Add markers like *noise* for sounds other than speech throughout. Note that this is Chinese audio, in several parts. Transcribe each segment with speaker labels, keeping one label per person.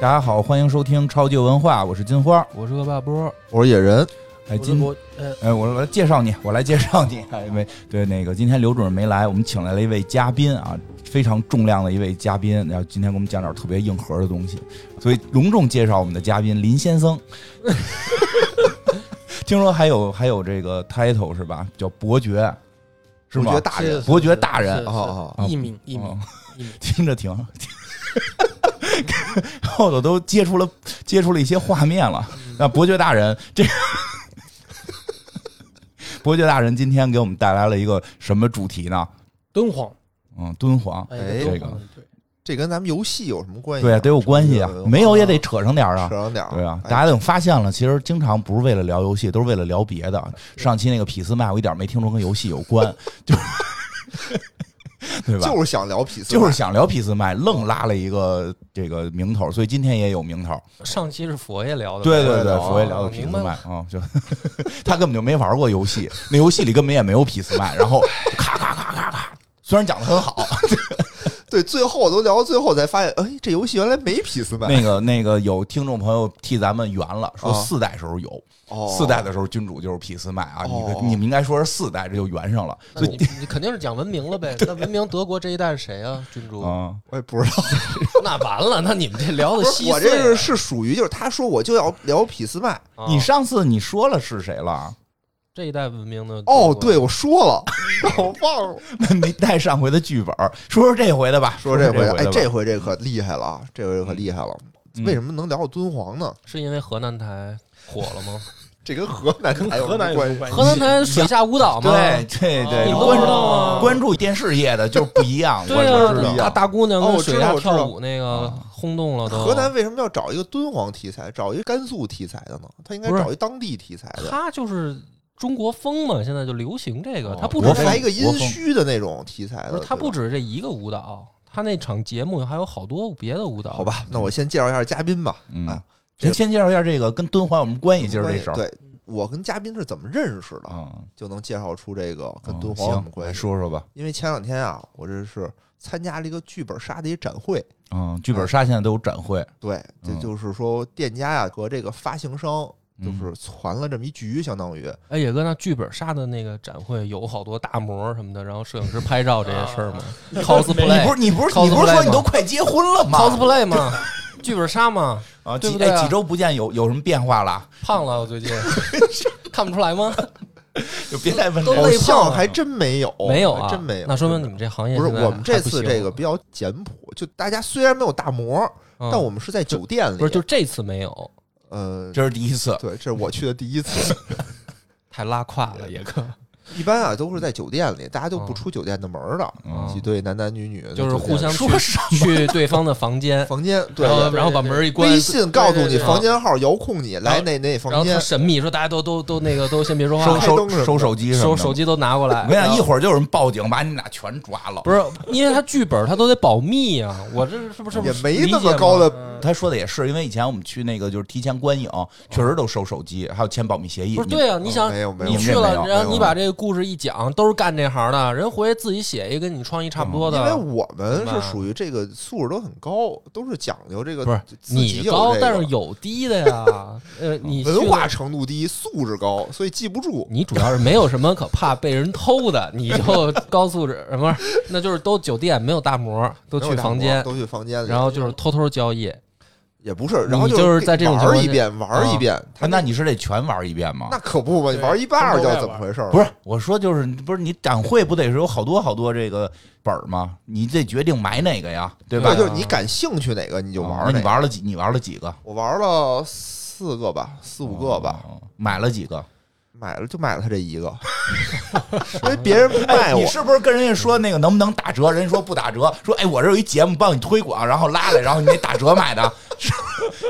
Speaker 1: 大家好，欢迎收听超旧文化，我是金花。
Speaker 2: 我是恶霸波，
Speaker 3: 我是野人，
Speaker 1: 哎，今
Speaker 2: 我
Speaker 3: 啊
Speaker 2: 呃
Speaker 1: 哎，我来介绍你，我来介绍你。 *laughs* 哎，没对那个，今天刘主任没来，我们请来了一位嘉宾啊，非常重量的一位嘉宾，然后今天给我们讲点特别硬核的东西，所以隆重介绍我们的嘉宾林先生。 *laughs* 听说还有还有这个 title 是吧？叫伯爵，是吗
Speaker 3: 伯爵？大人
Speaker 2: 是
Speaker 1: 伯爵大人
Speaker 2: 是是
Speaker 3: 哦
Speaker 4: 嗯
Speaker 1: 哦
Speaker 2: 呃一名一
Speaker 1: 哦
Speaker 2: 名一名，
Speaker 1: *laughs* 听着挺，后头都接触了接触了一些画面了。那伯爵大人，这个伯爵大人今天给我们带来了一个什么主题呢？
Speaker 2: 敦煌，
Speaker 1: 嗯，敦煌，
Speaker 3: 哎
Speaker 2: 敦
Speaker 1: 这个
Speaker 2: 煌对
Speaker 3: 这跟咱们游戏有什么关系啊？
Speaker 1: 对啊，得有关系啊
Speaker 3: 这个，
Speaker 1: 没有也得扯上点儿啊
Speaker 3: 哦扯。上点儿
Speaker 1: 对啊，
Speaker 3: 哎
Speaker 1: 大家等发现了，其实经常不是为了聊游戏，都是为了聊别的。
Speaker 2: 是
Speaker 1: 上期那个匹斯麦，我一点没听出跟游戏有关，就 *laughs* 对吧？
Speaker 3: 就是想聊匹斯麦，
Speaker 1: 就是想聊匹斯麦，愣拉了一个这个名头，所以今天也有名头。
Speaker 4: 上期是佛爷聊的，
Speaker 1: 对对
Speaker 3: 对
Speaker 2: 哦
Speaker 1: 对，
Speaker 3: 对
Speaker 1: 佛爷聊的匹斯麦啊，就 *laughs* 他根本就没玩过游戏，那游戏里根本也没有匹斯麦，然后咔咔咔咔咔，虽然讲的很好，
Speaker 3: 对，最后都聊到最后才发现，哎，这游戏原来没匹斯麦
Speaker 1: 那个那个有听众朋友替咱们圆了，说
Speaker 3: 啊
Speaker 1: 四代时候有，
Speaker 3: 哦，
Speaker 1: 四代的时候君主就是匹斯麦啊，你
Speaker 3: 哦
Speaker 1: 你们应该说是四代，这就圆上了，
Speaker 2: 那你你肯定是讲文明
Speaker 3: *laughs*
Speaker 2: 了呗？那文明德国这一代是谁啊？君主？ *laughs*
Speaker 1: 啊。
Speaker 3: 我也不知道，
Speaker 4: 那完了，那你们这聊
Speaker 3: 哦不
Speaker 4: 的
Speaker 3: 是
Speaker 4: 稀
Speaker 3: 我
Speaker 4: 碎
Speaker 3: 这
Speaker 4: 了
Speaker 3: 是是属于就是他说我就要聊匹斯麦，
Speaker 4: 啊
Speaker 2: 哦
Speaker 1: 你上次你说了是谁 *laughs* 了？啊
Speaker 2: 这一代文明
Speaker 4: 嗯
Speaker 2: 的
Speaker 3: 哦，对，我说了，我忘了，
Speaker 1: 没带上回的剧本，说 *laughs* 说这回的吧。
Speaker 3: 说
Speaker 1: 这
Speaker 3: 这回，哎，
Speaker 1: 的吧
Speaker 3: 这回这可厉害了，啊，这回可厉害了。
Speaker 1: 嗯
Speaker 3: 为什么能聊到敦煌呢？
Speaker 2: 是因为河南台火了
Speaker 3: *laughs*
Speaker 2: 吗？
Speaker 3: 这跟河南
Speaker 4: 跟
Speaker 3: 还有什
Speaker 4: 河
Speaker 3: 么
Speaker 4: 南有
Speaker 3: 关
Speaker 4: 什么
Speaker 3: 系？
Speaker 4: 关系？
Speaker 2: 河南台水下舞蹈吗？哦
Speaker 1: 对对对，
Speaker 2: 你们都不
Speaker 1: 关
Speaker 2: 知
Speaker 1: 注
Speaker 2: 道吗？
Speaker 1: 关注电视业的就不一样，我
Speaker 2: 对
Speaker 1: 我知
Speaker 3: 知道
Speaker 2: 啊，大大姑娘
Speaker 3: 哦
Speaker 2: 跟
Speaker 3: 我知
Speaker 2: 水
Speaker 3: 道
Speaker 2: 下
Speaker 3: 我知道啊
Speaker 2: 跳舞那个轰动了都。
Speaker 3: 河南为什么要找一个敦煌题材，找一个甘肃题材的呢？他应该
Speaker 2: 不是
Speaker 3: 找一当地题材的。
Speaker 2: 它就是中国风嘛，现在就流行这个，
Speaker 1: 哦
Speaker 2: 它不
Speaker 1: 我
Speaker 2: 止
Speaker 3: 我
Speaker 1: 风
Speaker 3: 来一
Speaker 2: 这，
Speaker 3: 个阴虚的那种题材
Speaker 2: 不
Speaker 3: 的
Speaker 2: 是，它
Speaker 3: 对
Speaker 2: 不
Speaker 3: 吧
Speaker 2: 止这一个舞蹈，它那场节目还有好多别的舞蹈。
Speaker 3: 好，吧？那我先介绍一下嘉宾吧。
Speaker 1: 嗯
Speaker 3: 啊，
Speaker 1: 先先介绍一下这个跟敦煌有什么关系？今儿这事儿，
Speaker 3: 对我跟嘉宾是怎么认识
Speaker 2: 啊
Speaker 3: 的，
Speaker 1: 嗯，
Speaker 3: 就能介绍出这
Speaker 2: 哦
Speaker 3: 个跟
Speaker 1: 嗯
Speaker 3: 敦煌有什么
Speaker 1: 行来
Speaker 3: 关系。
Speaker 1: 说说吧。
Speaker 3: 因为前两天啊，我这是参加了一个剧本杀的一展会，
Speaker 1: 嗯，剧本杀现在都有展会，
Speaker 3: 对，这
Speaker 1: 嗯
Speaker 3: 就是说店家呀、和这个发行商
Speaker 2: 嗯
Speaker 3: 就是攒了这么一局，相当于
Speaker 2: 哎，野哥，那剧本杀的那个展会有好多大模什么的，然后摄影师拍照这
Speaker 3: 啊
Speaker 2: 些事儿
Speaker 3: *laughs*
Speaker 2: 吗
Speaker 1: 你不
Speaker 2: *laughs* ？cosplay
Speaker 1: 是你不是
Speaker 2: cosplay *laughs*
Speaker 1: 你不是说
Speaker 2: 吗
Speaker 1: 你都快结婚了吗
Speaker 3: *laughs*
Speaker 2: cosplay 嘛，剧本杀嘛，
Speaker 1: 啊，
Speaker 2: 对
Speaker 1: 几
Speaker 2: 不对啊
Speaker 1: 哎几周不见有有什么变化
Speaker 2: *laughs*
Speaker 1: 了？
Speaker 2: 胖了我最
Speaker 3: *laughs*
Speaker 2: 近看不出来吗？
Speaker 1: 就别再问
Speaker 2: 都
Speaker 1: 这个
Speaker 3: 好
Speaker 1: 哦
Speaker 2: *laughs* 累胖
Speaker 3: 像
Speaker 2: 了
Speaker 3: 还真没有，
Speaker 2: 没有
Speaker 3: 哦还
Speaker 2: 啊，
Speaker 3: 真没有。
Speaker 2: 那说明你们这行业
Speaker 3: 不是
Speaker 2: 现在
Speaker 3: 我们这
Speaker 2: 还不
Speaker 3: 次
Speaker 2: 行
Speaker 3: 这个，比较简朴，就大家虽然没有大模，
Speaker 2: 嗯
Speaker 3: 但我们是在酒店里，
Speaker 2: 不是就这次没有，
Speaker 3: 呃，
Speaker 1: 这是第一次，啊
Speaker 3: 对，这是我去的第一次。
Speaker 2: 太拉胯了，野哥，
Speaker 3: 一般啊都是在酒店里，大家都不
Speaker 2: 嗯
Speaker 3: 出酒店的门儿的，
Speaker 1: 嗯
Speaker 3: 几对男男女女
Speaker 2: 就是
Speaker 3: 在酒店
Speaker 2: 互相去
Speaker 1: 说什
Speaker 2: 去对方的房间，
Speaker 3: 房间，对
Speaker 2: 然后
Speaker 3: 对，
Speaker 2: 然后把门一关，
Speaker 3: 微信告诉
Speaker 2: 对对
Speaker 3: 你
Speaker 2: 对
Speaker 3: 房间号，遥控你来哪哪
Speaker 2: 然
Speaker 3: 房
Speaker 2: 后特
Speaker 3: 间，
Speaker 2: 神秘说大家都都都那个都先别说
Speaker 1: 收
Speaker 2: 话，
Speaker 3: 开
Speaker 1: 收
Speaker 3: 灯什么的
Speaker 1: 收手机什么
Speaker 2: 手
Speaker 1: 的
Speaker 2: 手。机都拿过
Speaker 1: 我
Speaker 2: 来，
Speaker 1: 跟你
Speaker 2: 然
Speaker 1: 讲，
Speaker 2: 后
Speaker 1: 一会儿就有人报警，把你们俩全抓了。
Speaker 2: 不是，因为他剧本他都得保密啊，我这是不是啊
Speaker 3: 也没那么高的
Speaker 2: 理解吗
Speaker 1: 他说的也是，因为以前我们去那个就是提前观影，确实都收手机，还有签保密协议。
Speaker 2: 不是对啊？你想
Speaker 3: 嗯没有没有
Speaker 2: 你去
Speaker 1: 没有
Speaker 2: 了，然
Speaker 3: 没
Speaker 2: 后
Speaker 3: 有
Speaker 2: 你把这个故事一讲，都是干这行的人，回去自己写一个跟你创意差不多
Speaker 3: 因为
Speaker 2: 的。
Speaker 3: 我们
Speaker 2: 明白啊
Speaker 3: 是属于这个素质都很高，都是讲究这个
Speaker 2: 不是
Speaker 3: 自己
Speaker 2: 你
Speaker 3: 有
Speaker 2: 高，
Speaker 3: 这
Speaker 2: 但
Speaker 3: 个
Speaker 2: 是有低的呀。 *laughs* 呃，你去了
Speaker 3: 文化，程度低，素质高，所以记不住。
Speaker 2: 你主要是没有什么可怕被人偷的，你就 *laughs* 高素质，不是？那就是都酒店没有大模，都
Speaker 3: 没
Speaker 2: 去
Speaker 3: 有大
Speaker 2: 房
Speaker 3: 模
Speaker 2: 间，
Speaker 3: 都去房间里，
Speaker 2: 然后就是偷偷交易。
Speaker 3: 也不是，然后
Speaker 2: 你
Speaker 3: 是
Speaker 2: 就是
Speaker 3: 给
Speaker 2: 在这种情
Speaker 3: 玩
Speaker 2: 况
Speaker 3: 一
Speaker 2: 下
Speaker 3: 遍玩一
Speaker 2: 啊
Speaker 3: 遍，
Speaker 1: 哎，那你是得全玩一遍吗？
Speaker 3: 那可不嘛，你
Speaker 4: 对
Speaker 3: 玩一半儿
Speaker 4: 从头
Speaker 3: 叫
Speaker 4: 再
Speaker 3: 怎么
Speaker 4: 玩
Speaker 3: 回事儿？
Speaker 1: 不是，我说就是不是你展会不得是有好多好多这个本儿吗？你得决定买哪个呀，对吧？
Speaker 3: 对，就是你感兴趣哪个你就玩
Speaker 2: 哦
Speaker 1: 那
Speaker 3: 哪
Speaker 1: 你
Speaker 3: 个。
Speaker 1: 玩了几？你玩了几个？
Speaker 3: 我玩了四个吧，四五个吧，
Speaker 1: 哦，买了几个？
Speaker 3: 买了就买了他这一 *laughs* 个，因为别人不卖我
Speaker 1: 你。是不是跟人家说那个能不能打折？人家说不打折，说哎，我这有一节目帮你推广，然后拉来，然后你得打折买的， *laughs* 是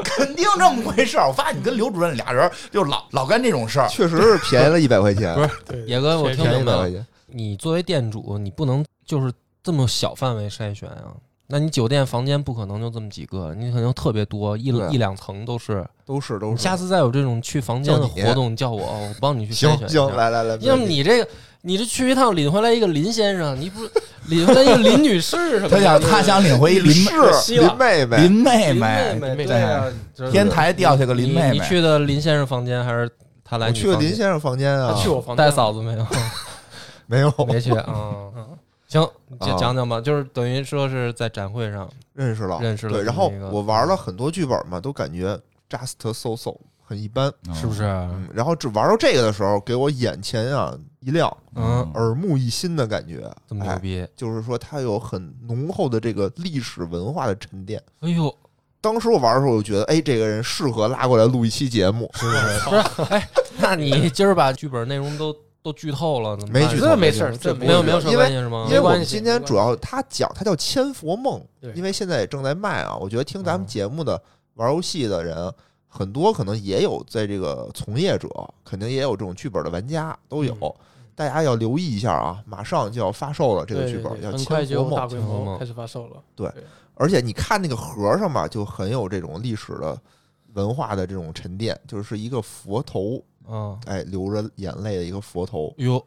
Speaker 1: 肯定这么回事儿。我发现你跟刘主任俩人就老老干这种事儿，
Speaker 3: 确实是便宜了一百块钱，
Speaker 2: 不是
Speaker 4: 对
Speaker 2: 野哥我听
Speaker 3: 便宜
Speaker 2: 明
Speaker 3: 一
Speaker 2: 白
Speaker 3: 百
Speaker 2: 了
Speaker 3: 块，钱。
Speaker 2: 你作为店主，你不能就是这么小范围筛选啊。那你酒店房间不可能就这么几个，你可能特别多，一
Speaker 3: 对啊
Speaker 2: 一两层都是。
Speaker 3: 都是都
Speaker 2: 你
Speaker 3: 是。
Speaker 2: 下次再有这种去房间的
Speaker 3: 叫你
Speaker 2: 活动，你叫我，我帮你去
Speaker 3: 行
Speaker 2: 筛选一下
Speaker 3: 行，来来来，
Speaker 2: 要么你这个，你这去一趟领回来一个林先生，你不领回来一个林女士什么的？
Speaker 1: 他想他想领回一林妹
Speaker 3: 是
Speaker 2: 希望
Speaker 3: 林妹
Speaker 1: 林妹
Speaker 3: 妹，
Speaker 2: 林
Speaker 1: 妹，
Speaker 2: 妹妹，
Speaker 1: 对
Speaker 2: 对啊，就是
Speaker 1: 天台掉下个林
Speaker 2: 你
Speaker 1: 妹
Speaker 2: 你
Speaker 1: 妹，
Speaker 2: 去的林先生房间还是他来
Speaker 3: 我
Speaker 2: 你
Speaker 3: 去了
Speaker 2: 房间
Speaker 3: 林先生房间啊，
Speaker 5: 他去我房间
Speaker 2: 带嫂子没有？
Speaker 3: 没有
Speaker 2: *laughs* 没去啊。嗯行，就
Speaker 3: 啊
Speaker 2: 讲讲吧，就是等于说是在展会上，
Speaker 3: 认识了
Speaker 2: 认识了
Speaker 3: 对，
Speaker 2: 这
Speaker 3: 然
Speaker 2: 么
Speaker 3: 后
Speaker 2: 一个
Speaker 3: 我玩了很多剧本嘛，都感觉 just so so 很一般。
Speaker 1: 嗯
Speaker 2: 是不是？啊
Speaker 3: 嗯，然后只玩到这个的时候，给我眼前啊一亮，
Speaker 2: 嗯，
Speaker 3: 耳目一新的感觉。
Speaker 2: 这么牛
Speaker 3: 哎，
Speaker 2: 逼！
Speaker 3: 就是说它有很浓厚的这个历史文化的沉淀。
Speaker 2: 哎呦，
Speaker 3: 当时我玩的时候，我就觉得，哎，这个人适合拉过来录一期节目。
Speaker 2: 是不是？不是，哎， *laughs* 那你今儿把剧本内容都都剧透了，怎么办
Speaker 3: 没剧透
Speaker 5: 啊这没事儿这
Speaker 2: 没有没有什么
Speaker 3: 因
Speaker 2: 关
Speaker 3: 为
Speaker 2: 系是吗？
Speaker 3: 因为我
Speaker 5: 关
Speaker 3: 们
Speaker 5: 系
Speaker 3: 今天
Speaker 5: 没
Speaker 3: 主要他讲，他叫《千佛梦
Speaker 5: 对》，嗯
Speaker 3: 因为现在也正在卖啊。我觉得听咱们节目的玩游戏的人，很多可能也有在这个从业者，肯定也有这种剧本的玩家都有。
Speaker 5: 嗯
Speaker 3: 大家要留意一下啊，马上就要发售了这个
Speaker 5: 对
Speaker 3: 剧
Speaker 5: 对
Speaker 3: 本
Speaker 5: 对
Speaker 3: 叫
Speaker 5: 很
Speaker 3: 《
Speaker 5: 快
Speaker 3: 千佛
Speaker 5: 就
Speaker 3: 梦
Speaker 5: 大》，规
Speaker 2: 千佛梦
Speaker 5: 模开始发售了。
Speaker 3: 而且你看那个盒上吧，就很有这种历史的文化的这种沉淀，就是一个佛头，
Speaker 2: 嗯，
Speaker 3: 哎，流着眼泪的一个佛头，
Speaker 2: 哟，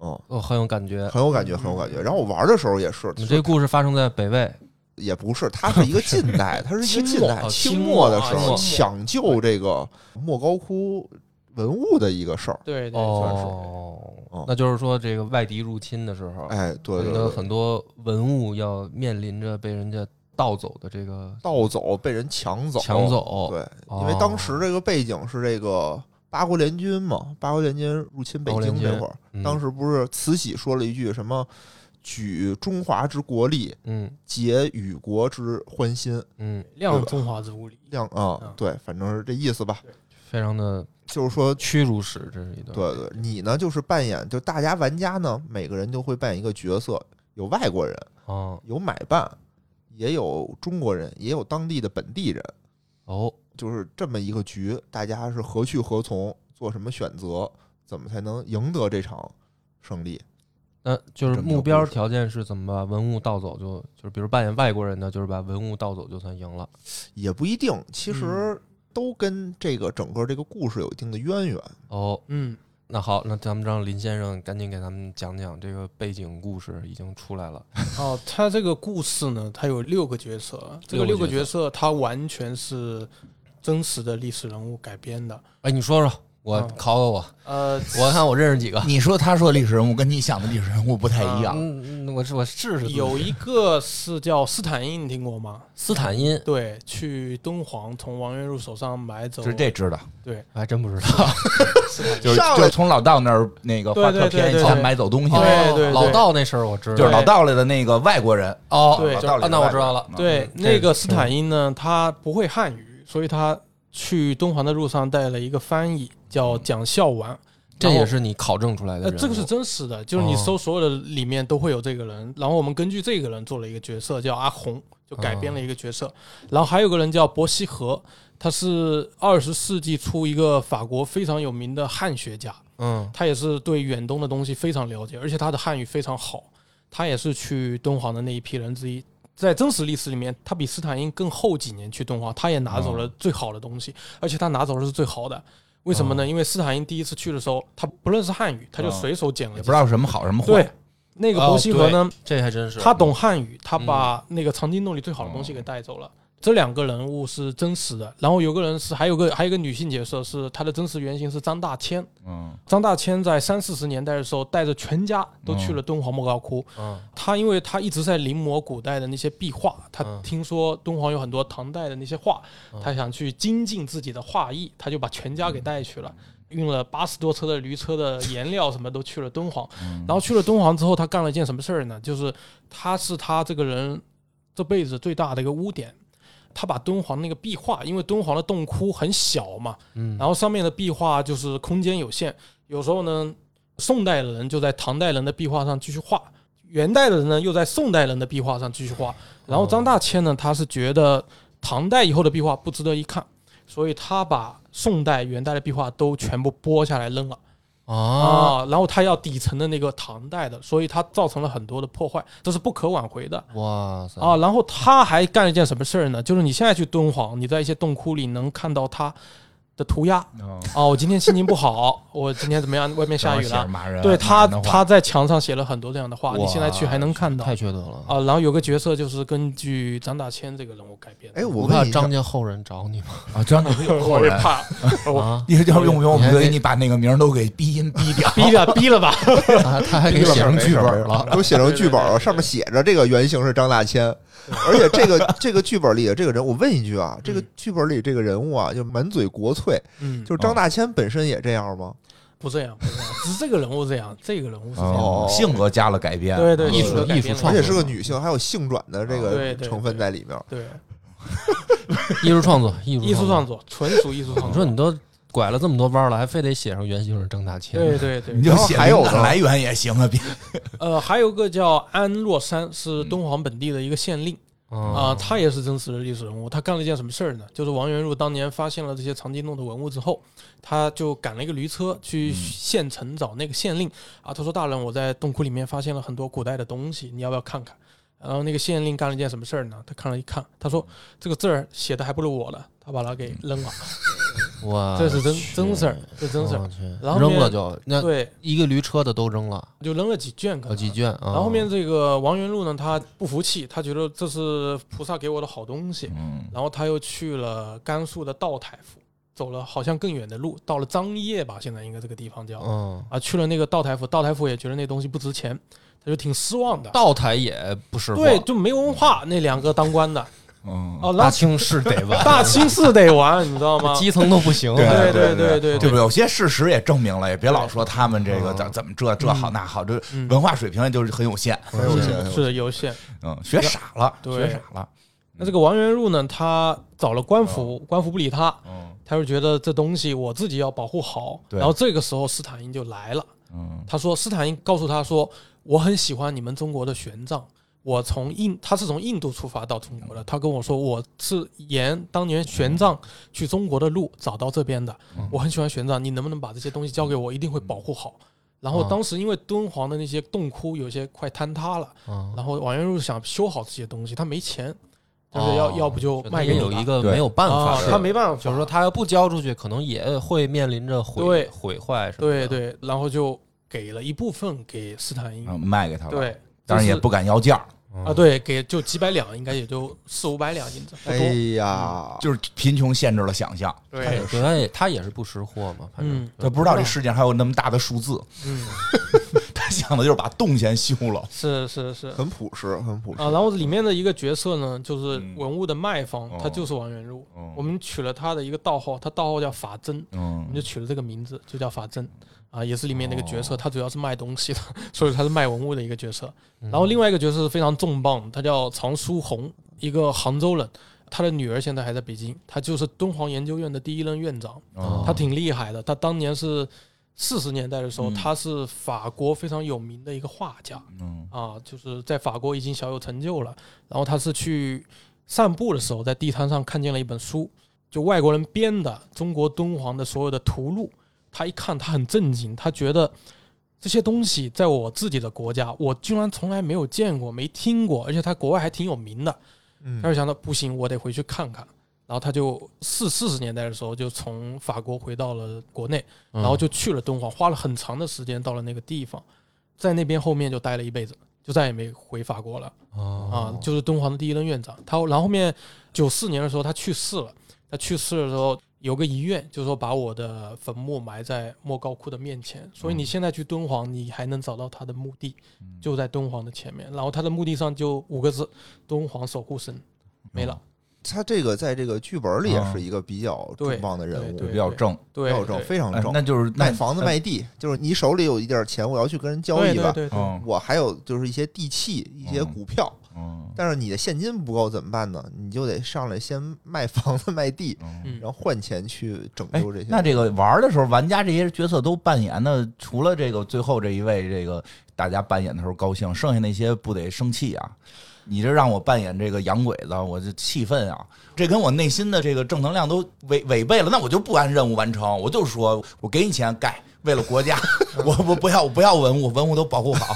Speaker 3: 嗯，
Speaker 2: 我很有感觉。
Speaker 3: 很有感觉，很有感觉。然后我玩的时候也是，
Speaker 2: 呃你这故事发生在北魏，
Speaker 3: 也不是，它是一个近代，它是一个近代
Speaker 2: *laughs* 清末啊
Speaker 3: 清末的时
Speaker 2: 清
Speaker 3: 候
Speaker 2: 末
Speaker 3: 抢救这个莫高窟文物的一个事儿。
Speaker 5: 对对，算是
Speaker 2: 哦
Speaker 3: 嗯，
Speaker 2: 那就是说这个外敌入侵的时候，
Speaker 3: 哎，对对
Speaker 2: 你的
Speaker 3: 对，
Speaker 2: 很多文物要面临着被人家盗走的这个
Speaker 3: 盗走被人抢走，
Speaker 2: 抢。走，
Speaker 3: 对，
Speaker 2: 哦
Speaker 3: 因为当时这个背景是这个八国联军嘛，八国联军入侵北
Speaker 2: 八国联
Speaker 3: 京
Speaker 2: 军
Speaker 3: 这会儿，
Speaker 2: 嗯
Speaker 3: 当时不是慈禧说了一句什么“举中华之国力，
Speaker 2: 嗯
Speaker 3: 解与国之欢心
Speaker 2: 嗯，
Speaker 3: 对
Speaker 5: 亮
Speaker 3: 吧
Speaker 5: 中华之物理”，，
Speaker 3: 量啊
Speaker 5: 嗯，
Speaker 3: 对，反正是这意思吧。
Speaker 2: 非常的
Speaker 3: 就是说
Speaker 2: 屈辱史，这是一段。
Speaker 3: 对对，你呢就是扮演，就大家玩家呢，每个人就会扮演一个角色，有外国人，
Speaker 2: 哦
Speaker 3: 有买办，也有中国人，也有当地的本地人，
Speaker 2: 哦，
Speaker 3: 就是这么一个局，大家是何去何从，做什么选择，怎么才能赢得这场胜利？
Speaker 2: 那就是
Speaker 3: 这么一个
Speaker 2: 目标
Speaker 3: 故事
Speaker 2: 条件是怎么把文物盗走就？就是比如扮演外国人的，就是把文物盗走就算赢了。
Speaker 3: 也不一定，其
Speaker 5: 嗯
Speaker 3: 实都跟这个整个这个故事有一定的渊源。
Speaker 2: 哦，
Speaker 5: 嗯，
Speaker 2: 那好，那咱们让林先生赶紧给咱们讲讲这个背景故事，已经出来了。
Speaker 5: 哦，他这个故事呢，他有六个角色，这个
Speaker 2: 六
Speaker 5: 六
Speaker 2: 个
Speaker 5: 个
Speaker 2: 角
Speaker 5: 角色他完全是真实的历史人物改编的。
Speaker 2: 哎，你说说，我
Speaker 5: 嗯
Speaker 2: 考考我，
Speaker 5: 呃，
Speaker 2: 我看我认识几个。
Speaker 1: *laughs* 你说他说的历史人物跟你想的历史人物不太一样，
Speaker 2: 嗯，嗯我是我试试。
Speaker 5: 有一个是叫斯坦因，你听过吗？
Speaker 2: 斯坦因，
Speaker 5: 对，去敦煌从王元入手上买走，
Speaker 1: 是这知道，
Speaker 2: 我还真不知道。
Speaker 1: 就是
Speaker 3: 上来
Speaker 1: 就是从老道那儿那个花
Speaker 5: 对
Speaker 1: 特
Speaker 5: 对对
Speaker 1: 便宜
Speaker 5: 对
Speaker 1: 钱
Speaker 5: 对
Speaker 1: 买走东西
Speaker 5: 对，
Speaker 2: 哦
Speaker 5: 对对
Speaker 2: 老道那事儿我知道。
Speaker 1: 就是老道来的那个外国人。
Speaker 2: 哦，
Speaker 5: 对
Speaker 1: 老
Speaker 5: 就
Speaker 1: 道里的
Speaker 2: 啊那我
Speaker 1: 外
Speaker 2: 知
Speaker 1: 国人
Speaker 2: 道了。
Speaker 5: 对，
Speaker 2: 嗯
Speaker 5: 那个斯坦因呢，他不会汉语，所以他去敦煌的路上带了一个翻译，叫蒋孝完。
Speaker 2: 这
Speaker 5: 然后
Speaker 2: 也是你考证出来的
Speaker 5: 呃，
Speaker 2: 人物。哦
Speaker 5: 这个是真实的，就是你搜所有的里面都会有这个人，然后我们根据这个人做了一个角色叫阿红，就改编
Speaker 2: 哦
Speaker 5: 了一个角色，然后还有个人叫伯希和，他是二十世纪初一个法国非常有名的汉学家，
Speaker 2: 嗯
Speaker 5: 他也是对远东的东西非常了解，而且他的汉语非常好，他也是去敦煌的那一批人之一。在真实历史里面，他比斯坦因更后几年去敦煌，他也拿走了最好的东西，而且他拿走的是最好的。为什么呢？因为斯坦因第一次去的时候，他不认识汉语，他就
Speaker 1: 哦
Speaker 5: 随手捡了
Speaker 1: 也
Speaker 5: 几
Speaker 1: 不知
Speaker 5: 张。
Speaker 1: 道什么好什么坏
Speaker 5: 对，，那
Speaker 1: 哦
Speaker 5: 个伯希和呢，
Speaker 2: 这还真是。
Speaker 5: 他懂
Speaker 1: 嗯
Speaker 5: 汉语，他把那个藏经洞里最好的东
Speaker 1: 哦
Speaker 5: 西给带走了。这两个人物是真实的，然后有个人是还有个还有一个女性角色是她的真实原型是张大千，
Speaker 1: 嗯，
Speaker 5: 张大千在三四十年代的时候，带着全家都去了敦煌莫高窟。
Speaker 2: 嗯
Speaker 5: 他因为他一直在临摹古代的那些壁画，他
Speaker 2: 嗯
Speaker 5: 听说敦煌有很多唐代的那些画，他想去精进自己的画艺，他就把全家给带去了。
Speaker 2: 嗯
Speaker 5: 运了八十多车的驴车的颜料什么都去了敦煌，
Speaker 2: 嗯
Speaker 5: 然后去了敦煌之后，他干了一件什么事儿呢？就是他是他这个人这辈子最大的一个污点，他把敦煌那个壁画，因为敦煌的洞窟很小嘛，
Speaker 2: 嗯
Speaker 5: 然后上面的壁画就是空间有限，有时候呢，宋代的人就在唐代人的壁画上继续画，元代的人呢又在宋代人的壁画上继续画。然后张大千呢，他是觉得唐代以后的壁画不值得一看，所以他把宋代、元代的壁画都全部剥下来扔了。
Speaker 2: 啊，
Speaker 5: 啊，然后它要底层的那个唐代的，所以它造成了很多的破坏，这是不可挽回的。
Speaker 2: 哇塞，
Speaker 5: 啊，然后他还干了一件什么事儿呢？就是你现在去敦煌，你在一些洞窟里能看到他的涂鸦。
Speaker 1: 哦
Speaker 5: 哦，我今天心情不好， *laughs* 我今天怎么样？外面下雨
Speaker 1: 正好写着
Speaker 5: 了。
Speaker 1: 骂人，
Speaker 5: 对
Speaker 1: 骂
Speaker 5: 他，
Speaker 1: 人的话
Speaker 5: 他在墙上写了很多这样的话，
Speaker 2: 哇
Speaker 5: 你现在去还能看到。
Speaker 2: 太缺德了！
Speaker 5: 啊，然后有个角色就是根据张大千这个人物改编的。
Speaker 3: 哎，
Speaker 2: 不
Speaker 3: 我
Speaker 2: 怕
Speaker 3: 问一
Speaker 2: 张
Speaker 3: 下，
Speaker 2: 家后人找你吗？
Speaker 1: 啊，这样就没有后
Speaker 5: 我也
Speaker 1: 人。
Speaker 5: 怕，我
Speaker 2: 啊，
Speaker 1: 你说要用不用我们
Speaker 2: 你还
Speaker 1: 就给
Speaker 2: 得
Speaker 1: 你把那个名儿都给逼音逼掉？
Speaker 5: 逼
Speaker 2: *laughs*
Speaker 5: 了逼了吧？
Speaker 2: 他他还给写成剧本了，
Speaker 3: 都写成剧本
Speaker 5: *laughs*
Speaker 3: 了，上面写着这个原型是张大千，而且这个这个剧本里的这个人，我问一句啊，这个剧本里这个人物啊，就满嘴国粹，
Speaker 5: 嗯，
Speaker 3: 就是张大千本身也这样吗？
Speaker 5: 不这样，不这样，只是这个人物这样，这个人物是这样。
Speaker 1: 哦，性格加了改编，
Speaker 5: 对对，
Speaker 2: 艺
Speaker 5: 艺
Speaker 2: 术
Speaker 5: 术
Speaker 2: 艺术创作
Speaker 3: 而且是个女性，还有性转的这
Speaker 5: 啊对
Speaker 3: 个
Speaker 5: 对
Speaker 3: 成分在里面。
Speaker 5: 对
Speaker 2: *laughs* 艺术创作，艺术
Speaker 5: 艺术
Speaker 2: 创
Speaker 5: 创作，纯属艺术创
Speaker 2: 你说
Speaker 5: 作。
Speaker 2: 你都拐了这么多弯了，还非得写上原型是张大千？
Speaker 5: 对对对
Speaker 1: 你，就写
Speaker 3: 然后还有
Speaker 1: 灵感
Speaker 3: 呢
Speaker 1: 来源也行啊，别
Speaker 5: 呃，还有个叫安若山，是敦煌本地的一个县令啊、
Speaker 2: 啊
Speaker 5: 他也是真实的历史人物。他干了一件什么事儿呢？就是王元入当年发现了这些藏经洞的文物之后，他就赶了一个驴车
Speaker 2: 嗯
Speaker 5: 去县城找那个县令啊。他说：“大人，我在洞窟里面发现了很多古代的东西，你要不要看看？”然后那个县令干了一件什么事儿呢？他看了一看，他说：“这个字儿写的还不如我呢。”他把它给扔了，
Speaker 2: 哇，
Speaker 5: 这是真真事儿，这是真事儿。
Speaker 2: 我去
Speaker 5: 然后
Speaker 2: 扔了
Speaker 5: 面
Speaker 2: 就那
Speaker 5: 对，
Speaker 2: 一个驴车的都扔了，
Speaker 5: 就扔了几卷，可
Speaker 2: 有
Speaker 5: 能
Speaker 2: 几卷啊。
Speaker 5: 然后后面这个王元禄呢，他不服气，他觉得这是菩萨给我的好东西，
Speaker 1: 嗯，
Speaker 5: 然后他又去了甘肃的道台府，走了好像更远的路，到了张掖吧，现在应该这个地方叫
Speaker 2: 嗯，
Speaker 5: 啊，去了那个道台府，道台府也觉得那东西不值钱，他就挺失望的。
Speaker 2: 道台也不识货，
Speaker 5: 对，就没文化那两个当官的
Speaker 1: 嗯，
Speaker 5: 哦，
Speaker 2: 大
Speaker 5: 那
Speaker 2: 清是得玩，
Speaker 5: 大清是得玩，你知道吗？
Speaker 2: 基层都不行。啊
Speaker 1: 对对
Speaker 5: 对对对
Speaker 1: 对
Speaker 5: 对
Speaker 1: 吧？有些事实也证明了，也别老说他们这个
Speaker 2: 嗯
Speaker 1: 怎怎么这这好那好，这
Speaker 5: 嗯
Speaker 1: 文化水平也就是很有限，
Speaker 3: 很有钱，
Speaker 5: 嗯
Speaker 3: 很有
Speaker 5: 是有限。
Speaker 1: 嗯，学傻了，
Speaker 5: 对
Speaker 1: 学傻了，
Speaker 5: 那这个王元禄呢，他找了官府，官府不理他，
Speaker 1: 嗯
Speaker 5: 他就觉得这东西我自己要保护好。
Speaker 1: 对
Speaker 5: 然后这个时候斯坦因就来了。
Speaker 1: 嗯
Speaker 5: 他说斯坦因告诉他说，我很喜欢你们中国的玄奘。我从印，他是从印度出发到中国
Speaker 2: 嗯
Speaker 5: 的。他跟我说，我是沿当年玄奘去中国的路找到这边的
Speaker 1: 嗯。
Speaker 5: 我很喜欢玄奘，你能不能把这些东西交给我？一定会保护好。然后
Speaker 2: 啊
Speaker 5: 当时因为敦煌的那些洞窟有些快坍塌了，
Speaker 2: 嗯，
Speaker 5: 然后王元禄想修好这些东西，他没钱，就是要
Speaker 2: 哦
Speaker 5: 要不就卖给
Speaker 2: 也
Speaker 5: 你
Speaker 2: 有一
Speaker 5: 吧
Speaker 2: 个
Speaker 1: 对
Speaker 2: 没有办法
Speaker 5: 啊
Speaker 2: 的，
Speaker 5: 他没办法，
Speaker 2: 就是说他要不交出去，可能也会面临着毁
Speaker 5: 对
Speaker 2: 毁坏什么
Speaker 5: 对
Speaker 2: 的。
Speaker 5: 对，然后就给了一部分给斯坦因，
Speaker 1: 嗯，卖给他了，，
Speaker 5: 对，
Speaker 1: 当然也
Speaker 5: 就是
Speaker 1: 不敢要价儿，
Speaker 2: 嗯
Speaker 5: 啊，对，给就几百两，应该也就四五百两银子，不
Speaker 3: 哎
Speaker 5: 多。嗯
Speaker 3: 呀，
Speaker 1: 就是贫穷限制了想象，
Speaker 2: 他也，对，他也他也是不识货嘛，反正
Speaker 5: 嗯
Speaker 1: 他不知道这世界上还有那么大的数
Speaker 5: *laughs*
Speaker 1: 字，
Speaker 5: 嗯，
Speaker 1: 他想的就是把洞先修了，
Speaker 5: 是是是啊。
Speaker 3: 很朴实，很朴实。
Speaker 5: 然后里面的一个角色呢，就是文物的卖方
Speaker 1: 嗯，
Speaker 5: 他就是王元禄。
Speaker 1: 嗯
Speaker 5: 我们取了他的一个道号，他道号叫法真，我们
Speaker 1: 嗯
Speaker 5: 就取了这个名字，就叫法真。啊，也是里面那个角色，他主要是卖东西的， *laughs* 所以他是卖文物的一个角色。然后另外一个角色是非常重磅，他叫常书鸿，一个杭州人，他的女儿现在还在北京，他就是敦煌研究院的第一任院长。
Speaker 1: 嗯
Speaker 5: 他挺厉害的。他当年是四十年代的时候，
Speaker 1: 嗯
Speaker 5: 他是法国非常有名的一个画家
Speaker 1: 嗯
Speaker 5: 啊，就是在法国已经小有成就了。然后他是去散步的时候，在地摊上看见了一本书，就外国人编的中国敦煌的所有的图录。他一看，他很震惊，他觉得。这些东西在我自己的国家，我居然从来没有见过、没听过，而且他国外还挺有名的。
Speaker 3: 嗯
Speaker 5: 他就想到不行，我得回去看看。然后他就四四十年代的时候就从法国回到了国内，
Speaker 2: 嗯
Speaker 5: 然后就去了敦煌，花了很长的时间到了那个地方，在那边后面就待了一辈子，就再也没回法国了啊
Speaker 2: 哦，
Speaker 5: 就是敦煌的第一任院长。他然后后面九四年的时候他去世了，他去世的时候有个遗愿，就是说把我的坟墓埋在莫高窟的面前，所以
Speaker 2: 嗯
Speaker 5: 你现在去敦煌，你还能找到他的墓地，
Speaker 1: 嗯
Speaker 5: 就在敦煌的前面。然后他的墓地上就五个字：敦煌守护神。没了，
Speaker 1: 嗯
Speaker 3: 他这个在这个剧本里
Speaker 2: 嗯
Speaker 3: 也是一个比较
Speaker 5: 对
Speaker 3: 重磅的人
Speaker 5: 对
Speaker 3: 物，
Speaker 1: 就
Speaker 5: 对
Speaker 1: 比较正，
Speaker 3: 比
Speaker 5: 对
Speaker 3: 较正，非常
Speaker 1: 哎
Speaker 3: 正。
Speaker 1: 那就是那
Speaker 3: 卖房子
Speaker 1: 那
Speaker 3: 卖地，就是你手里有一点钱，我要去跟人交
Speaker 5: 对
Speaker 3: 易
Speaker 5: 对
Speaker 3: 吧。哦
Speaker 5: 对对，
Speaker 1: 嗯
Speaker 3: 我还有就是一些地契、一些
Speaker 1: 嗯
Speaker 3: 股票，
Speaker 1: 嗯
Speaker 3: 但是你的现金不够怎么办呢？你就得上来先卖房子、卖地，
Speaker 1: 嗯。
Speaker 5: 嗯
Speaker 3: 然后换钱去拯
Speaker 1: 哎
Speaker 3: 救这些。，
Speaker 1: 那这个玩的时候，玩家这些角色都扮演的，除了这个最后这一位，这个大家扮演的时候高兴，剩下那些不得生气啊！你这让我扮演这个洋鬼子，我就气愤啊！这跟我内心的这个正能量都违违背了，那我就不按任务完成，我就说我给你钱盖，为了国家，我我不要我不要文物，文物都保护好，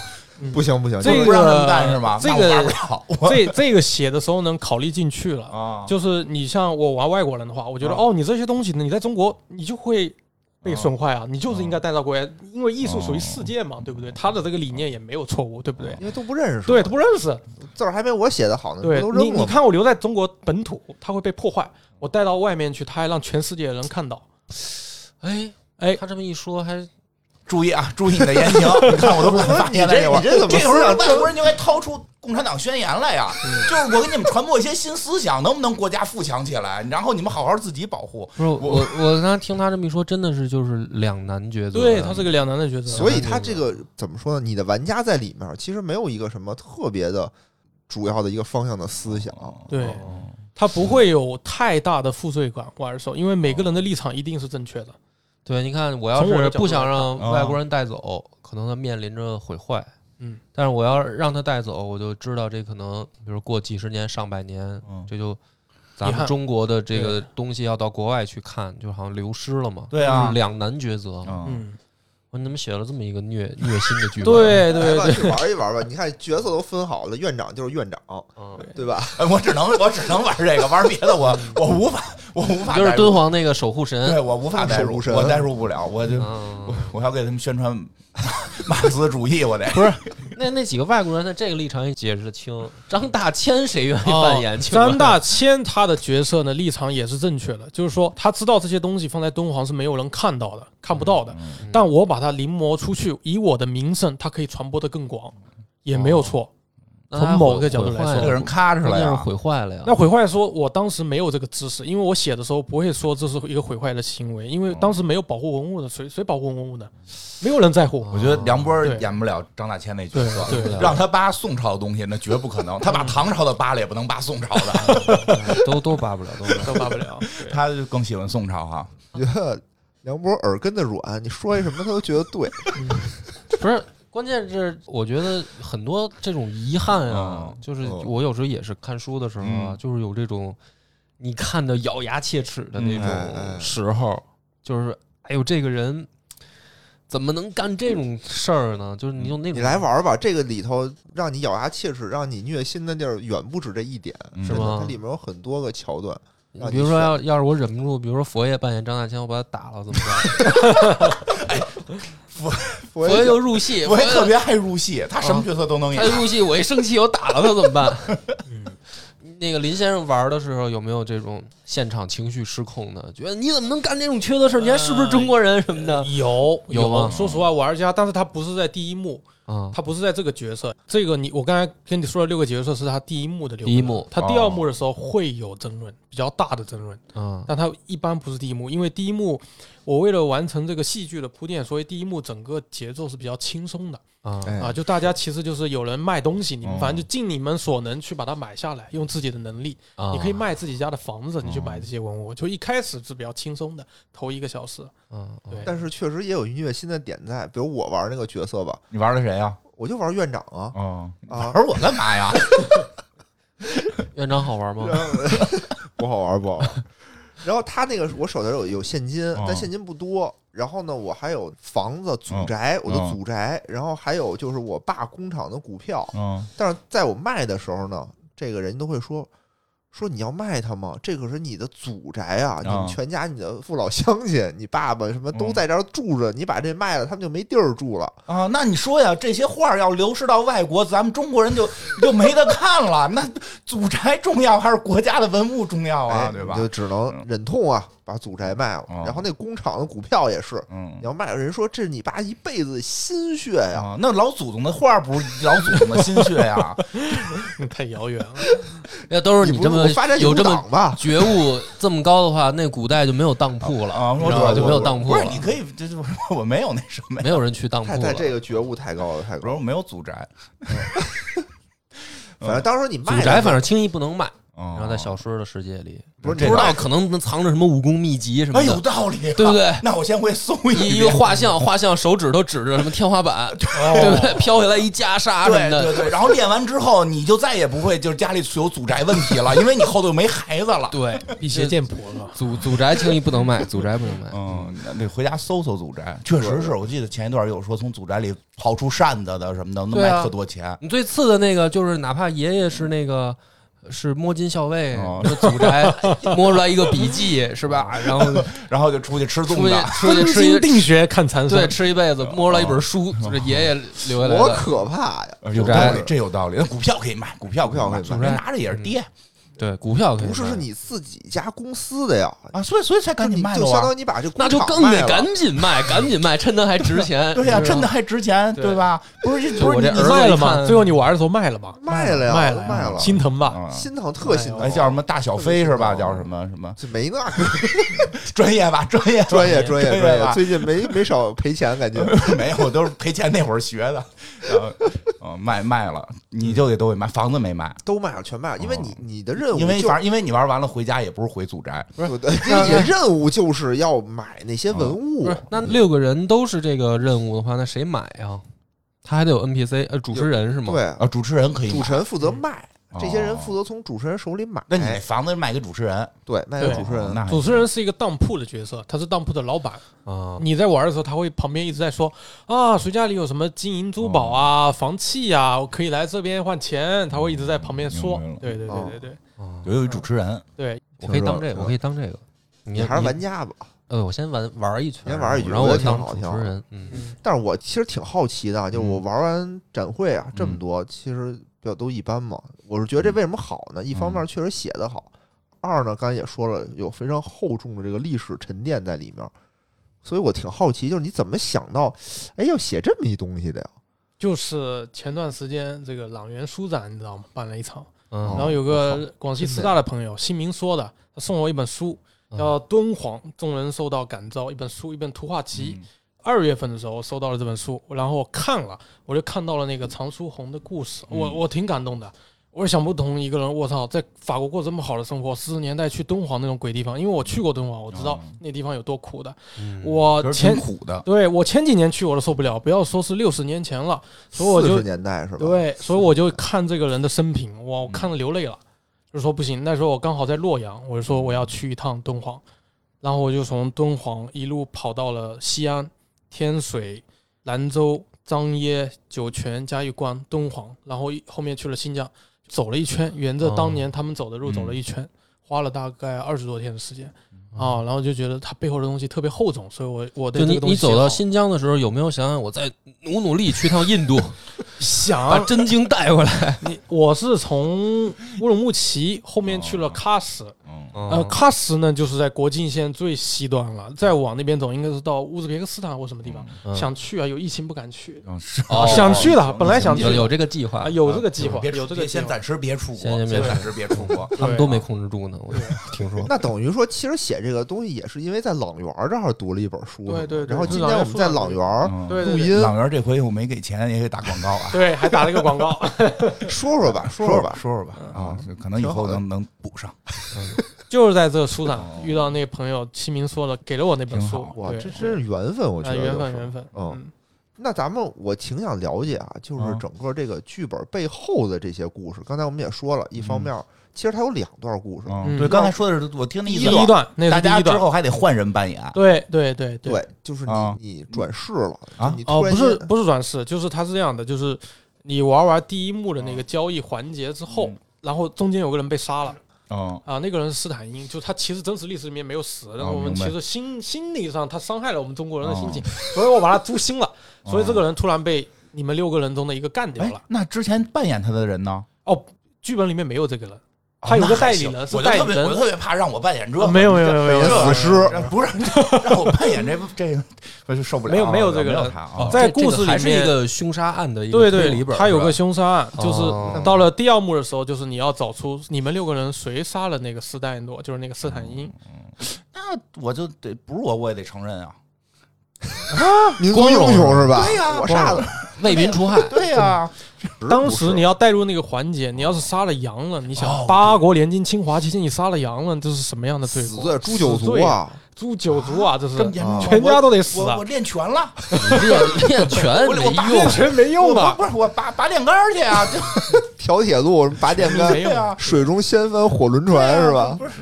Speaker 3: 不行不行，
Speaker 5: *laughs* 这
Speaker 1: 就
Speaker 5: 个
Speaker 1: 不让他们干是吗？
Speaker 5: 这个
Speaker 1: 那我发不了我
Speaker 5: 这这个写的时候能考虑进去了
Speaker 1: 啊
Speaker 5: *laughs* 就是你像我玩外国人的话，我觉得、
Speaker 1: 啊
Speaker 5: 哦，你这些东西呢，你在中国你就会被损坏啊，你就是应该带到国外，因为艺术
Speaker 3: 哦
Speaker 5: 属于世界嘛，对不对？他的这个理念也没有错误，对不对？
Speaker 3: 因为都不认识，
Speaker 5: 对他不认识，
Speaker 3: 字儿还没我写的好呢，
Speaker 5: 对
Speaker 3: 啊不都
Speaker 5: 你
Speaker 3: 扔
Speaker 5: 你
Speaker 3: 了吗？
Speaker 5: 看我留在中国本土，它会被破坏；我带到外面去，它还让全世界的人看到。
Speaker 2: 哎
Speaker 5: 哎
Speaker 2: 他这么一说，还
Speaker 1: 注意啊，注意你的言
Speaker 3: *laughs*
Speaker 1: 行，你看我都不敢发言了
Speaker 3: 你这
Speaker 1: 会儿。
Speaker 3: 你这怎么
Speaker 1: 这时候
Speaker 3: 思想
Speaker 1: 外国人就该掏出《共产党宣言》来呀，
Speaker 3: 嗯
Speaker 1: 就是我给你们传播一些新思想，能不能国家富强起来？然后你们好好自己保护。
Speaker 2: 不是我我刚才听他这么一说，真的是就是两难抉择。
Speaker 5: 对，它是个两难的抉择。嗯
Speaker 3: 所以它这个怎么说呢？你的玩家在里面其实没有一个什么特别的主要的一个方向的思想，
Speaker 1: 嗯
Speaker 2: 哦
Speaker 5: 对，它不会有太大的负罪感或者说，因为每个人的立场一定是正确
Speaker 3: 啊
Speaker 5: 的。
Speaker 2: 对，你看，我要
Speaker 5: 从我
Speaker 2: 是
Speaker 5: 的角
Speaker 2: 不
Speaker 5: 度
Speaker 2: 想
Speaker 5: 来看啊
Speaker 2: 让外国人带走，可能他面临着毁坏。
Speaker 5: 嗯，
Speaker 2: 但是我要让他带走，我就知道这可能，比如过几十年、上百年，
Speaker 1: 嗯
Speaker 2: 这就咱
Speaker 5: 遗
Speaker 2: 们
Speaker 5: 憾
Speaker 2: 中国的这个东西要到国外去看，就好像流失了嘛。
Speaker 1: 对啊
Speaker 2: 就是两难抉择。
Speaker 1: 嗯，
Speaker 5: 嗯，
Speaker 2: 我怎么写了这么一个虐虐心
Speaker 5: *laughs*
Speaker 2: 的剧本？，
Speaker 5: 对对
Speaker 3: 来吧，
Speaker 5: 对，
Speaker 3: 去玩一玩吧。你看角色都分好了，院长就是院长，
Speaker 2: 嗯，
Speaker 3: 对吧？
Speaker 1: 哎我只能我只能玩这个，玩别的
Speaker 3: 嗯
Speaker 1: 我我无法我无法
Speaker 2: 就是
Speaker 1: 代入
Speaker 2: 敦煌那个守护
Speaker 1: 对
Speaker 2: 神。
Speaker 1: 我无法代入，
Speaker 3: 守护神
Speaker 1: 我代入不了，我就我
Speaker 2: 嗯，
Speaker 1: 我要给他们宣传马克思主义，我得
Speaker 2: 那那几个外国人在这个立场也解释得清。张大千谁愿意
Speaker 5: 哦
Speaker 2: 扮演？请问
Speaker 5: 张大千他的角色呢立场也是正确的，就是说他知道这些东西放在敦煌是没有人看到的、看不到
Speaker 2: 嗯
Speaker 5: 的，但我把它临摹出去，以我的名声，它可以传播的更广，也没有错。
Speaker 2: 哦那他
Speaker 5: 从某个角度
Speaker 2: 哎毁
Speaker 5: 来
Speaker 2: 坏
Speaker 5: 说
Speaker 1: 这
Speaker 2: 了
Speaker 1: 个人咔哧
Speaker 2: 嗯那
Speaker 1: 了
Speaker 2: 就是
Speaker 1: 呀。
Speaker 2: 毁坏了呀。
Speaker 5: 那毁坏说，我当时没有这个知识，因为我写的时候不会说这是一个毁坏的行为，因为当时没有保护文物的，谁谁保护文物呢？没有人在乎。
Speaker 2: 哦
Speaker 1: 我觉得梁波
Speaker 5: 哦对
Speaker 1: 演不了张大千那角色，
Speaker 5: 对
Speaker 2: 对
Speaker 1: *laughs* 让他扒宋朝的东西那绝不可能，他把唐朝的扒了也不能扒宋朝的，
Speaker 2: 哎都都扒不了，都扒不了 *laughs*
Speaker 5: *laughs* 都扒不了，对
Speaker 1: *laughs* 他就更喜欢宋朝哈。
Speaker 3: 觉得 *laughs* 梁博耳根子软，你说一什么他都觉得对。
Speaker 2: 不是，关键是我觉得很多这种遗憾啊，
Speaker 1: 嗯
Speaker 2: 就是
Speaker 3: 嗯
Speaker 2: 我有时候也是看书的时候啊，
Speaker 1: 嗯
Speaker 2: 就是有这种你看的咬牙切齿的那
Speaker 1: 嗯
Speaker 3: 哎哎
Speaker 2: 种时候，就是哎呦，这个人怎么能干这种事儿呢？就是
Speaker 5: 嗯
Speaker 2: 你就那种
Speaker 3: 你来玩吧，这个里头让你咬牙切齿、让你虐心的地儿远不止这一点，
Speaker 1: 嗯
Speaker 3: 真的
Speaker 2: 是吗
Speaker 3: 它里面有很多个桥段，让
Speaker 2: 比如
Speaker 3: 你
Speaker 2: 说
Speaker 3: 选
Speaker 2: 要要是我忍不住，比如说佛爷扮演张大千，我把他打了怎么办？
Speaker 3: 佛
Speaker 2: 佛
Speaker 3: 爷
Speaker 2: 爷又入戏，
Speaker 1: 我
Speaker 2: 佛
Speaker 1: 也
Speaker 2: 爷
Speaker 1: 特别爱入戏，他什么角色都能演
Speaker 2: 嗯他。入戏，我一生气我打了他怎么办？ *laughs* 那个林先生玩的时候有没有这种现场情绪失控的？觉得你怎么能干这种缺德事儿？你还是不是中国人什么的？
Speaker 5: 有
Speaker 2: 有吗
Speaker 5: 说实话，玩家，但是他不是在第一幕，
Speaker 2: 啊，
Speaker 5: 他不是在这个角色。这个你，我刚才跟你说的六个角色是他第一幕的六个
Speaker 2: 第一幕
Speaker 5: 他第二幕的时候会有争论，比较大的争论。
Speaker 2: 嗯
Speaker 5: 但它一般不是第一幕，因为第一幕我为了完成这个戏剧的铺垫，所以第一幕整个节奏是比较轻松的
Speaker 2: 啊，
Speaker 3: 哎
Speaker 5: 啊，就大家其实就是有人卖东西，你们
Speaker 1: 哦
Speaker 5: 反正就尽你们所能去把它买下来，用自己的能力，
Speaker 2: 啊
Speaker 5: 你可以卖自己家的房子，你去买这些文物，就一开始是比较轻松的，头一个小时，
Speaker 2: 嗯，嗯
Speaker 5: 对，
Speaker 3: 但是确实也有虐心的点在，比如我玩那个角色吧，
Speaker 1: 你玩的谁呀？
Speaker 3: 我就玩院长啊，
Speaker 1: 哦，
Speaker 3: 啊
Speaker 1: 玩我干嘛呀？
Speaker 2: 院长好玩吗？
Speaker 3: 然后不好玩，不好玩。然后他那个我手头有有现金
Speaker 1: 哦，
Speaker 3: 但现金不多。然后呢，我还有房子、祖
Speaker 1: 嗯
Speaker 3: 宅，我
Speaker 1: 嗯
Speaker 3: 的祖宅。然后还有就是我爸工厂的股票。
Speaker 1: 嗯，
Speaker 3: 但是在我卖的时候呢，这个人都会说说你要卖它吗？这可是你的祖宅啊，你
Speaker 1: 啊
Speaker 3: 们全家、你的父老乡亲、你爸爸什么都
Speaker 1: 嗯
Speaker 3: 在这儿住着，你把这卖了，他们就没地儿住了。
Speaker 1: 啊，那你说呀，这些画儿要流失到外国，咱们中国人就就没得看了。那祖宅重要还是国家的文物重
Speaker 2: 哦
Speaker 1: 要啊？
Speaker 3: 哎，
Speaker 1: 对
Speaker 3: 你
Speaker 1: 吧？
Speaker 3: 就只能
Speaker 1: 嗯
Speaker 3: 忍痛啊，把祖宅卖了
Speaker 2: 嗯
Speaker 1: 哦。
Speaker 3: 然后那工厂的股票也是，
Speaker 1: 嗯
Speaker 3: 你要卖，人说这是你爸一辈子心血呀、
Speaker 1: 啊，那老祖宗的画儿不是老祖宗的心血呀？ *laughs*
Speaker 5: 太遥远了。
Speaker 2: 那都嗯是你
Speaker 3: 你不
Speaker 2: 这么
Speaker 3: 我发展
Speaker 2: 有这么
Speaker 3: 党吧？
Speaker 2: *laughs* 觉悟这么高的话，那古代就没有当铺了
Speaker 1: 啊，
Speaker 2: 你
Speaker 1: 我
Speaker 2: 知
Speaker 1: 知
Speaker 2: 道吧
Speaker 1: 道
Speaker 2: 就没有当铺
Speaker 1: 不
Speaker 2: 了
Speaker 1: 是，，你可以，这这我没有那什么呀
Speaker 2: 没，有人去当铺
Speaker 3: 太太
Speaker 2: 了。
Speaker 3: 这个觉悟太高了，太
Speaker 1: 不
Speaker 3: 高
Speaker 1: 是
Speaker 3: 了。
Speaker 1: 我没有祖宅，
Speaker 3: 反正当时你
Speaker 2: 嗯祖
Speaker 3: 卖
Speaker 2: 宅
Speaker 3: 的时
Speaker 2: 反正
Speaker 3: 候，
Speaker 2: 轻易不能卖，
Speaker 1: 然
Speaker 2: 然后在小说的世界里，
Speaker 3: 不是
Speaker 2: 不知道可能能藏着什么武功秘籍什么
Speaker 1: 哎，
Speaker 2: 的，
Speaker 1: 有道理，
Speaker 2: 对不对？
Speaker 1: 那我先回去搜
Speaker 2: 一
Speaker 1: 一
Speaker 2: 一个
Speaker 1: 遍。
Speaker 2: 画像，画像手指头指着什么天花板，对不对？飘下来一袈裟什
Speaker 1: 对对
Speaker 2: 么的，
Speaker 1: 对，然后练完之后，你就再也不会就是家里有祖宅问题
Speaker 2: *laughs*
Speaker 1: 了，因为你后头没孩子了。
Speaker 2: 对，
Speaker 6: 辟邪剑谱了，
Speaker 2: 祖祖宅轻易不能卖，祖宅不能卖。
Speaker 1: 嗯，那得回家搜搜祖宅，确实是我记得前一段有说从祖宅里刨出扇子的什么的，能
Speaker 2: 对
Speaker 1: 卖
Speaker 2: 啊
Speaker 1: 特多钱。
Speaker 2: 你最次的那个就是，哪怕爷爷是那个是摸金校尉，
Speaker 1: 哦
Speaker 2: 那祖宅摸出来一个笔记是吧？然后
Speaker 1: 然后就出去吃粽
Speaker 2: 出去
Speaker 1: 子，
Speaker 2: 出
Speaker 5: *laughs*
Speaker 2: 去
Speaker 6: 分
Speaker 2: 吃一
Speaker 6: 金定学看残
Speaker 2: 对
Speaker 6: 生，
Speaker 2: 吃一辈子，摸出来一本书，就是爷爷留下来
Speaker 3: 多
Speaker 2: 的。
Speaker 3: 可怕呀！
Speaker 1: 哎有道理，这有道理。那股票可以卖，股票
Speaker 3: 股票可以
Speaker 1: 买，
Speaker 2: 买
Speaker 1: 拿着也是
Speaker 2: 嗯
Speaker 1: 跌
Speaker 2: 对，股票可以
Speaker 3: 不是，
Speaker 2: 卖
Speaker 3: 是你自己家公司的呀，
Speaker 1: 啊，所以所以才赶
Speaker 3: 就
Speaker 1: 紧
Speaker 3: 你
Speaker 1: 卖
Speaker 3: 就
Speaker 1: 了
Speaker 3: 相当
Speaker 1: 啊。
Speaker 3: 于你把这工
Speaker 2: 那就
Speaker 3: 厂
Speaker 2: 更
Speaker 3: 卖
Speaker 2: 得
Speaker 3: 了
Speaker 2: 赶紧卖，赶紧卖，趁它还值钱。
Speaker 1: 对呀，
Speaker 2: 你知道
Speaker 1: 真
Speaker 2: 吗
Speaker 1: 的还值钱，
Speaker 2: 啊对
Speaker 1: 对吧？不是，
Speaker 2: 我
Speaker 1: 不是
Speaker 2: 这
Speaker 1: 你
Speaker 6: 你
Speaker 2: 儿子
Speaker 6: 卖了
Speaker 2: 一
Speaker 6: 吗？
Speaker 2: 看
Speaker 6: 最后你玩的时候卖了吗？
Speaker 3: 卖了呀，
Speaker 6: 卖了呀，
Speaker 3: 卖了，
Speaker 6: 心疼吧？
Speaker 1: 啊
Speaker 3: 心疼特心
Speaker 1: 哎，
Speaker 3: 疼，
Speaker 1: 叫什么大小飞是吧？
Speaker 3: 这个
Speaker 1: 叫什么什么
Speaker 3: 这没那个
Speaker 1: 专业吧？专业吧 *laughs*
Speaker 3: 专业专业专
Speaker 1: 对吧
Speaker 3: 业，最近没没少赔钱，感觉
Speaker 1: 没有，我都是赔钱那会儿学的，然后呃卖卖了，你就得都给卖，房子没卖，
Speaker 3: 都卖了，全卖了，因为你你的任务
Speaker 1: 因为
Speaker 3: 就
Speaker 1: 反正因为你玩完了回家也不是回祖宅，
Speaker 3: 不是你的任务就是要买那些文物
Speaker 2: 不是，，那六个人都是这个任务的话，那谁买呀？他还得有 NPC，呃，主持人是吗？，
Speaker 3: 对，
Speaker 1: 啊，主持人可以
Speaker 3: 主
Speaker 1: 买，
Speaker 3: 持人负责卖，
Speaker 1: 哦
Speaker 3: 这些人负责从主持人手里买，
Speaker 1: 那你那房子卖给主持人，哦
Speaker 3: 对卖给
Speaker 6: 对
Speaker 3: 哎主持人，
Speaker 1: 那
Speaker 6: 主持人是一个当铺的角色，他是当铺的老板。嗯
Speaker 2: 啊，
Speaker 5: 你在玩的时候，他会旁边一直在说啊，谁家里有什么金银珠宝啊、房契啊，我可以来这边换钱。他会一直在旁边说
Speaker 1: 明白了。
Speaker 5: 对对
Speaker 3: 哦
Speaker 5: 对对对
Speaker 2: 啊
Speaker 1: 有一主持人，
Speaker 5: 对，
Speaker 2: 我可以当这
Speaker 3: 挺热
Speaker 2: 个，
Speaker 3: 的
Speaker 2: 我可以当这个。你
Speaker 3: 你还是玩家吧。
Speaker 2: 呃，我先玩玩一圈，
Speaker 3: 先玩一局
Speaker 2: 然后
Speaker 3: 我觉得
Speaker 2: 当
Speaker 3: 挺好
Speaker 2: 主
Speaker 3: 挺
Speaker 2: 持
Speaker 3: 好
Speaker 2: 人。嗯，
Speaker 3: 但是我其实挺好奇的啊，就是
Speaker 5: 嗯
Speaker 3: 我玩完展会啊，这么多其实比较都一般嘛。我是觉得
Speaker 5: 嗯
Speaker 3: 这为什么好呢？一方面确实写得好，二呢，刚才也说了，有非常厚重的这个历史沉淀在里面，所以我挺好奇，就是你怎么想到，哎，要写这么一东西的呀？
Speaker 5: 就是前段时间这个朗园书展，你知道吗？办了一场，
Speaker 2: 嗯
Speaker 5: 然后有个广西
Speaker 3: 真的
Speaker 5: 师大的朋友新民说的，他送我一本书，
Speaker 2: 嗯
Speaker 5: 叫《敦煌众人受到感召》，一本书，一本图画
Speaker 1: 嗯
Speaker 5: 集。二月份的时候收到了这本书，然后我看了，我就看到了那个常书鸿的故事，我
Speaker 1: 嗯
Speaker 5: 我挺感动的。我也想不通一个人，我操，在法国过这么好的生活，四十年代去敦煌那种鬼地方，因为我去过敦煌，我知道
Speaker 1: 嗯
Speaker 5: 那地方有多苦的。
Speaker 2: 嗯
Speaker 5: 我
Speaker 1: 其实
Speaker 5: 哦前
Speaker 1: 挺苦的，
Speaker 5: 对我前几年去我都受不了，不要说是六十年前了，所以我
Speaker 3: 四
Speaker 5: 就
Speaker 3: 十年代是吧？
Speaker 5: 对，所以我就看这个人的生平，哇
Speaker 2: 嗯
Speaker 5: 我看了流泪了，就说不行。那时候我刚好在洛阳，我就说我要去一趟敦煌，然后我就从敦煌一路跑到了西安、天水、兰州、张掖、酒泉、嘉峪关、敦煌，然后一后面去了新疆，走了一圈，沿着当
Speaker 2: 哦
Speaker 5: 年他们走的路
Speaker 2: 嗯
Speaker 5: 走了一圈，花了大概二十多天的时间。啊，然后就觉得它背后的东西特别厚重，所以我我对
Speaker 2: 就
Speaker 5: 这
Speaker 2: 你
Speaker 5: 个东
Speaker 2: 你
Speaker 5: 西
Speaker 2: 走到
Speaker 5: 写好
Speaker 2: 新疆的时候，有没有想想我再努努力去趟印度，把
Speaker 5: 想
Speaker 2: 真经带回来？
Speaker 5: 你我是从乌鲁木齐后面去了喀什，
Speaker 1: 嗯，
Speaker 5: 呃，喀什呢，就是在国境线最西端了，再往那边走，应该是到乌兹别克斯坦或什么地方。
Speaker 2: 嗯
Speaker 5: 想去啊，有疫情不敢去
Speaker 1: 嗯是
Speaker 2: 哦
Speaker 5: 想去了本来想去
Speaker 2: 有有这个计划
Speaker 5: 啊，，有这个计划，
Speaker 1: 别
Speaker 5: 有这个
Speaker 1: 别
Speaker 5: 计
Speaker 1: 先
Speaker 5: 划。
Speaker 1: 暂时别出国，
Speaker 2: 先
Speaker 1: 先
Speaker 2: 别
Speaker 1: 暂时别出国，
Speaker 2: 他们都没控制住呢。我听说，
Speaker 3: *laughs* 那等于说，其实写这个东西也是因为在朗园这儿读了一本书，
Speaker 5: 对对对
Speaker 3: 然后今天我们在朗园
Speaker 1: 嗯
Speaker 5: *laughs* 对
Speaker 3: 录
Speaker 5: 对对
Speaker 3: 音，
Speaker 1: 朗园这回我没给钱，也给打广告啊。
Speaker 5: 对，还打了一个广告。
Speaker 3: 说说吧，说说吧，嗯
Speaker 1: 说说吧啊，这可能以
Speaker 3: 挺好
Speaker 1: 后
Speaker 3: 的
Speaker 1: 能能补上。
Speaker 5: 就是在这个书展
Speaker 1: 哦
Speaker 5: 遇到那个朋友，齐明说了，给了我那本
Speaker 1: 挺
Speaker 5: 书
Speaker 1: 好。
Speaker 3: 哇，
Speaker 5: 对
Speaker 3: 这真是缘分，我觉
Speaker 5: 啊，
Speaker 3: 得
Speaker 5: 缘分
Speaker 3: 就是
Speaker 5: 缘分。
Speaker 3: 嗯
Speaker 5: 嗯，
Speaker 3: 那咱们我挺想了解啊，就是
Speaker 1: 嗯
Speaker 3: 整个这个剧本背后的这些故事。刚才我们也说了，一方面、其实它有两段故事，
Speaker 1: 嗯，
Speaker 5: 嗯
Speaker 1: 对，刚才说的是我听的
Speaker 5: 第
Speaker 1: 意
Speaker 5: 一
Speaker 1: 思，
Speaker 5: 段，那啊
Speaker 1: 大
Speaker 5: 是第
Speaker 1: 家
Speaker 5: 一
Speaker 1: 之
Speaker 5: 段。
Speaker 1: 后还得换人扮演
Speaker 5: 对对对
Speaker 3: 对，，就是你、
Speaker 1: 啊
Speaker 3: 你转世了，
Speaker 1: 啊
Speaker 3: 就你
Speaker 5: 哦，
Speaker 3: 突然
Speaker 5: 不
Speaker 3: 间、
Speaker 5: 是不是转世，就是它是这样的，就是你玩完第一幕的那个交易环节之后
Speaker 1: 哦嗯，
Speaker 5: 然后中间有个人被杀了。
Speaker 1: 嗯，
Speaker 5: 啊，那个人是斯坦因，就他其实真实历史里面没有死，但是
Speaker 1: 哦
Speaker 5: 我们
Speaker 1: 明白
Speaker 5: 其实心心理上他伤害了我们中国人的心情，
Speaker 1: 哦
Speaker 5: 所以我把他诛心了，所以这个
Speaker 1: 人
Speaker 5: 人突然被你们六个人中的一个干掉
Speaker 1: 哎
Speaker 5: 了。，
Speaker 1: 那之前扮演他的人呢？
Speaker 5: 哦，剧本里面没有这个人，他有个代理人
Speaker 1: 哦
Speaker 5: 是
Speaker 1: 那还
Speaker 5: 代
Speaker 1: 行我就特
Speaker 5: 理
Speaker 1: 别，我就
Speaker 5: 人，
Speaker 1: 特别怕让我扮演这个，
Speaker 5: 没有没有没有没有
Speaker 1: 这
Speaker 3: 死尸
Speaker 1: 这不是 *laughs* 让我扮演这这个，我就受不了了，
Speaker 5: 没有没有这个人
Speaker 1: 没有他啊
Speaker 5: 哦，在故事里面
Speaker 2: 还是一个凶杀案的一个
Speaker 5: 对
Speaker 2: 推理
Speaker 5: 对，
Speaker 2: 本，
Speaker 5: 他有
Speaker 2: 是吧
Speaker 5: 个凶杀案，就是
Speaker 2: 哦
Speaker 5: 到了第二幕的时候，就是你要找出你们六个人谁杀了那个斯坦诺，就是那个斯坦因。
Speaker 1: 那我就得不是我，我也得承认啊。
Speaker 3: *laughs* 民族英雄是吧？
Speaker 1: 对呀
Speaker 3: 我杀了
Speaker 2: *laughs* 为民除害。
Speaker 3: 对
Speaker 1: *laughs*
Speaker 3: 呀，
Speaker 5: *laughs* 当时你要带入那个环节，你要是杀了羊了，你
Speaker 1: 哦
Speaker 5: 想八国联军侵华期间你杀了羊了，这是什么样的罪
Speaker 3: 死
Speaker 5: 过？
Speaker 3: 罪诛九族啊，
Speaker 5: 诛九族啊！这是
Speaker 1: 这么严重吗，
Speaker 5: 全家都得死
Speaker 1: 我
Speaker 5: 啊
Speaker 1: 我练拳了，
Speaker 2: 练练拳
Speaker 1: 我
Speaker 2: 没
Speaker 1: 我打
Speaker 2: 用，
Speaker 5: 全没
Speaker 1: 我我。不是我拔拔链杆儿去啊，这
Speaker 3: 挑铁路、拔电
Speaker 5: 没
Speaker 3: 杆、
Speaker 5: 有
Speaker 1: 对啊，
Speaker 3: 水中掀翻火轮船是吧？
Speaker 1: 不是，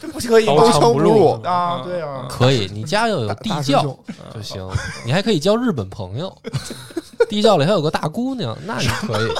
Speaker 1: 这不可以
Speaker 5: 刀
Speaker 1: 吗
Speaker 3: 枪不入
Speaker 5: 嗯
Speaker 1: 啊，对啊，
Speaker 2: 可以，你家要有地
Speaker 3: 大师
Speaker 2: 窖
Speaker 3: 兄
Speaker 2: 就行，你还可以交日本朋友， *laughs* 地窖里还有个大姑娘，那你可以。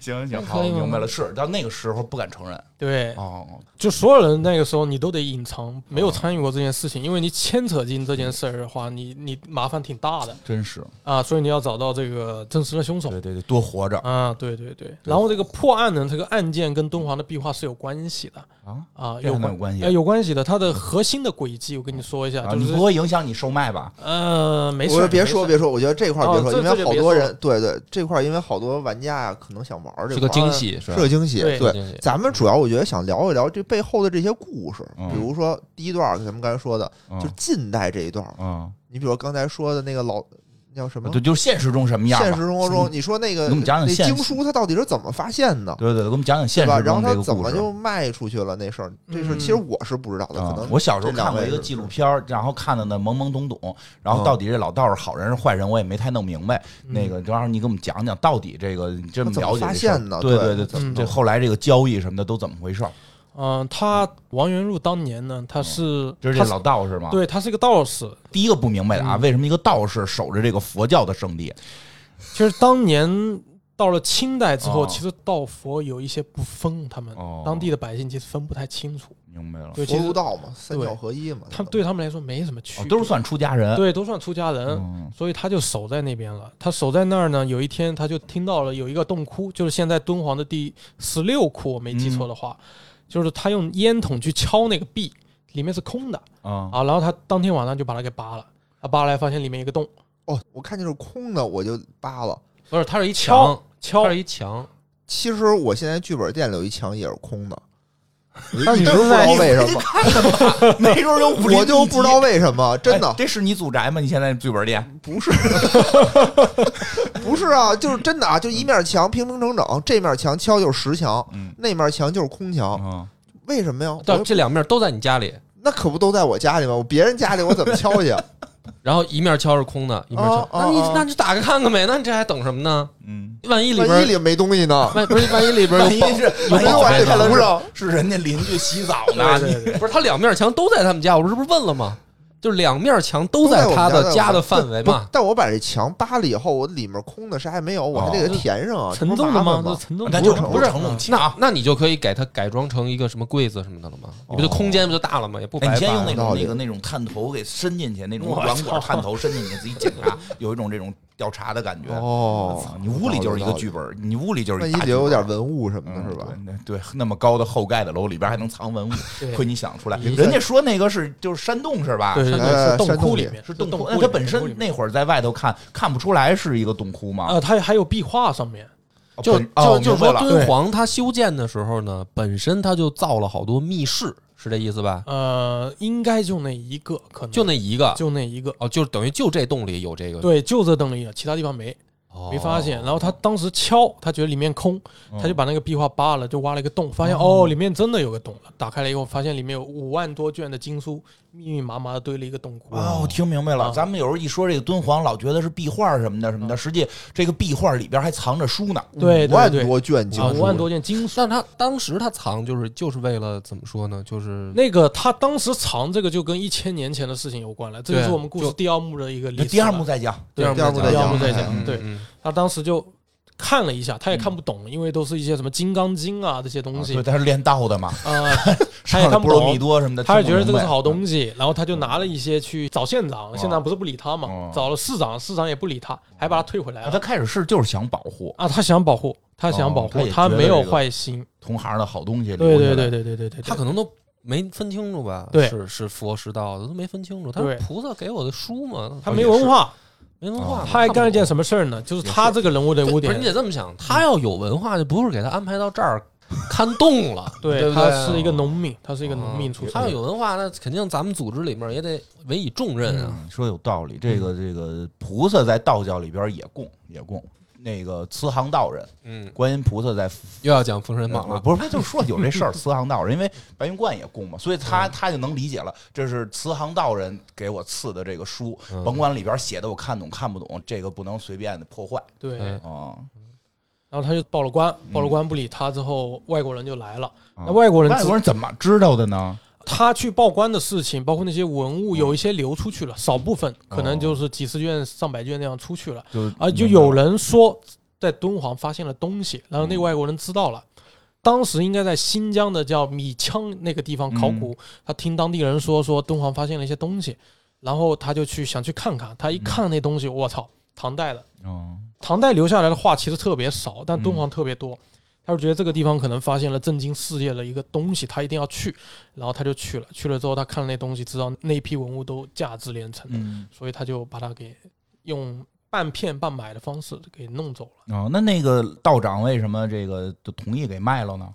Speaker 1: 行行，
Speaker 2: 那
Speaker 1: 好，
Speaker 2: 可以吗
Speaker 1: 明白了，是到那个时候不敢承认
Speaker 5: 对，
Speaker 1: 哦，
Speaker 5: 就所有人那个时候你都得隐藏，没有参与过这件事情，因为你牵扯进这件事儿的话，你你麻烦挺大的
Speaker 1: 真是，
Speaker 5: 啊，所以你要找到这个真实的凶手
Speaker 1: 对对对，多活着
Speaker 5: 啊，对对对。然后这个破案呢，这个案件跟敦煌的壁画是有关系的
Speaker 1: 啊
Speaker 5: 啊，
Speaker 1: 这
Speaker 5: 有
Speaker 1: 还能有
Speaker 5: 关
Speaker 1: 关系
Speaker 5: 呃有关系的，它的核心的轨迹我跟你说一下，
Speaker 1: 啊！
Speaker 5: 就
Speaker 1: 你
Speaker 5: 是
Speaker 1: 不会影响你售卖吧？
Speaker 5: 呃，没事
Speaker 3: 我
Speaker 5: 儿，
Speaker 3: 别说
Speaker 5: 没事
Speaker 3: 别说，我觉得这块儿别说，
Speaker 5: 哦这
Speaker 3: 因为好多人
Speaker 5: 这
Speaker 3: 对对这块儿，因为好多玩家呀，可能想玩这
Speaker 2: 是个
Speaker 3: 块儿
Speaker 2: 惊喜，是
Speaker 3: 是
Speaker 2: 吧？
Speaker 3: 个惊喜，
Speaker 5: 对
Speaker 3: 对。
Speaker 2: 惊喜
Speaker 3: 咱们主要我觉得想聊一聊这背后的这些故事，
Speaker 1: 嗯
Speaker 3: 比如说第一段儿咱们刚才说的，
Speaker 1: 嗯
Speaker 3: 就近代这一段儿，
Speaker 1: 嗯，
Speaker 3: 你比如刚才说的那个老叫什么
Speaker 1: 哦对，？就是现实中什么样吧？
Speaker 3: 现实生活中，你说那个
Speaker 1: 嗯给我们讲讲
Speaker 3: 那
Speaker 1: 现
Speaker 3: 经
Speaker 1: 实
Speaker 3: 书它到底是怎么发现的，
Speaker 1: 对对对，给我们讲讲现
Speaker 3: 对吧？
Speaker 1: 实
Speaker 3: 然
Speaker 1: 中
Speaker 3: 后
Speaker 1: 这
Speaker 3: 它
Speaker 1: 个
Speaker 3: 怎么
Speaker 1: 故事
Speaker 3: 就卖出去了那事儿？这事儿
Speaker 5: 嗯
Speaker 3: 其实我是不知道的，可
Speaker 1: 啊
Speaker 3: 能
Speaker 1: 我小时候
Speaker 3: 这两
Speaker 1: 看过
Speaker 3: 位
Speaker 1: 一个
Speaker 3: 是
Speaker 1: 纪录片儿，然后看的呢懵懵懂懂，然后
Speaker 3: 嗯
Speaker 1: 到底这老道是好人是坏人，我也没太弄明白。
Speaker 5: 嗯
Speaker 1: 那个，然后你给我们讲讲到底这个你这
Speaker 3: 他
Speaker 1: 么
Speaker 3: 怎
Speaker 1: 了
Speaker 3: 么
Speaker 1: 解
Speaker 3: 发
Speaker 1: 这事儿
Speaker 3: 现的
Speaker 1: 对
Speaker 3: 对嗯
Speaker 1: 对，
Speaker 3: 怎
Speaker 1: 怎
Speaker 5: 么
Speaker 1: 么这后来这个交易什么的都怎么回事儿？
Speaker 5: 嗯、他王元入当年呢，他是
Speaker 1: 嗯就是
Speaker 5: 他
Speaker 1: 这老道士吗？，
Speaker 5: 对，他是个道士。
Speaker 1: 第一个不明白的啊，
Speaker 5: 嗯
Speaker 1: 为什么一个道士守着这个佛教的圣地？
Speaker 5: 其实当年到了清代之后，
Speaker 1: 哦
Speaker 5: 其实道佛有一些不分，他们、
Speaker 1: 哦
Speaker 5: 当地的百姓其实分不太清楚。
Speaker 1: 明白了，
Speaker 5: 对，其
Speaker 3: 佛
Speaker 5: 实
Speaker 3: 儒道嘛，三
Speaker 5: 对
Speaker 3: 教合一嘛，
Speaker 5: 他对他们来说没什么区
Speaker 1: 哦
Speaker 5: 别，
Speaker 1: 都是算出家人。
Speaker 5: 对，都算出家人。
Speaker 1: 嗯，
Speaker 5: 所以他就守在那边了。他守在那儿呢，有一天他就听到了有一个洞窟，就是现在敦煌的第十六窟，我没记错的话，
Speaker 1: 嗯
Speaker 5: 就是他用烟筒去敲那个壁，里面是空的
Speaker 1: 啊
Speaker 5: 啊。然后他当天晚上就把它给扒了，他扒来发现里面一个洞，
Speaker 3: 哦，我看见是空的，我就扒了。
Speaker 2: 不是，它是一墙，
Speaker 5: 敲
Speaker 2: 它是一墙，
Speaker 3: 其实我现在剧本店里有一墙也是
Speaker 1: *laughs*
Speaker 3: 空的，我
Speaker 5: 但
Speaker 3: 一
Speaker 5: 你
Speaker 3: 直不知
Speaker 5: 在
Speaker 3: 道为什么， *laughs*
Speaker 1: 那时 *laughs* 候有武林秘籍，
Speaker 3: 我就不知道为什么，真
Speaker 1: 哎
Speaker 3: 的
Speaker 1: 这是你祖宅吗？你现在剧本店
Speaker 3: 不是，不是啊，就是真的啊，就一面墙平平整整，这面墙敲就是实墙，
Speaker 1: 嗯
Speaker 3: 那面墙就是空墙，
Speaker 1: 啊，
Speaker 3: 为什么呀？我
Speaker 2: 但
Speaker 3: 又
Speaker 2: 这两面都在你家里，
Speaker 3: 那可不都在我家里吗？我别人家里我怎么敲去？啊
Speaker 2: 然后一面敲是空的，一面敲
Speaker 3: 哦，
Speaker 2: 那你
Speaker 3: 哦哦
Speaker 2: 那你打开看看呗，那你这还等什么呢？
Speaker 1: 嗯，
Speaker 2: 万一里边
Speaker 3: 万一里没东西呢？
Speaker 2: 万不是万一里边
Speaker 1: 万一
Speaker 2: 有
Speaker 1: 是
Speaker 2: 有
Speaker 1: 万一
Speaker 2: 宝
Speaker 3: 万
Speaker 2: 贝
Speaker 3: 一
Speaker 2: 呢
Speaker 3: 看到
Speaker 1: 是
Speaker 3: 上
Speaker 1: 是人家邻居洗澡呢，
Speaker 5: 对对
Speaker 2: *laughs*
Speaker 5: 对
Speaker 2: 不是，他两面墙都在他们家，我这不是问了吗？就两面墙都在他
Speaker 3: 都在我们
Speaker 2: 的家
Speaker 3: 家的
Speaker 2: 的范围
Speaker 3: 不
Speaker 2: 嘛，，
Speaker 3: 但我把这墙扒了以后，我里面空的啥也没有，我还得给它填上啊，这
Speaker 5: 沉
Speaker 3: 不
Speaker 5: 重
Speaker 3: 麻
Speaker 5: 的
Speaker 3: 烦
Speaker 5: 吗？这
Speaker 3: 吗？
Speaker 5: 沉重的
Speaker 1: 咱
Speaker 5: 吗，
Speaker 1: 啊就
Speaker 5: 不
Speaker 1: 不
Speaker 5: 是
Speaker 1: 成龙
Speaker 2: 那啊那你就可以给它改装成一个什么柜子什么的了吗？你不就空间不就大了吗？也不白
Speaker 1: 哎，
Speaker 2: 扒
Speaker 1: 你先用那
Speaker 3: 道
Speaker 1: 种
Speaker 3: 理
Speaker 1: 那个那种探头给伸进去，那种
Speaker 5: 我操
Speaker 1: 软管探头伸进去，自己检查，有一种这种调查的感觉。我
Speaker 3: 哦
Speaker 1: 操，你屋里就是一个剧
Speaker 3: 本，
Speaker 1: 本，你屋里就是
Speaker 3: 万
Speaker 1: 一
Speaker 3: 一
Speaker 1: 大
Speaker 3: 里
Speaker 1: 剧本
Speaker 3: 有点文物什么的，
Speaker 1: 嗯
Speaker 3: 是吧？
Speaker 1: 对那对，那么高的后盖的楼里边还能藏文物，
Speaker 5: 对
Speaker 1: 亏你想得出来。
Speaker 5: 你
Speaker 1: 人家说那个是就是山洞是吧？
Speaker 3: 呃
Speaker 5: 对对对，是洞
Speaker 3: 山洞
Speaker 5: 窟
Speaker 3: 里
Speaker 5: 里面，
Speaker 1: 是洞
Speaker 5: 窟
Speaker 1: 窟。啊
Speaker 5: 里
Speaker 1: 那
Speaker 5: 面。
Speaker 1: 它本
Speaker 5: 洞窟里
Speaker 1: 身
Speaker 5: 面
Speaker 1: 那会儿在外头看看不出来是一个洞窟吗？
Speaker 5: 呃，它还有壁画上面，
Speaker 1: 哦
Speaker 2: 就
Speaker 1: 本
Speaker 2: 就
Speaker 1: 哦
Speaker 2: 就是
Speaker 1: 明白
Speaker 2: 说，
Speaker 1: 了
Speaker 2: 敦煌它修建的时候呢，本身它就造了好多密室，是这意思吧？
Speaker 5: 呃，应该就那一个，可能
Speaker 2: 就那一个
Speaker 5: 就那一个，
Speaker 2: 哦，就是等于就这洞里有这个，
Speaker 5: 对，就这洞里了，其他地方没
Speaker 2: 哦，
Speaker 5: 没发现。然后他当时敲，他觉得里面空，
Speaker 1: 哦嗯
Speaker 5: 他就把那个壁画扒了，就挖了一个洞，发现哦，里面真的有个洞了。打开了以后，发现里面有五万多卷的经书，密密麻麻的堆了一个洞窟。
Speaker 1: 哦，我听明白了。
Speaker 5: 啊嗯
Speaker 1: 咱们有时候一说这个敦煌，老觉得是壁画什么的什么的，实际这个壁画里边还藏着书呢。
Speaker 5: 对
Speaker 3: 五万
Speaker 5: 对对，
Speaker 3: 多卷经
Speaker 5: 啊，
Speaker 3: 书，
Speaker 5: 五万多件经书。
Speaker 2: 但他当时他藏就是就是为了怎么说呢？就是
Speaker 5: 那个他当时藏这个就跟一千年前的事情有关了，这就
Speaker 2: 对
Speaker 5: 是我们故事
Speaker 2: 就
Speaker 5: 第二幕的一个
Speaker 1: 那
Speaker 5: 历史。
Speaker 1: 第二幕，再讲，
Speaker 5: 对
Speaker 2: 第二幕再
Speaker 5: 第二
Speaker 2: 讲
Speaker 5: 幕再
Speaker 3: 嗯
Speaker 5: 讲。对，
Speaker 2: 嗯
Speaker 5: 他当时就看了一下，他也看不懂，因为都是一些什么《金刚经》啊这些东
Speaker 1: 啊对，
Speaker 5: 西。
Speaker 1: 他是练道的嘛，
Speaker 5: 呃， *laughs* 他
Speaker 1: 上
Speaker 5: 也
Speaker 1: 了
Speaker 5: 看不
Speaker 1: 波罗
Speaker 5: 懂
Speaker 1: 蜜，多什么的，
Speaker 5: 他是觉得这
Speaker 1: 听
Speaker 5: 个
Speaker 1: 不明白
Speaker 5: 是好东西，然后他就拿了一些去找县长，县长不是不理他
Speaker 1: 哦
Speaker 5: 嘛，找了市长，市长也不理他，还把他退回来
Speaker 1: 啊他
Speaker 5: 了。
Speaker 1: 开始是就是想保护
Speaker 5: 啊，他想保护，他想保
Speaker 1: 哦他
Speaker 5: 护，
Speaker 1: 也
Speaker 5: 他
Speaker 1: 觉得
Speaker 5: 没有
Speaker 1: 这个
Speaker 5: 坏心。
Speaker 1: 同行的好东西。
Speaker 5: 对对对，对对对对，
Speaker 2: 他可能都没分清楚吧？
Speaker 5: 对
Speaker 2: 是是佛是道的都没分清楚。他是
Speaker 5: 对
Speaker 2: 菩萨给我的书哦嘛，
Speaker 5: 他没文化，
Speaker 2: 没文
Speaker 1: 哦
Speaker 2: 化。
Speaker 5: 他还干了件
Speaker 2: 么？
Speaker 5: 什么事儿呢？就是他这个人物的
Speaker 2: 这
Speaker 5: 污
Speaker 2: 不是
Speaker 5: 点
Speaker 2: 你得这么想，他要有文化，就不是给他安排到这儿看洞了， *laughs* 对不对哦
Speaker 5: 他是一个农民，他是一个农民出
Speaker 2: 他要
Speaker 5: 身。
Speaker 2: 有文化，那肯定咱们组织里面也得委以重任啊。
Speaker 1: 嗯，说有道理，这个这个菩萨在道教里边也供也供。那个慈航道人，
Speaker 2: 嗯，
Speaker 1: 观音菩萨在
Speaker 2: 又要讲封神榜
Speaker 1: 呃
Speaker 2: 了。
Speaker 1: 不是，他就说有这事儿， *laughs* 慈航道人，因为白云观也供嘛，所以
Speaker 5: 嗯
Speaker 1: 他他就能理解了，这是慈航道人给我赐的这个书，
Speaker 2: 嗯
Speaker 1: 甭管里边写的我看懂看不懂，这个不能随便的破坏
Speaker 5: 对，
Speaker 2: 嗯
Speaker 5: 然
Speaker 1: 啊。
Speaker 5: 后他就报了官，
Speaker 1: 嗯
Speaker 5: 报了官不理他之后，外国人就来了。
Speaker 2: 哦
Speaker 1: 啊
Speaker 5: 那外国人
Speaker 1: 外国人怎么知道的呢？
Speaker 5: 他去报官的事情，包括那些文物，有一些流出去了，少部分可
Speaker 2: 哦
Speaker 5: 能就是几十卷、上百卷那样出去了。
Speaker 1: 就
Speaker 5: 啊，就有人说在敦煌发现了东西，然后那个
Speaker 1: 嗯
Speaker 5: 外国人知道了。当时应该在新疆的叫米羌那个地方考
Speaker 2: 嗯
Speaker 5: 古，他听当地人说说敦煌发现了一些东西，然后他就去想去看看。他
Speaker 2: 嗯
Speaker 5: 一看那东西，我操，唐代的，
Speaker 1: 哦，
Speaker 5: 唐代留下来的画其实特别少，但敦
Speaker 1: 嗯
Speaker 5: 煌特别多。他就觉得这个地方可能发现了震惊世界的一个东西，他一定要去，然后他就去了。去了之后，他看了那东西，知道那批文物都价值连城，
Speaker 1: 嗯，
Speaker 5: 所以他就把它给用半骗半买的方式给弄走了。
Speaker 1: 哦，那那个道长为什么这个就同意给卖了呢？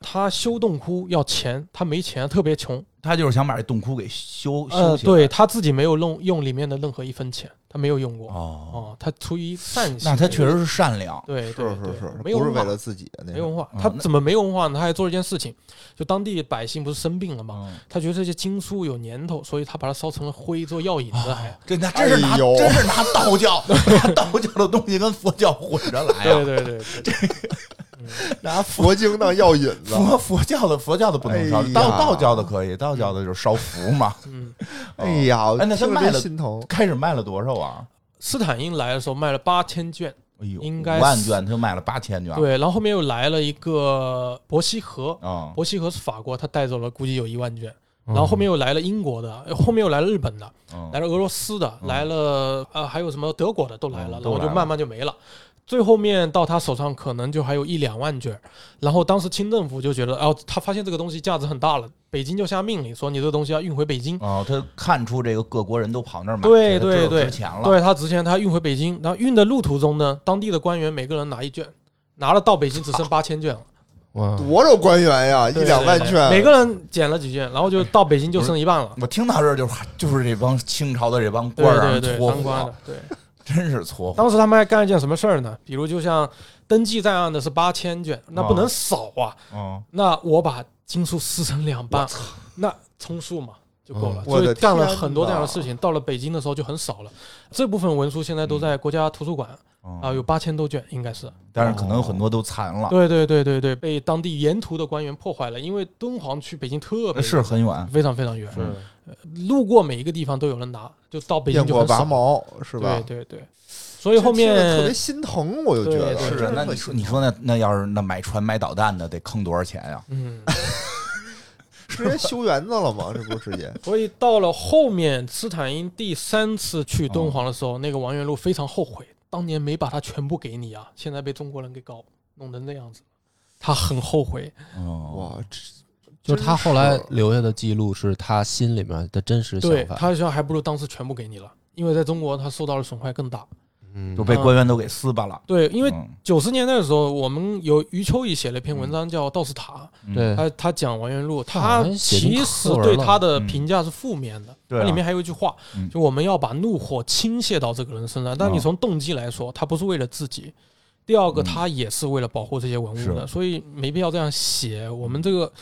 Speaker 5: 他修洞窟要钱，他没钱，特别穷。
Speaker 1: 他就是想把这洞窟给修修
Speaker 5: 呃，
Speaker 1: 起来。
Speaker 5: 对他自己没有用用里面的任何一分钱，他没有用过。
Speaker 1: 哦，
Speaker 5: 哦，他出于善心，
Speaker 1: 那他确实是善良。
Speaker 5: 对对
Speaker 3: 是
Speaker 5: 对
Speaker 3: 是是，
Speaker 5: 没有
Speaker 3: 不是
Speaker 5: 文
Speaker 3: 为
Speaker 5: 化，
Speaker 3: 了自己的那
Speaker 5: 没有
Speaker 3: 个，
Speaker 5: 文化
Speaker 1: 嗯。
Speaker 5: 他
Speaker 1: 那
Speaker 5: 怎么没有文化呢？他还做了一件事情，就当地百姓不是生病了吗？
Speaker 1: 嗯
Speaker 5: 他觉得这些经书有年头，所以他把它烧成了灰做药引子，还。
Speaker 1: 这那真是拿
Speaker 3: 哎呦
Speaker 1: 真是拿道教 *laughs* 拿道教的东西跟佛教混着来啊
Speaker 5: 对，对对，对
Speaker 1: *laughs* 拿佛
Speaker 3: 佛经当药引子，啊
Speaker 1: 佛佛教的佛教的不能烧
Speaker 3: 哎，呀
Speaker 1: 道道教的可以，道教的就是烧符
Speaker 5: *laughs*
Speaker 1: 嘛。
Speaker 5: 嗯，
Speaker 3: 哎呀，
Speaker 1: 哎那他
Speaker 3: 听着
Speaker 1: 卖了
Speaker 3: 真心疼，
Speaker 1: 开始卖了多少啊？
Speaker 5: 斯坦因来的时候卖了八千卷，
Speaker 1: 哎呦，
Speaker 5: 应该
Speaker 1: 五万
Speaker 5: 是
Speaker 1: 卷，他就卖了八千卷。
Speaker 5: 对，然后后面又来了一个伯希和，
Speaker 1: 啊，
Speaker 5: 伯希和是法国，他带走了估计有一万卷。然后后面又来了英国的，呃后面又来了日本的，
Speaker 1: 嗯
Speaker 5: 来了俄罗斯的，
Speaker 1: 嗯
Speaker 5: 来了呃还有什么德国的都来了，
Speaker 1: 嗯
Speaker 5: 然
Speaker 1: 都
Speaker 5: 后
Speaker 1: 来了
Speaker 5: 就慢慢就没了。最后面到他手上可能就还有一两万卷，然后当时清政府就觉得，哦，他发现这个东西价值很大了，北京就下命令说你这个东西要运回北京，
Speaker 1: 哦，他看出这个各国人都跑那儿买，
Speaker 5: 对
Speaker 1: 觉得这
Speaker 5: 对
Speaker 1: 有
Speaker 5: 对
Speaker 1: 值钱了。
Speaker 5: 对他之前他运回北京，然后运的路途中呢，当地的官员每个人拿一卷，拿了到北京只剩八千卷了，
Speaker 2: 哇，
Speaker 3: 多少官员呀，一
Speaker 5: 啊对
Speaker 3: 两万
Speaker 5: 对
Speaker 3: 卷，
Speaker 5: 每个人捡了几卷，然后就到北京就剩一半
Speaker 1: *laughs*
Speaker 5: 了，
Speaker 1: 我听到这儿就是就是这帮清朝的这帮
Speaker 5: 对
Speaker 1: 官儿啊
Speaker 5: 对对，
Speaker 1: 搓
Speaker 5: 当官
Speaker 1: 火
Speaker 5: 的，，对。
Speaker 1: 真是搓火。
Speaker 5: 当时他们还干了件什么事儿呢？比如就像登记在案的是八千卷，那不能少啊。
Speaker 1: 嗯，
Speaker 5: 那我把经书撕成两半，那充数嘛就够了。
Speaker 3: 嗯我的
Speaker 5: 所以干了
Speaker 3: 天
Speaker 5: 很多这样的
Speaker 3: 哪
Speaker 5: 事情。到了北京的时候就很少了。这部分文书现在都在国家图书馆
Speaker 1: 嗯
Speaker 5: 啊，有八千多卷，应该
Speaker 3: 啊
Speaker 5: 是。
Speaker 1: 但是可能有很多都残了，
Speaker 5: 对对对对对，被当地沿途的官员破坏了，因为敦煌去北京特
Speaker 3: 呃
Speaker 5: 别
Speaker 1: 是很远。
Speaker 5: 非常非常远，
Speaker 3: 嗯
Speaker 5: 路过每一个地方都有人拿，就到北
Speaker 3: 雁
Speaker 5: 京就
Speaker 3: 过
Speaker 5: 很
Speaker 3: 拔
Speaker 5: 少。
Speaker 3: 毛是吧？
Speaker 5: 对对对，所以后
Speaker 3: 这听着特别
Speaker 5: 面
Speaker 3: 心疼，我就觉得啊
Speaker 5: 对
Speaker 3: 真
Speaker 5: 对
Speaker 1: 是，啊那
Speaker 3: 特
Speaker 1: 你
Speaker 3: 心
Speaker 1: 说，你说那那要是那买船买导弹的得坑多少钱呀？
Speaker 5: 嗯。
Speaker 3: 直接修园子了吗？这不是直接
Speaker 5: *laughs* 所以到了后面，斯坦因第三次去敦煌的时候，那个王元禄非常后悔，当年没把它全部给你啊，现在被中国人给搞弄成那样子，他很后悔。
Speaker 1: 哦，
Speaker 3: 哇，这
Speaker 2: 就是他后来
Speaker 3: 真是
Speaker 2: 留下的记录是他心里面的真实想
Speaker 5: 对
Speaker 2: 法，
Speaker 5: 他就说还不如当时全部给你了，因为在中国他受到的损害更大。
Speaker 2: 嗯
Speaker 1: 就被官员都给撕巴了。
Speaker 5: 对，因为
Speaker 1: 嗯
Speaker 5: 九十年代的时候，我们有余秋雨写了一篇文章叫《道士塔》，
Speaker 1: 嗯
Speaker 2: 对
Speaker 5: 哎他他讲王元禄，
Speaker 2: 他好
Speaker 5: 他
Speaker 2: 像写进
Speaker 5: 其
Speaker 2: 课
Speaker 5: 实
Speaker 2: 文
Speaker 5: 对
Speaker 2: 了
Speaker 5: 他的评价是负面的。
Speaker 1: 对啊
Speaker 5: 它里面还有一句话
Speaker 1: 嗯，
Speaker 5: 就我们要把怒火倾泻到这个人身上。但你从动机来说，他不是为了自己。第二个，
Speaker 1: 嗯
Speaker 5: 他也是为了保护这些文物的，
Speaker 1: 是
Speaker 5: 所以没必要这样写。我们这个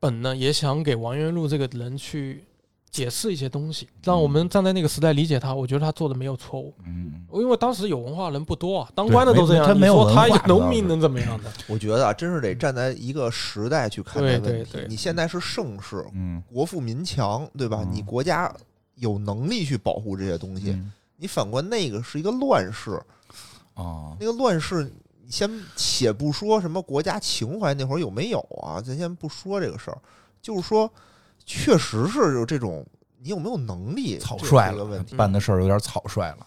Speaker 5: 本呢，也想给王元禄这个人去解释一些东西，嗯让我们站在那个时代理解他。我觉得他做的没有错误，
Speaker 1: 嗯，
Speaker 5: 因为当时有文化人不多啊，当
Speaker 1: 对
Speaker 5: 官的都这
Speaker 1: 没
Speaker 5: 样，
Speaker 1: 他没有
Speaker 5: 你说他
Speaker 1: 文
Speaker 5: 一
Speaker 1: 化
Speaker 5: 个农
Speaker 1: 主要
Speaker 5: 民
Speaker 1: 是
Speaker 5: 能怎么样呢？
Speaker 3: 我觉得啊，真是得站在一个时代去看待
Speaker 5: 对
Speaker 3: 问题
Speaker 5: 对。对
Speaker 3: 你现在是盛世，
Speaker 1: 嗯，
Speaker 3: 国富民强，对吧？
Speaker 1: 嗯
Speaker 3: 你国家有能力去保护这些东西。
Speaker 1: 嗯
Speaker 3: 你反观那个是一个乱世，
Speaker 1: 哦，
Speaker 3: 那个乱世，你先且不说什么国家情怀那会儿有没有啊，咱先不说这个事儿，就是说，确实是有这种你有没有能力
Speaker 1: 草
Speaker 3: 这
Speaker 1: 率
Speaker 3: 这个
Speaker 1: 了
Speaker 3: 问，题。
Speaker 1: 办的事儿有点草率了。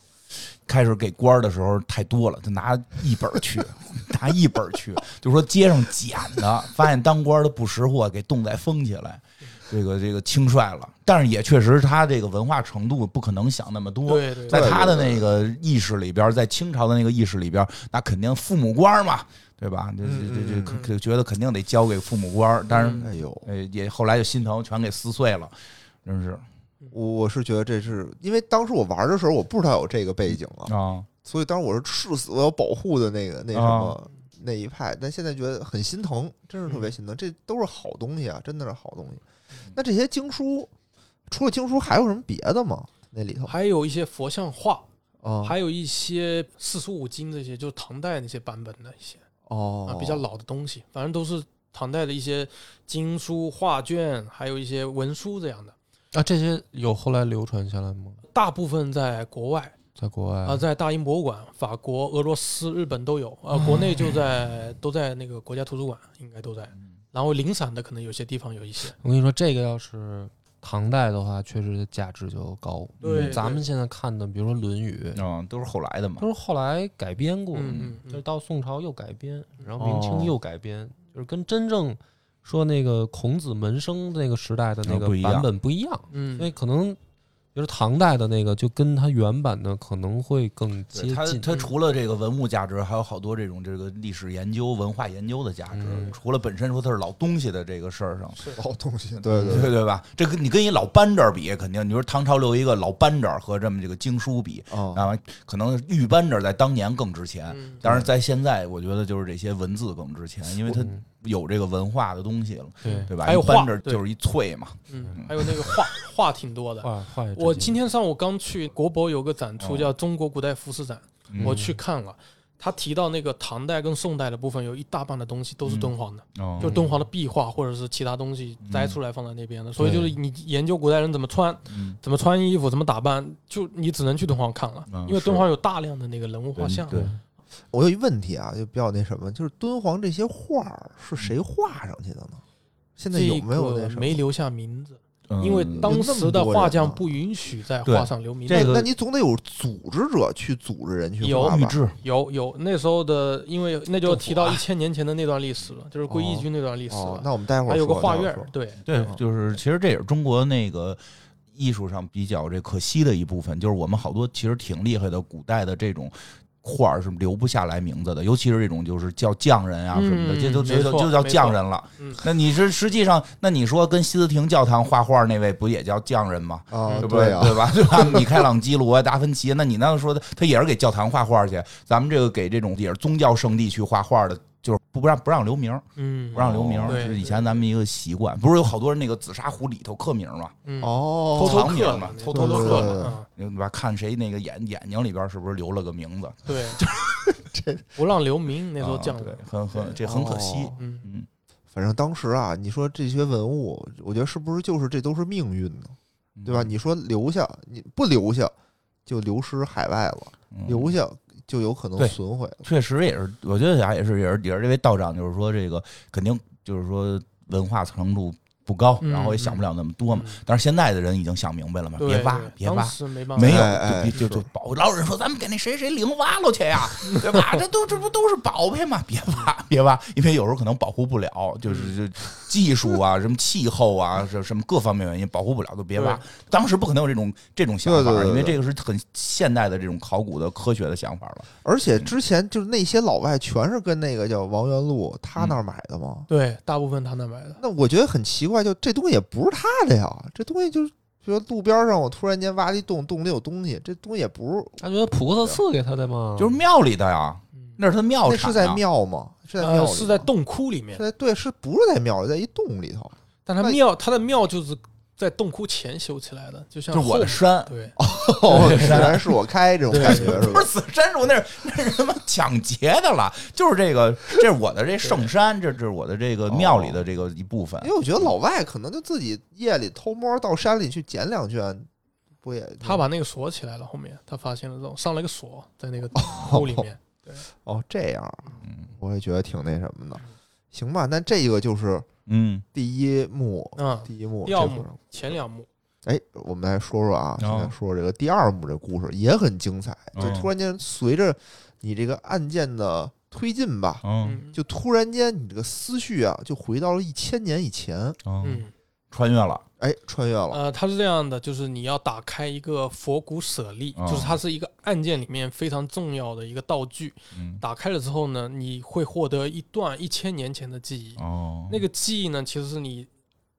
Speaker 1: 开始给官儿的时候太多了，就拿一本儿去， *laughs* 拿一本儿去，就说街上捡的，发现当官儿的不识货，给冻在封起来。这个这个轻率了。但是也确实，他这个文化程度不可能想那么多。
Speaker 5: 对对，
Speaker 1: 在他的
Speaker 3: 对对对
Speaker 1: 那个意识里边，在清朝的那个意识里边，那肯定父母官嘛，对吧？这这这这
Speaker 3: 嗯
Speaker 1: 可可觉得肯定得交给父母官。但是
Speaker 3: 哎呦，
Speaker 1: 呃，也后来就心疼，全给撕碎了，真是
Speaker 3: 我我是觉得这是因为当时我玩的时候，我不知道有这个背景啊，
Speaker 1: 啊，
Speaker 3: 所以当时我是誓死我要保护的那个那什
Speaker 1: 啊
Speaker 3: 么那一派，但现在觉得很心疼，真是特
Speaker 1: 嗯
Speaker 3: 别心疼。这都是好东西啊，真的是好东西。那这些经书，除了经书还有什么别的吗？那里头
Speaker 5: 还有一些佛像画，
Speaker 2: 哦
Speaker 3: 啊
Speaker 5: 还有一些四书五经这些，就是唐代那些版本的一些
Speaker 3: 哦
Speaker 5: 啊，比较老的东西，反正都是唐代的一些经书、画卷，还有一些文书这样的，
Speaker 2: 啊，这些有后来流传下来吗？
Speaker 5: 大部分在国外
Speaker 2: 在国外
Speaker 5: 啊、在大英博物馆、法国、俄罗斯、日本都有啊、国内就在都在那个国家图书馆，应该都在。然后零散的可能有些地方有一些，
Speaker 2: 我跟你说，这个要是唐代的话，确实价值就高。
Speaker 5: 对
Speaker 2: 嗯咱们现在看的，比如说《论语》，
Speaker 1: 嗯，都是后来的嘛
Speaker 2: 都。是后来改编过，
Speaker 5: 嗯嗯嗯
Speaker 2: 就是到宋朝又改编，然后明
Speaker 1: 哦
Speaker 2: 清又改编，就是跟真正说那个孔子门生那个时代的那
Speaker 1: 啊不一
Speaker 2: 个
Speaker 1: 样
Speaker 2: 版本不一样，
Speaker 5: 嗯
Speaker 2: 所，以可能就是唐代的那个就跟它原版的可能会更接
Speaker 1: 对它
Speaker 2: 近。
Speaker 1: 它
Speaker 3: 嗯
Speaker 1: 除了这个文物价值，还有好多这种这个历史研究、文化研究的价值。
Speaker 2: 嗯
Speaker 1: 除了本身说它是老东西的这个事儿上，
Speaker 3: 老东西，对对
Speaker 1: 对
Speaker 3: 对
Speaker 1: 对吧？这跟你跟一老扳指儿比，肯定你说唐朝留一个老扳指儿和这么这个经书比，
Speaker 3: 啊，
Speaker 1: 啊，可能玉扳指儿在当年更值钱。
Speaker 5: 嗯
Speaker 1: 当然，在现在，我觉得就是这些文字更值钱，因为它
Speaker 2: 嗯
Speaker 1: 有这个文化的东西了，
Speaker 2: 对
Speaker 1: 对吧？
Speaker 5: 还有
Speaker 1: 一扳
Speaker 5: 画
Speaker 1: 指儿就是一脆嘛，
Speaker 5: 嗯，还有那个画画挺多的。
Speaker 2: 坏坏，
Speaker 5: 我今天上午刚去国博有个展出
Speaker 1: 哦
Speaker 5: 叫《中国古代服饰展》，
Speaker 1: 嗯
Speaker 5: 我去看了。他提到那个唐代跟宋代的部分，有一大半的东西都是敦煌的，
Speaker 1: 哦
Speaker 5: 就敦煌的壁画或者是其他东西摘出来放在那边的。所以
Speaker 2: 对
Speaker 5: 就是你研究古代人怎么穿、
Speaker 1: 嗯
Speaker 5: 怎么穿衣服、怎么打扮，就你只能去敦煌看了，
Speaker 1: 嗯
Speaker 5: 因为
Speaker 1: 是
Speaker 5: 敦煌有大量的那个人物画像。啊
Speaker 1: 对
Speaker 3: 我有一问题啊，就比较那什么，就是敦煌这些画儿是谁画上去的呢？现在有
Speaker 5: 这
Speaker 3: 没有
Speaker 5: 个
Speaker 3: 那什么？
Speaker 5: 没留下名字，
Speaker 1: 嗯
Speaker 5: 因为当时的
Speaker 3: 有那
Speaker 5: 画
Speaker 3: 么多人
Speaker 5: 匠
Speaker 3: 啊
Speaker 5: 不允许在
Speaker 1: 对
Speaker 5: 画上留名字。
Speaker 1: 这
Speaker 3: 那
Speaker 1: 个
Speaker 3: 那你总得有组织者去组织人去
Speaker 5: 有
Speaker 3: 画
Speaker 1: 玉
Speaker 3: 吧？
Speaker 1: 制
Speaker 5: 有有，那时候的，因为那
Speaker 2: 政
Speaker 5: 就
Speaker 2: 府
Speaker 5: 提到
Speaker 2: 啊
Speaker 5: 一千年前的那段历史了，就是归义军那段历史
Speaker 3: 哦
Speaker 5: 了，。
Speaker 3: 那我们待会儿
Speaker 5: 还有个
Speaker 3: 说
Speaker 5: 画
Speaker 3: 待会
Speaker 5: 院
Speaker 3: 儿
Speaker 5: 儿
Speaker 3: 说，
Speaker 5: 对，
Speaker 1: 对，就是其实这也是中国那个艺术上比较这可惜的一部分，就是我们好多其实挺厉害的古代的这种。画儿是留不下来名字的，尤其是这种就是叫匠人啊什么的，
Speaker 5: 嗯
Speaker 1: 这就
Speaker 5: 没
Speaker 1: 就
Speaker 5: 错
Speaker 1: 就叫
Speaker 5: 没
Speaker 1: 匠
Speaker 5: 错
Speaker 1: 人了。
Speaker 5: 嗯
Speaker 1: 那你是实际上，那你说跟西斯廷教堂画画那位不也叫匠人吗？
Speaker 3: 啊，
Speaker 1: 对不
Speaker 3: 对
Speaker 1: 对？
Speaker 3: 啊，
Speaker 1: 对吧？对 *laughs* 吧？米开朗基罗、达芬奇，那你那说的，他也是给教堂画画去。咱们这个给这种也是宗教圣地去画画的，就是不让不让留名，
Speaker 5: 嗯
Speaker 1: 不让留名
Speaker 5: 哦，对
Speaker 1: 是以前咱们一个习惯。不是有好多人那个紫砂壶里头刻名嘛，
Speaker 5: 嗯，
Speaker 3: 哦，
Speaker 5: 偷偷
Speaker 1: 藏
Speaker 5: 刻
Speaker 1: 名嘛
Speaker 5: 那
Speaker 1: 偷
Speaker 5: 偷
Speaker 3: 偷刻
Speaker 5: 刻
Speaker 3: 的
Speaker 5: 嘛，
Speaker 1: 对吧？看谁那个眼眼睛里边是不是留了个名字？
Speaker 5: 嗯对， *laughs* 不让留名，那时候
Speaker 1: 啊
Speaker 5: 这样
Speaker 1: 对
Speaker 5: 的，，
Speaker 1: 很很这很可惜
Speaker 3: 哦。
Speaker 5: 嗯，
Speaker 1: 嗯，
Speaker 3: 反正当时啊，你说这些文物，我觉得是不是就是这都是命运呢？
Speaker 1: 嗯
Speaker 3: 对吧？你说留下，你不留下就流失海外了，
Speaker 1: 嗯？
Speaker 3: 留下就有可能
Speaker 1: 对
Speaker 3: 损毁了。
Speaker 1: 确实也是，我觉得啊俩也是，也是也是这位道长，就是说这个肯定就是说文化程度不高，
Speaker 5: 嗯
Speaker 1: 然后也想不了那么多嘛。
Speaker 5: 嗯
Speaker 1: 但是现在的人已经想明白了嘛，
Speaker 5: 对
Speaker 1: 别挖
Speaker 5: 对，
Speaker 1: 别
Speaker 5: 当
Speaker 1: 挖。
Speaker 5: 时没办法，
Speaker 1: 没有，
Speaker 3: 哎哎
Speaker 1: 就就就宝。老有人说咱们给那谁谁零挖了去
Speaker 5: *laughs*
Speaker 1: 呀，对吧？这都这不都是宝贝嘛？别挖，别挖，因为有时候可能保护不了，
Speaker 5: 嗯
Speaker 1: 就是这技术啊、什么气候啊、什什么各方面原因保护不了，就别挖
Speaker 5: 对。
Speaker 1: 当时不可能有这种这种想法
Speaker 3: 对对，对
Speaker 1: 因为
Speaker 3: 对
Speaker 1: 这个是很现代的这种考古的科学的想法了。
Speaker 3: 而且之前就是那些老外全是跟那个叫王元禄他那儿买的嘛。
Speaker 5: 对，大部分他那买的，
Speaker 3: 那我觉得很奇怪，就这东西也不是他的呀，这东西就是。比如路边上，我突然间挖了一洞，洞里有东西，这东西也不是，
Speaker 2: 他觉得菩萨赐给他的嘛，
Speaker 1: 就是庙里的呀，
Speaker 5: 嗯
Speaker 1: 那是他庙
Speaker 3: 那
Speaker 1: 产
Speaker 3: 是
Speaker 1: 的
Speaker 3: 在庙吗？是在庙里
Speaker 5: 呃，
Speaker 3: 吗、
Speaker 5: 是在洞窟里面
Speaker 3: 是，在对，是不是在庙里，在一洞里头？
Speaker 5: 但他
Speaker 3: 那
Speaker 5: 庙，他的庙就是在洞窟前修起来的，就
Speaker 1: 就
Speaker 5: 像
Speaker 1: 是我的
Speaker 5: 后
Speaker 1: 山，
Speaker 5: 对，
Speaker 3: 哦，显然是我开这种感觉是
Speaker 1: 不
Speaker 3: 吧
Speaker 1: 是？紫杉树，那是 *laughs* 那是他妈抢劫的了，就是这个，这是我的这圣山，这这是我的这个庙里的这个一部分
Speaker 3: 因。为我觉得老外可能就自己夜里偷摸到山里去捡两圈，不也
Speaker 5: 他把那个锁起来了，后面他发现了之后上了个锁在那个窟里面，
Speaker 3: 哦这样啊，我也觉得挺那什么
Speaker 5: 嗯
Speaker 3: 的。行吧，那这个就是
Speaker 1: 嗯，
Speaker 3: 第一幕，
Speaker 5: 嗯，
Speaker 3: 第一幕。
Speaker 5: 第二
Speaker 3: 这
Speaker 5: 幕
Speaker 3: 会儿
Speaker 5: 前两幕，
Speaker 3: 哎，我们来说说啊，现
Speaker 1: 哦
Speaker 3: 在说这个第二幕这故事也很精彩，就
Speaker 1: 哦
Speaker 3: 突然间随着你这个案件的推进吧，
Speaker 1: 嗯
Speaker 5: 嗯，
Speaker 3: 就突然间你这个思绪啊，就回到了一千年以前。
Speaker 1: 嗯
Speaker 5: 嗯，
Speaker 1: 穿越了，
Speaker 3: 哎，穿越了，
Speaker 5: 呃，它是这样的，就是你要打开一个佛骨舍利，
Speaker 1: 啊
Speaker 5: 就是它是一个案件里面非常重要的一个道具。
Speaker 1: 嗯，
Speaker 5: 打开了之后呢，你会获得一段一千年前的记
Speaker 2: 啊
Speaker 5: 忆。
Speaker 1: 哦，
Speaker 5: 那个记忆呢，其实是你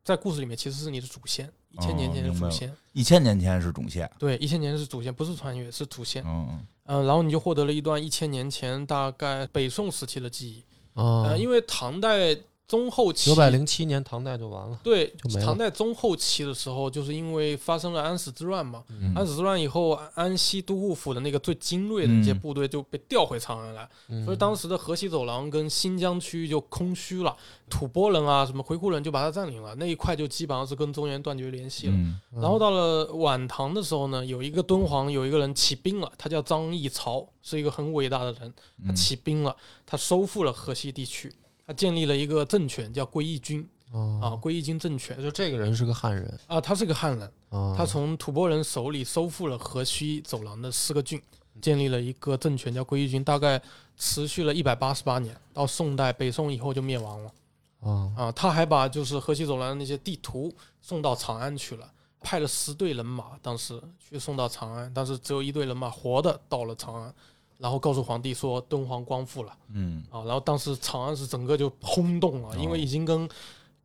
Speaker 5: 在故事里面其实是你的祖先，一
Speaker 2: 哦
Speaker 5: 千年前的祖先。
Speaker 1: 一千年前是主线，
Speaker 5: 对，一千年是祖先，不是穿越，是祖先。
Speaker 2: 啊
Speaker 1: 嗯
Speaker 5: 嗯、然后你就获得了一段一千年前大概北宋时期的记忆。
Speaker 2: 啊
Speaker 5: 呃，，因为唐代中后期
Speaker 2: 九百零七年唐代就完了。
Speaker 5: 对
Speaker 2: 就没了
Speaker 5: 唐代中后期的时候，就是因为发生了安史之乱嘛。
Speaker 1: 嗯，
Speaker 2: 啊
Speaker 5: 安史之乱以后，安安西都护府的那个最精锐的一些
Speaker 1: 嗯
Speaker 5: 部队就被调回长安来，
Speaker 2: 嗯
Speaker 5: 所以当时的河西走廊跟新疆区域就空虚了，吐蕃人啊什么回鹘人就把它占领了，那一块就基本上是跟中原断绝联系了。
Speaker 1: 嗯
Speaker 5: 然后到了晚唐的时候呢，有一个敦煌有一个人起兵了，他叫张议潮，是一个很伟大的人，他
Speaker 1: 嗯
Speaker 5: 起兵了，他收复了河西地区，他建立了一个政权叫归义军啊，
Speaker 2: 哦，
Speaker 5: 归义军政权
Speaker 2: 就这个人是个汉人
Speaker 5: 啊，他是个汉人。
Speaker 2: 啊，
Speaker 5: 他从吐蕃人手里收复了河西走廊的四个郡，建立了一个政权叫归义军，大概持续了一百八十八年，到宋代北宋以后就灭亡了
Speaker 2: 啊
Speaker 5: 啊。他还把就是河西走廊的那些地图送到长安去了，派了十队人马，当时去送到长安，但是只有一队人马活的到了长安，然后告诉皇帝说敦煌光复了。
Speaker 1: 嗯
Speaker 5: 啊，然后当时长安是整个就轰动了，
Speaker 1: 哦
Speaker 5: 因为已经跟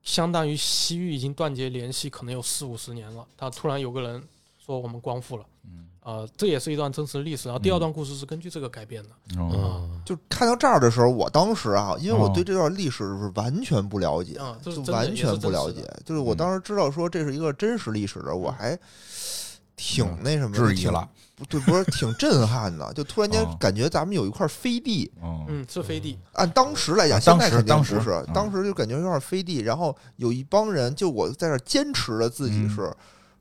Speaker 5: 相当于西域已经断绝联系，可能有四五十年了。他突然有个人说我们光复了，
Speaker 1: 嗯，
Speaker 5: 啊，这也是一段真实的历史。然后第二段故事是根据这个改编的，
Speaker 1: 哦
Speaker 2: 嗯
Speaker 3: 就看到这儿的时候，我当时啊，因为我
Speaker 1: 哦
Speaker 3: 对这段历史是完全不了解，
Speaker 5: 啊，这是
Speaker 3: 就
Speaker 5: 真的
Speaker 3: 完全不了。
Speaker 5: 也是真实
Speaker 3: 解
Speaker 5: 的。
Speaker 3: 就是
Speaker 1: 嗯
Speaker 3: 我当时知道说这是一个真实历史的，我还挺那什么的
Speaker 1: 嗯质疑
Speaker 3: 挺
Speaker 1: 了，
Speaker 3: 不对，不是挺震撼的，就突然间
Speaker 1: 哦
Speaker 3: 感觉咱们有一块飞地，
Speaker 1: 嗯
Speaker 5: 嗯，是飞地，
Speaker 3: 按当时来
Speaker 1: 啊
Speaker 3: 讲，现在
Speaker 1: 当时
Speaker 3: 肯定
Speaker 1: 当
Speaker 3: 不
Speaker 1: 时
Speaker 3: 是，
Speaker 1: 嗯
Speaker 3: 当时就感觉有点飞地，然后有一帮人，就我在这儿坚持着自己
Speaker 1: 嗯
Speaker 3: 是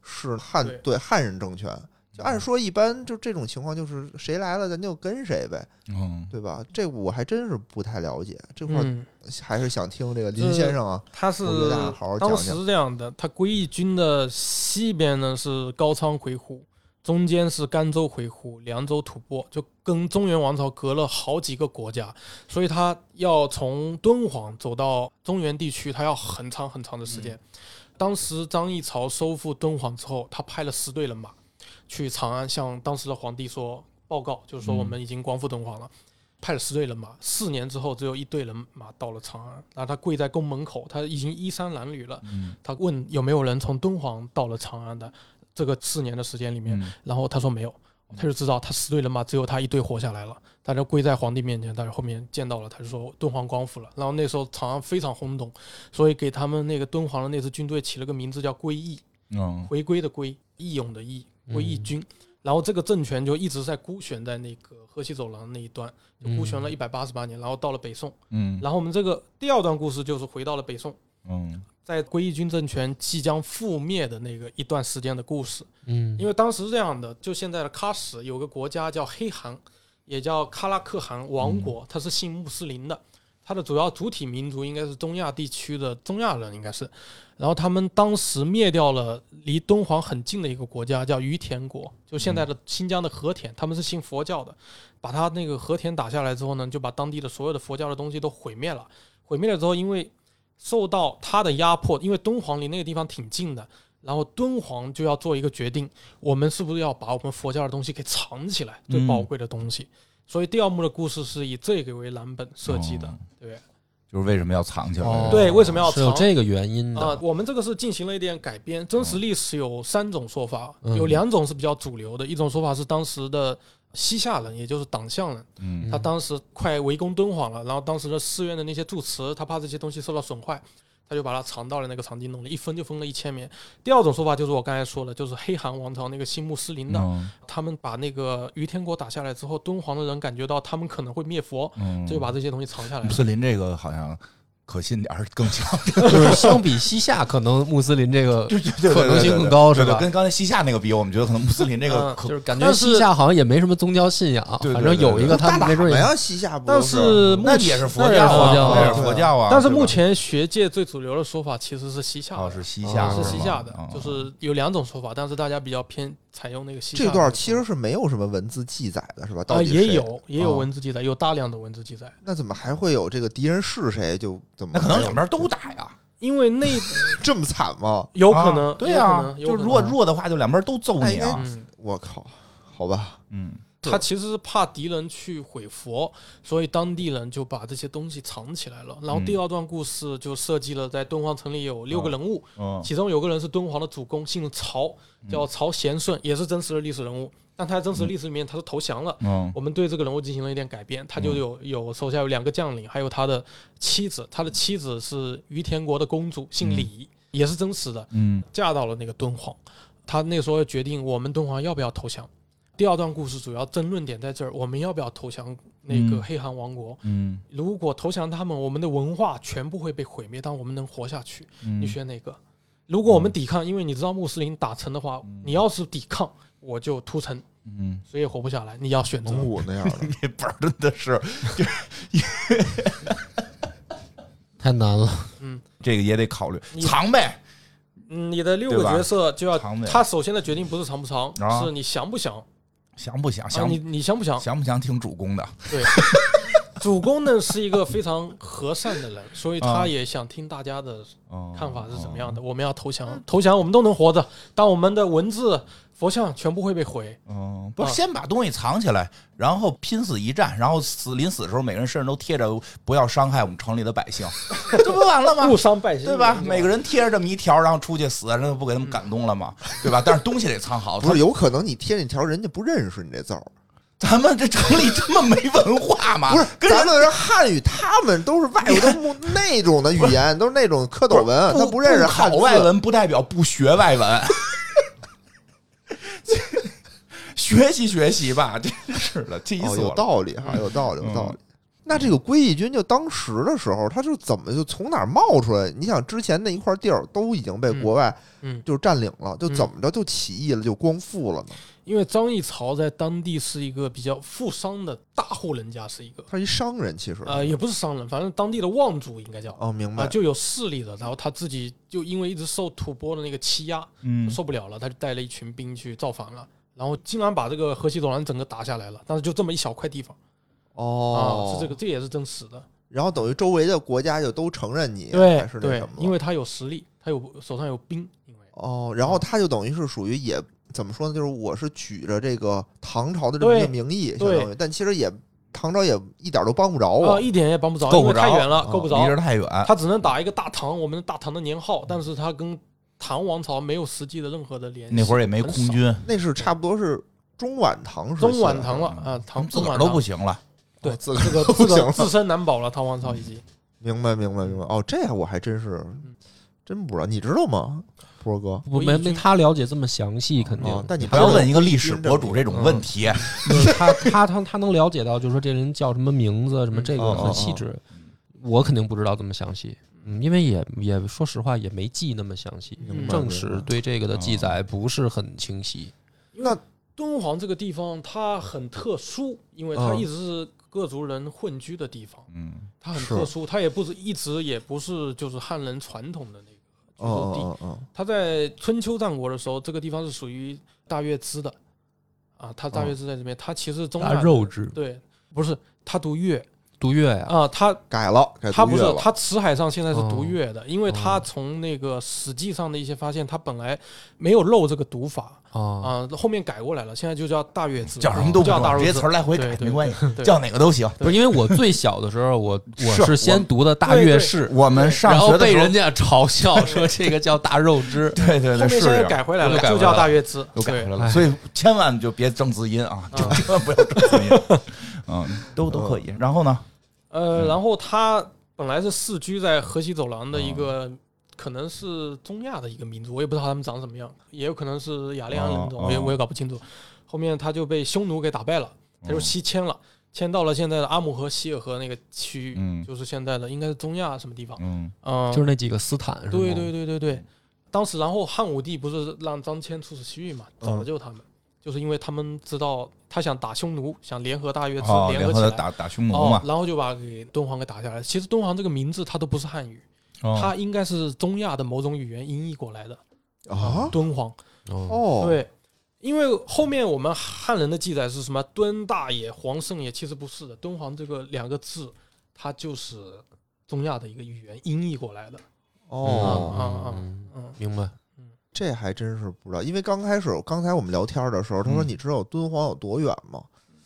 Speaker 3: 是汉
Speaker 5: 对
Speaker 3: 对汉人政权。就按说一般就这种情况，就是谁来了咱就跟谁呗，
Speaker 1: 嗯，
Speaker 3: 对吧？这我还真是不太了解，这块儿
Speaker 5: 嗯，
Speaker 3: 还是想听这个林
Speaker 5: 这
Speaker 3: 先生啊，
Speaker 5: 他是
Speaker 3: 我觉得啊好好讲
Speaker 5: 当
Speaker 3: 讲
Speaker 5: 时是这样的，他归义军的西边呢是高昌回鹘，中间是甘州回鹘、凉州吐蕃，就跟中原王朝隔了好几个国家，所以他要从敦煌走到中原地区，他要很长很长的时间。当时张议潮收复敦煌之后，他派了十队人马去长安，向当时的皇帝说报告，就是说
Speaker 1: 嗯
Speaker 5: 我们已经光复敦煌了。派了十队人马，四年之后只有一队人马到了长安，然后他跪在宫门口，他已经衣衫褴褛了。
Speaker 1: 嗯
Speaker 5: 他问有没有人从敦煌到了长安的，这个四年的时间里面，然后他说没有，
Speaker 1: 嗯
Speaker 5: 他就知道他十队人马只有他一队活下来了，他就跪在皇帝面前，但是后面见到了，他就说敦煌光复了。然后那时候长安非常轰动，所以给他们那个敦煌的那支军队起了个名字叫归义，
Speaker 1: 嗯
Speaker 5: 回归的归，义勇的义，归
Speaker 2: 嗯
Speaker 5: 义军。然后这个政权就一直在孤悬在那个河西走廊那一端，就孤悬了一百八十八年，然后到了北宋。
Speaker 1: 嗯
Speaker 5: 然后我们这个第二段故事就是回到了北宋，
Speaker 1: 嗯
Speaker 5: 在归义军政权即将覆灭的那个一段时间的故事。
Speaker 2: 嗯，
Speaker 5: 因为当时是这样的，就现在的喀什有个国家叫黑汗，也叫喀拉克汗王国，它是信穆斯林的，它的主要主体民族应该是中亚地区的中亚人，应该是。然后他们当时灭掉了离敦煌很近的一个国家，叫于田国，就现在的新疆的和田，他们是信佛教的，把他那个和田打下来之后呢，就把当地的所有的佛教的东西都毁灭了。毁灭了之后，因为受到他的压迫，因为敦煌离那个地方挺近的，然后敦煌就要做一个决定，我们是不是要把我们佛教的东西给藏起来，最
Speaker 1: 嗯
Speaker 5: 宝贵的东西。所以第二幕的故事是以这个为蓝本设计的，
Speaker 1: 哦
Speaker 5: 对
Speaker 1: 就是为什么要藏起
Speaker 2: 哦
Speaker 1: 来？啊
Speaker 5: 对为什么要
Speaker 2: 是有
Speaker 5: 藏
Speaker 2: 这个原因
Speaker 5: 啊、
Speaker 2: 的？
Speaker 5: 我们这个是进行了一点改编，真实历史有三种说法，
Speaker 2: 嗯
Speaker 5: 有两种是比较主流的，一种说法是当时的西夏人，也就是党项人，
Speaker 1: 嗯
Speaker 5: 他当时快围攻敦煌了，然后当时的寺院的那些住持，他怕这些东西受到损坏，他就把它藏到了那个藏经洞里，一分就分了一千年。第二种说法就是我刚才说的，就是黑汗王朝那个新穆斯林的，
Speaker 1: 嗯
Speaker 5: 他们把那个于天国打下来之后，敦煌的人感觉到他们可能会灭佛，
Speaker 1: 嗯，
Speaker 5: 就把这些东西藏下来
Speaker 1: 穆
Speaker 5: 了。
Speaker 1: 斯林这个好像可信点儿更强，
Speaker 2: *laughs* 就是相比西夏，可能穆斯林这个
Speaker 1: 对
Speaker 2: 可能性更高，是
Speaker 1: 对对
Speaker 2: 吧？
Speaker 1: 跟刚才西夏那个比，我们觉得可能穆斯林这个
Speaker 5: 嗯
Speaker 1: 可
Speaker 2: 就是感觉
Speaker 5: 但是
Speaker 2: 西夏好像也没什么宗教信仰，
Speaker 1: 对对
Speaker 2: 反正有一个他们没
Speaker 3: 怎
Speaker 2: 准
Speaker 3: 么
Speaker 2: 也
Speaker 3: 样西夏不都
Speaker 5: 但是目
Speaker 1: 那也是佛
Speaker 5: 那
Speaker 1: 教
Speaker 2: 佛教
Speaker 1: 啊，
Speaker 2: 啊
Speaker 1: 那也是佛教啊。
Speaker 5: 但是
Speaker 1: 对吧
Speaker 5: 目前学界最主流的说法其实是西夏的，
Speaker 1: 哦是西夏
Speaker 2: 哦
Speaker 1: 吧，
Speaker 5: 嗯是西夏的
Speaker 1: 哦，
Speaker 5: 就是有两种说法，但是大家比较偏采用那个西夏
Speaker 3: 这
Speaker 5: 的。
Speaker 3: 段其实是没有什么文字记载的，是吧？到
Speaker 5: 啊
Speaker 3: 底谁
Speaker 5: 也有也有
Speaker 3: 啊
Speaker 5: 文字记载，有大量的文字记载，
Speaker 3: 那怎么还会有这个敌人是谁？就怎么
Speaker 1: 那可能
Speaker 3: 还有
Speaker 1: 两边都打呀。
Speaker 5: 因为
Speaker 1: *laughs*
Speaker 5: 那
Speaker 3: 这么惨吗？
Speaker 5: 有可能，
Speaker 1: 啊对
Speaker 5: 呀、
Speaker 1: 呀，就是如果弱的话，就两边都揍你啊，
Speaker 5: 嗯，
Speaker 3: 我靠，好吧，
Speaker 1: 嗯
Speaker 5: 他其实是怕敌人去毁佛，所以当地人就把这些东西藏起来了。
Speaker 1: 嗯
Speaker 5: 然后第二段故事就设计了，在敦煌城里有六个人物，
Speaker 1: 嗯
Speaker 5: 其中有个人是敦煌的主公，姓曹，叫曹贤顺，也是真实的历史人物。但他在真实的历史里面，他是投降了。
Speaker 1: 嗯
Speaker 5: 我们对这个人物进行了一点改编，他就有有手下有两个将领，还有他的妻子，他的妻子是于田国的公主，姓李，也是真实的。
Speaker 1: 嗯
Speaker 5: 嫁到了那个敦煌，他那时候决定我们敦煌要不要投降。第二段故事主要争论点在这儿，我们要不要投降那
Speaker 1: 嗯
Speaker 5: 个黑汗王国？
Speaker 1: 嗯
Speaker 5: 如果投降他们，我们的文化全部会被毁灭，但我们能活下去。
Speaker 1: 嗯，
Speaker 5: 你选哪个？如果我们抵抗，因为你知道穆斯林打城的话，你要是抵抗，我就屠城，
Speaker 1: 嗯。
Speaker 5: 谁也活不下来。你要选
Speaker 3: *laughs*
Speaker 5: 择
Speaker 3: 蒙古那样的，
Speaker 1: 这本儿真的是，
Speaker 2: 太难了。
Speaker 1: 这个也得考虑
Speaker 5: 你
Speaker 1: 藏呗，
Speaker 5: 嗯你的六
Speaker 1: 对
Speaker 5: 个
Speaker 1: 吧
Speaker 5: 角色就要
Speaker 1: 长尾
Speaker 5: 他首先的决定不是长不长，
Speaker 1: 啊
Speaker 5: 是你降不降？
Speaker 1: 想不想？
Speaker 5: 啊，
Speaker 1: 想
Speaker 5: 你你降不降？
Speaker 1: 想不想听主公的？ *laughs*
Speaker 5: 对，主公呢是一个非常和善的人，所以
Speaker 1: 啊
Speaker 5: 他也想听大家的
Speaker 1: 哦
Speaker 5: 看法是怎么样的。我们要投降，投降我们都能活着，但我们的文字、佛像全部会被毁。
Speaker 3: 嗯
Speaker 1: 哦，不是
Speaker 5: 啊
Speaker 1: 先把东西藏起来，然后拼死一战，然后死临死的时候，每个人身上都贴着“不要伤害我们城里的百
Speaker 3: *laughs*
Speaker 1: 姓”，这不完了吗？
Speaker 5: 误伤百姓，
Speaker 1: 啊对吧？每个人贴着这么一条，然后出去死，那不给他们感动了吗？对吧？但是东西得藏好，
Speaker 3: 嗯不是有可能你贴那条人家不认识你这字儿，
Speaker 1: 咱咱们这城里这么没文化吗？
Speaker 3: 不是
Speaker 1: 啊跟
Speaker 3: 咱们人汉语，他们都是外国的木那种的语言，都是那种蝌蚪文，他
Speaker 1: 不
Speaker 3: 认识汉
Speaker 1: 考
Speaker 3: 字
Speaker 1: 外文，不代表不学外文。
Speaker 3: *laughs*
Speaker 1: 学习学习吧，真是的，气
Speaker 3: 哦，
Speaker 1: 死
Speaker 3: 有
Speaker 1: 我了。
Speaker 3: 道理哈，有道理，有道
Speaker 1: 嗯
Speaker 3: 理。那这个归义军就当时的时候，他就怎么就从哪儿冒出来？你想之前那一块地儿都已经被国外
Speaker 5: 嗯嗯
Speaker 3: 就占领了，就怎么着就起义了，就光复了呢？
Speaker 5: 因为张议潮在当地是一个比较富商的大户人家，是一个
Speaker 3: 他是一商人，其实
Speaker 5: 呃，也不是商人，反正当地的望族应该叫。
Speaker 3: 哦，明
Speaker 5: 啊，
Speaker 3: 白，
Speaker 5: 就有势力的，然后他自己就因为一直受吐蕃的那个欺压，
Speaker 1: 嗯
Speaker 5: 受不了了，他就带了一群兵去造反了，然后竟然把这个河西走廊整个打下来了，但是就这么一小块地方
Speaker 3: 哦
Speaker 5: 啊，，是这个，这也是真实的，
Speaker 3: 然后等于周围的国家就都承认你，啊还
Speaker 5: 对
Speaker 3: 是那
Speaker 5: 对
Speaker 3: 什么，了，
Speaker 5: 因为他有实力，他有手上有兵，因为
Speaker 3: 哦，
Speaker 5: 嗯
Speaker 3: 然后他就等于是属于也怎么说呢？就是我是举着这个唐朝的这么一个
Speaker 5: 对
Speaker 3: 名义，相
Speaker 5: 对
Speaker 3: 当于，但其实也唐朝也一点都帮不着我
Speaker 5: 啊，一点也帮不着，
Speaker 1: 哦够
Speaker 5: 因
Speaker 1: 不
Speaker 5: 为
Speaker 1: 着啊
Speaker 5: 太远了，
Speaker 3: 嗯
Speaker 5: 够不
Speaker 1: 离
Speaker 5: 着
Speaker 1: 这，太远。
Speaker 5: 他只能打一个大唐，我们大唐的年号，但是他跟唐王朝没有实际的任何的联系，
Speaker 1: 那会儿也没
Speaker 5: 很
Speaker 1: 空
Speaker 5: 少，
Speaker 1: 军，
Speaker 3: 那是差不多是中晚唐时期
Speaker 5: 中晚唐
Speaker 3: 了，
Speaker 5: 了啊，
Speaker 1: 他
Speaker 5: 唐
Speaker 1: 们自
Speaker 5: 中
Speaker 1: 个
Speaker 5: 晚
Speaker 1: 儿都不
Speaker 5: 唐
Speaker 1: 行了。
Speaker 5: 对
Speaker 3: 哦自个
Speaker 5: 这个
Speaker 3: 都
Speaker 5: 这
Speaker 3: 不行
Speaker 5: 个
Speaker 3: 了
Speaker 5: 自身难保了，唐王朝已经。
Speaker 3: 明白明白明白。哦，这样我还真是
Speaker 5: 嗯
Speaker 3: 真不知道，你知道吗，波哥？
Speaker 2: 我
Speaker 5: 我
Speaker 2: 没
Speaker 5: 已
Speaker 2: 没
Speaker 5: 经
Speaker 2: 他了解这么详细，肯定。
Speaker 3: 哦，但你
Speaker 1: 不要问一个历
Speaker 3: 历
Speaker 1: 史
Speaker 3: 史
Speaker 1: 博
Speaker 3: 博
Speaker 1: 主
Speaker 3: 主
Speaker 1: 这
Speaker 3: 这
Speaker 1: 种
Speaker 3: 种
Speaker 1: 问
Speaker 3: 问
Speaker 1: 题，
Speaker 2: 就是他他他他能了解到，就是说这人叫什么名字，什么这个
Speaker 3: 嗯
Speaker 2: 和气质，我肯定不知道这么详细。嗯，因为也也说实话也没记那么详细
Speaker 3: 明，
Speaker 5: 白
Speaker 2: 正史对这个的记载不是很清晰。
Speaker 3: 那
Speaker 5: 敦煌这个地方它很特殊，因为它
Speaker 3: 嗯
Speaker 5: 一直是各族人混居的地方，
Speaker 1: 嗯，
Speaker 5: 它很
Speaker 3: 是
Speaker 5: 特殊，它也不是一直也不是就是汉人传统的那
Speaker 1: 嗯
Speaker 5: 个居住地。
Speaker 3: 哦哦哦
Speaker 5: 它在春秋战国的时候，这个地方是属于大月支的，啊，它大月支在
Speaker 3: 哦
Speaker 5: 这边，它其实中
Speaker 2: 拿
Speaker 5: 亚的
Speaker 2: 肉质，
Speaker 5: 对，不是它读越
Speaker 2: 杜月呀，
Speaker 5: 啊，它
Speaker 3: 改了，改
Speaker 5: 它
Speaker 3: 读
Speaker 5: 不是
Speaker 3: 乐了
Speaker 5: 它辞海上现在是读
Speaker 2: 哦
Speaker 5: 越的，因为它
Speaker 2: 哦
Speaker 5: 从那个史记上的一些发现，它本来没有漏这个读法
Speaker 2: 啊，
Speaker 5: 啊，后面改过来了，现在就叫大月支，
Speaker 1: 叫什么都不
Speaker 5: 叫大
Speaker 1: 重直
Speaker 5: 月
Speaker 1: 接
Speaker 5: 支
Speaker 1: 词儿来回
Speaker 5: 对
Speaker 1: 改
Speaker 5: 对
Speaker 1: 没关系，
Speaker 5: 对
Speaker 1: 叫哪个都行。
Speaker 2: 不是因为我最小的时候，我
Speaker 1: *laughs* 是
Speaker 2: 我是
Speaker 1: 我
Speaker 2: 先读的大
Speaker 5: 对
Speaker 2: 月
Speaker 5: 对
Speaker 2: 氏，
Speaker 1: 我们上
Speaker 2: 然
Speaker 1: 学
Speaker 2: 后
Speaker 1: 的
Speaker 2: 被
Speaker 1: 时候，
Speaker 2: 人，家嘲笑说这个叫大肉汁
Speaker 1: *laughs* 对对对，
Speaker 5: 后面
Speaker 1: 是
Speaker 5: 现
Speaker 1: 这
Speaker 5: 在
Speaker 1: 样
Speaker 5: 改回来
Speaker 2: 又
Speaker 5: 了，
Speaker 2: 改回来
Speaker 5: 就叫
Speaker 2: 了
Speaker 5: 大月支，
Speaker 1: 又改回来了，
Speaker 2: 哎
Speaker 1: 所以千万就别正字音啊，就千万不要正字
Speaker 5: *laughs*
Speaker 1: 音，嗯，都都可以。然后呢，
Speaker 5: 呃，
Speaker 1: 嗯
Speaker 5: 然后他本来是世居在河西走廊的一个，
Speaker 1: 嗯
Speaker 5: 可能是中亚的一个民族，我也不知道他们长什么样，也有可能是雅利安人种，
Speaker 1: 哦
Speaker 5: 我也
Speaker 1: 哦
Speaker 5: 我也搞不清楚。后面他就被匈奴给打败了，他
Speaker 1: 嗯
Speaker 5: 就西迁了，迁到了现在的阿姆河西尔河那个区域，
Speaker 1: 嗯
Speaker 5: 就是现在的应该是中亚什么地方？
Speaker 1: 嗯，
Speaker 5: 嗯、
Speaker 2: 就是那几个斯坦，是吗
Speaker 5: 对对对对对。当时，然后汉武帝不是让张骞出使西域嘛，
Speaker 3: 嗯
Speaker 5: 拯救他们，就是因为他们知道他想打匈奴，想联合大月支
Speaker 1: 哦，
Speaker 5: 联
Speaker 1: 联合
Speaker 5: 合起
Speaker 1: 的
Speaker 5: 来，
Speaker 1: 打打匈奴
Speaker 5: 哦
Speaker 1: 嘛，，
Speaker 5: 然后就把给敦煌给打下来。其实敦煌这个名字它都不是汉语，
Speaker 1: 哦
Speaker 5: 它应该是中亚的某种语言音译过来的
Speaker 3: 啊
Speaker 5: 敦煌，
Speaker 2: 哦，
Speaker 3: 哦，
Speaker 5: 嗯对，因为后面我们汉人的记载是什么敦大也、黄圣也，其实不是的，敦煌这个两个字，它就是中亚的一个语言音译过来的。
Speaker 3: 哦，
Speaker 5: 啊
Speaker 2: 嗯
Speaker 5: 嗯，
Speaker 2: 明白。
Speaker 3: 这还真是不知道，因为刚开始刚才我们聊天的时候，他说
Speaker 1: 嗯
Speaker 3: 你知道敦煌有多远吗？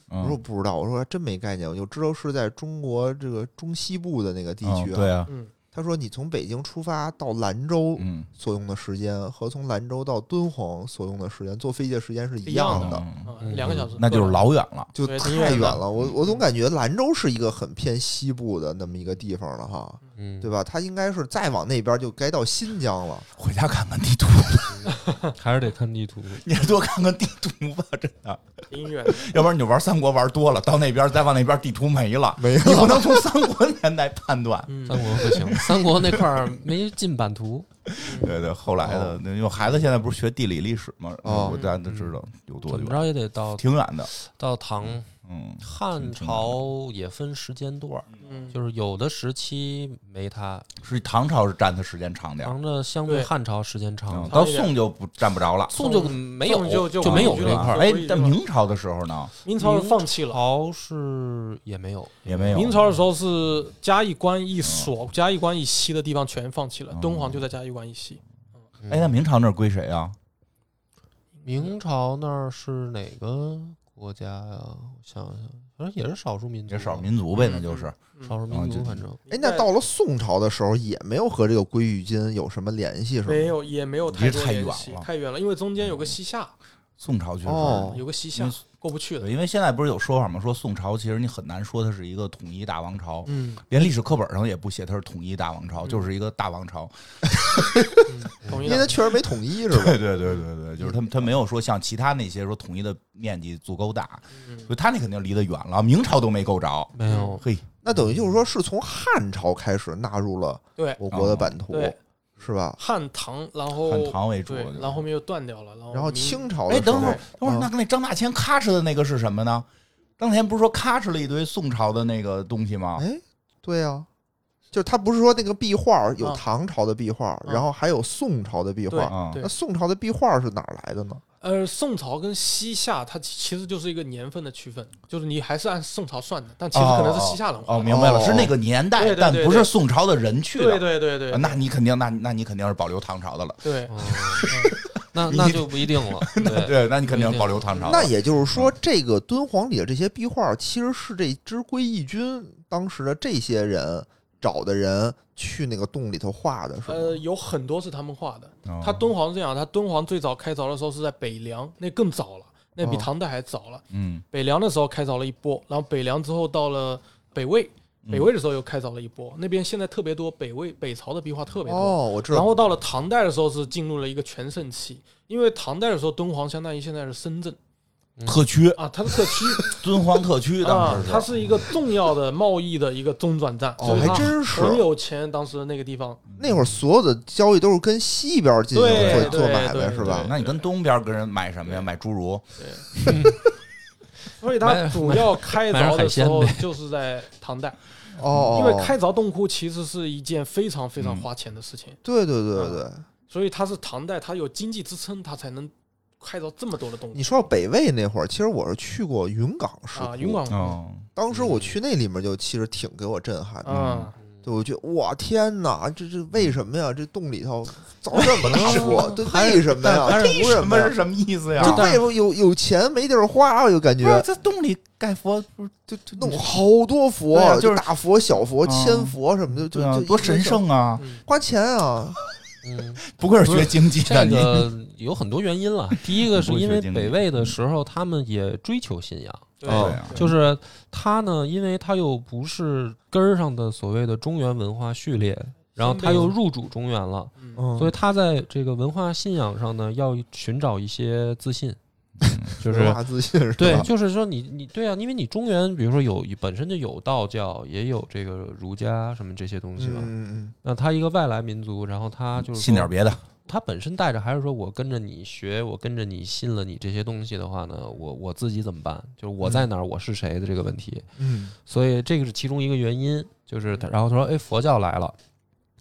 Speaker 3: 我说
Speaker 1: 嗯，
Speaker 3: 不知道，我说还真没概念，我就知道是在中国这个中西部的那个地
Speaker 1: 嗯
Speaker 3: 区。
Speaker 1: 对啊，
Speaker 3: 他说你从北京出发到兰州
Speaker 1: 嗯，
Speaker 3: 所用的时间和从兰州到敦煌所用的时间，坐飞机的时间是一样的，
Speaker 1: 嗯
Speaker 5: 啊两个小时，
Speaker 1: 那就是老远了。
Speaker 3: 就
Speaker 5: 对
Speaker 3: 太
Speaker 5: 挺远的
Speaker 3: 了。我我总感觉兰州是一个很偏西部的那么一个地方了哈，
Speaker 2: 嗯，
Speaker 3: 对吧？它应该是再往那边就该到新疆了。
Speaker 1: 回家看看地图， *laughs*
Speaker 2: 还是得看地图。
Speaker 1: 你还多看看地图吧，真的，
Speaker 5: 挺远的。
Speaker 1: 要不然你就玩三国玩多了，到那边再往那边地图没了，
Speaker 3: 没有
Speaker 1: 你不能从三国年代判断。
Speaker 5: 嗯
Speaker 2: 三国不行， *laughs* 三国那块儿没进版图。
Speaker 1: 对对，后来的，那因为我孩子现在不是学地理历史嘛，
Speaker 3: 哦
Speaker 1: 我大家都知道有多
Speaker 2: 怎么
Speaker 1: 远，
Speaker 2: 着也得到
Speaker 1: 挺远的。
Speaker 2: 到唐
Speaker 1: 嗯，
Speaker 2: 汉朝也分时间段儿，
Speaker 5: 嗯，
Speaker 2: 就是有的时期没它，
Speaker 1: 是唐朝是占的时间长点儿，
Speaker 2: 唐的相对
Speaker 5: 对
Speaker 2: 汉朝时间
Speaker 1: 啊嗯
Speaker 2: 长，
Speaker 1: 到宋就不占不着了。
Speaker 2: 宋就没有
Speaker 5: 宋就就
Speaker 2: 没有
Speaker 5: 就
Speaker 2: 这块儿。
Speaker 1: 哎
Speaker 5: 所以，就
Speaker 1: 但明朝的时候呢，
Speaker 5: 明朝人放弃了。
Speaker 2: 朝是也没有，
Speaker 1: 也没有。
Speaker 5: 明朝的时候是嘉峪关以
Speaker 1: 哦
Speaker 5: 所、嘉峪关以西的地方全放弃了，敦煌就在嘉峪关以西。
Speaker 2: 嗯
Speaker 1: 哎，那明朝那儿归谁啊？
Speaker 2: 明朝那儿是哪个国家呀？我想想，反正也是少数民族，
Speaker 1: 也少数民族呗，那就是。
Speaker 5: 族
Speaker 2: 少数
Speaker 1: 嗯
Speaker 2: 民
Speaker 1: 就 *laughs*
Speaker 2: 族，反正
Speaker 3: 哎，那到了宋朝的时候，也没有和这个归玉金有什么联系，是吗？
Speaker 5: 没有，也没有
Speaker 1: 离
Speaker 5: 太
Speaker 1: 这
Speaker 5: 多
Speaker 1: 太远
Speaker 5: 联系
Speaker 1: 了
Speaker 5: 太远了，因为中间有个西夏，
Speaker 1: 宋朝确实，
Speaker 3: 哦
Speaker 5: 有个西夏
Speaker 1: 嗯
Speaker 5: 过不去的。
Speaker 1: 对因为现在不是有说法吗？说宋朝其实你很难说它是一个统一大王朝，
Speaker 5: 嗯，
Speaker 1: 连历史课本上也不写它是统一大王朝，
Speaker 5: 嗯
Speaker 1: 就是一个大王朝。
Speaker 5: 同意
Speaker 3: 因为它
Speaker 5: 的。
Speaker 3: 确实没统一，是吧？ *laughs*
Speaker 1: 对对对对对，就是他他没有说像其他那些说统一的面积足够大，所
Speaker 5: 嗯
Speaker 1: 以他那肯定离得远了。明朝都没够着，
Speaker 2: 没有。
Speaker 1: 嘿，
Speaker 3: 那等于就是说，是从汉朝开始纳入了
Speaker 5: 对
Speaker 3: 我国的版图，
Speaker 5: 对，
Speaker 3: 是吧？
Speaker 5: 汉唐，然后
Speaker 1: 汉唐为主。
Speaker 5: 哦对，然后嗯后面又断掉了，然后
Speaker 3: 然后
Speaker 5: 哦明
Speaker 3: 清朝
Speaker 1: 哎，
Speaker 3: 的时
Speaker 1: 等
Speaker 3: 候
Speaker 1: 会儿，等会儿，那那张大千咔哧的那个是什么呢？张大千不是说咔哧了一堆宋朝的那个东西
Speaker 5: 啊
Speaker 1: 吗？
Speaker 3: 哎，对呀、就是他不是说那个壁画有
Speaker 5: 啊
Speaker 3: 唐朝的壁画，
Speaker 5: 嗯
Speaker 3: 然后还有宋朝的壁
Speaker 5: 对
Speaker 3: 画，
Speaker 1: 啊
Speaker 5: 对
Speaker 3: 那，宋朝的壁画是哪儿来的呢？
Speaker 5: 呃，宋朝跟西夏它其其实就是一个年份的区分，就是你还是按宋朝算的，但其实可能是西夏人画
Speaker 1: 哦，
Speaker 5: 的。
Speaker 1: 明白了，
Speaker 3: 哦
Speaker 1: 是那个年代，
Speaker 5: 对对
Speaker 1: 但
Speaker 5: 对
Speaker 1: 不是
Speaker 5: 对
Speaker 1: 宋朝的人去的。
Speaker 5: 对对对对
Speaker 1: 啊，那你肯定，那那你肯定是保留唐朝的了。
Speaker 5: 对，
Speaker 2: 哦那那就不一定了。
Speaker 1: *laughs*
Speaker 2: 对，
Speaker 1: 对，那你肯定是保留唐朝的。嗯
Speaker 3: 那也就是
Speaker 5: 嗯
Speaker 3: 说，这个敦煌里的这些壁画，其实是这支归义军当时的这些人找的人去那个洞里头画的，是吗？
Speaker 5: 呃，有很多是他们画的。
Speaker 1: 哦
Speaker 5: 它敦煌是这样，它敦煌最早开凿的时候是在北凉，那更早了，那比唐代还早
Speaker 3: 哦
Speaker 5: 了。
Speaker 1: 嗯，
Speaker 5: 北凉的时候开凿了一波，然后北凉之后到了北魏，
Speaker 3: 嗯
Speaker 5: 北魏的时候又开凿了一波，那边现在特别多北魏北朝的壁画特别多。
Speaker 3: 哦，我知
Speaker 5: 然
Speaker 3: 道。
Speaker 5: 后到了唐代的时候是进入了一个全盛期，因为唐代的时候敦煌相当于现在是深圳
Speaker 1: 特区，
Speaker 5: 啊，它是特
Speaker 3: *laughs*
Speaker 5: 区，
Speaker 1: 敦煌特区当
Speaker 5: 啊，
Speaker 1: 时
Speaker 5: 它是一个重要的贸易的一个中转站，
Speaker 3: 哦
Speaker 5: 所以它
Speaker 3: 还真是
Speaker 5: 啊很有钱。当时那个地
Speaker 1: 嗯
Speaker 5: 方，
Speaker 3: 那会儿所有的交易都是跟西边进行
Speaker 5: 对
Speaker 3: 做做
Speaker 5: 对
Speaker 3: 买卖，
Speaker 5: 对
Speaker 3: 是吧
Speaker 5: 对？
Speaker 1: 那你跟东边跟人买什么呀？买侏儒，
Speaker 5: *laughs* 所以
Speaker 2: 买
Speaker 5: 它
Speaker 2: 点
Speaker 5: 主要开
Speaker 2: 买点
Speaker 5: 凿
Speaker 2: 海
Speaker 5: 的时
Speaker 2: 鲜
Speaker 5: 候
Speaker 2: 呗
Speaker 5: *laughs* 就是在唐代，
Speaker 3: 哦，
Speaker 5: 因为开凿洞窟其实是一件非常非常花钱的事情，
Speaker 3: 对对
Speaker 5: 嗯
Speaker 3: 对对对，
Speaker 5: 所以它是唐代，它有经济支撑，它才能开凿这么多的洞窟
Speaker 3: 你说到北魏那会儿，其实我是去过云冈石窟
Speaker 5: 啊。云，广，
Speaker 1: 嗯，
Speaker 3: 当时我去那里面就其实挺给我震撼
Speaker 2: 啊
Speaker 3: 的。
Speaker 5: 嗯，
Speaker 3: 对，我觉得哇天哪，这这为什么呀？这洞里头凿这么大火，对，为什么呀？
Speaker 1: 但是
Speaker 3: 图什么呀
Speaker 1: 是？什啊么意思呀？
Speaker 3: 就为什么有有钱没地儿花，我就感
Speaker 1: 不是
Speaker 3: 觉
Speaker 1: 在洞里盖佛，不是就就
Speaker 3: 弄好多佛
Speaker 1: 对啊，就是
Speaker 3: 就大佛、小佛、
Speaker 1: 嗯
Speaker 3: 千佛什么的，就
Speaker 1: 对啊
Speaker 3: 就，
Speaker 1: 多神，圣啊！
Speaker 3: 花钱啊！
Speaker 2: 嗯，
Speaker 1: 不愧是学经济的
Speaker 2: 这
Speaker 1: 你，
Speaker 2: 个有很多原因了。第一个是因
Speaker 1: 不
Speaker 2: 为
Speaker 1: 会学经济嗯
Speaker 2: 北魏的时候，他们也追求信仰，
Speaker 5: 对
Speaker 1: 对啊
Speaker 2: 就是他呢，因为他又不是根儿上的所谓的中原文化序列，然后他又入主中原了，
Speaker 3: 嗯
Speaker 2: 所以他在这个文化信仰上呢，要寻找一些自信，
Speaker 1: 嗯
Speaker 2: 就是
Speaker 3: 文化自信是吧？
Speaker 2: 对，就是说你你对啊，因为你中原比如说有本身就有道教，也有这个儒家什么这些东西吧。
Speaker 3: 嗯嗯
Speaker 2: 那他一个外来民族，然后他就是
Speaker 1: 信
Speaker 2: 说
Speaker 1: 点别的，
Speaker 2: 他本身带着还是说我跟着你学，我跟着你信了你这些东西的话呢，我我自己怎么办？就是我在哪儿，我是谁的这个问题。
Speaker 3: 嗯
Speaker 2: 所以这个是其中一个原因，就是他，然后他说，哎，佛教来了，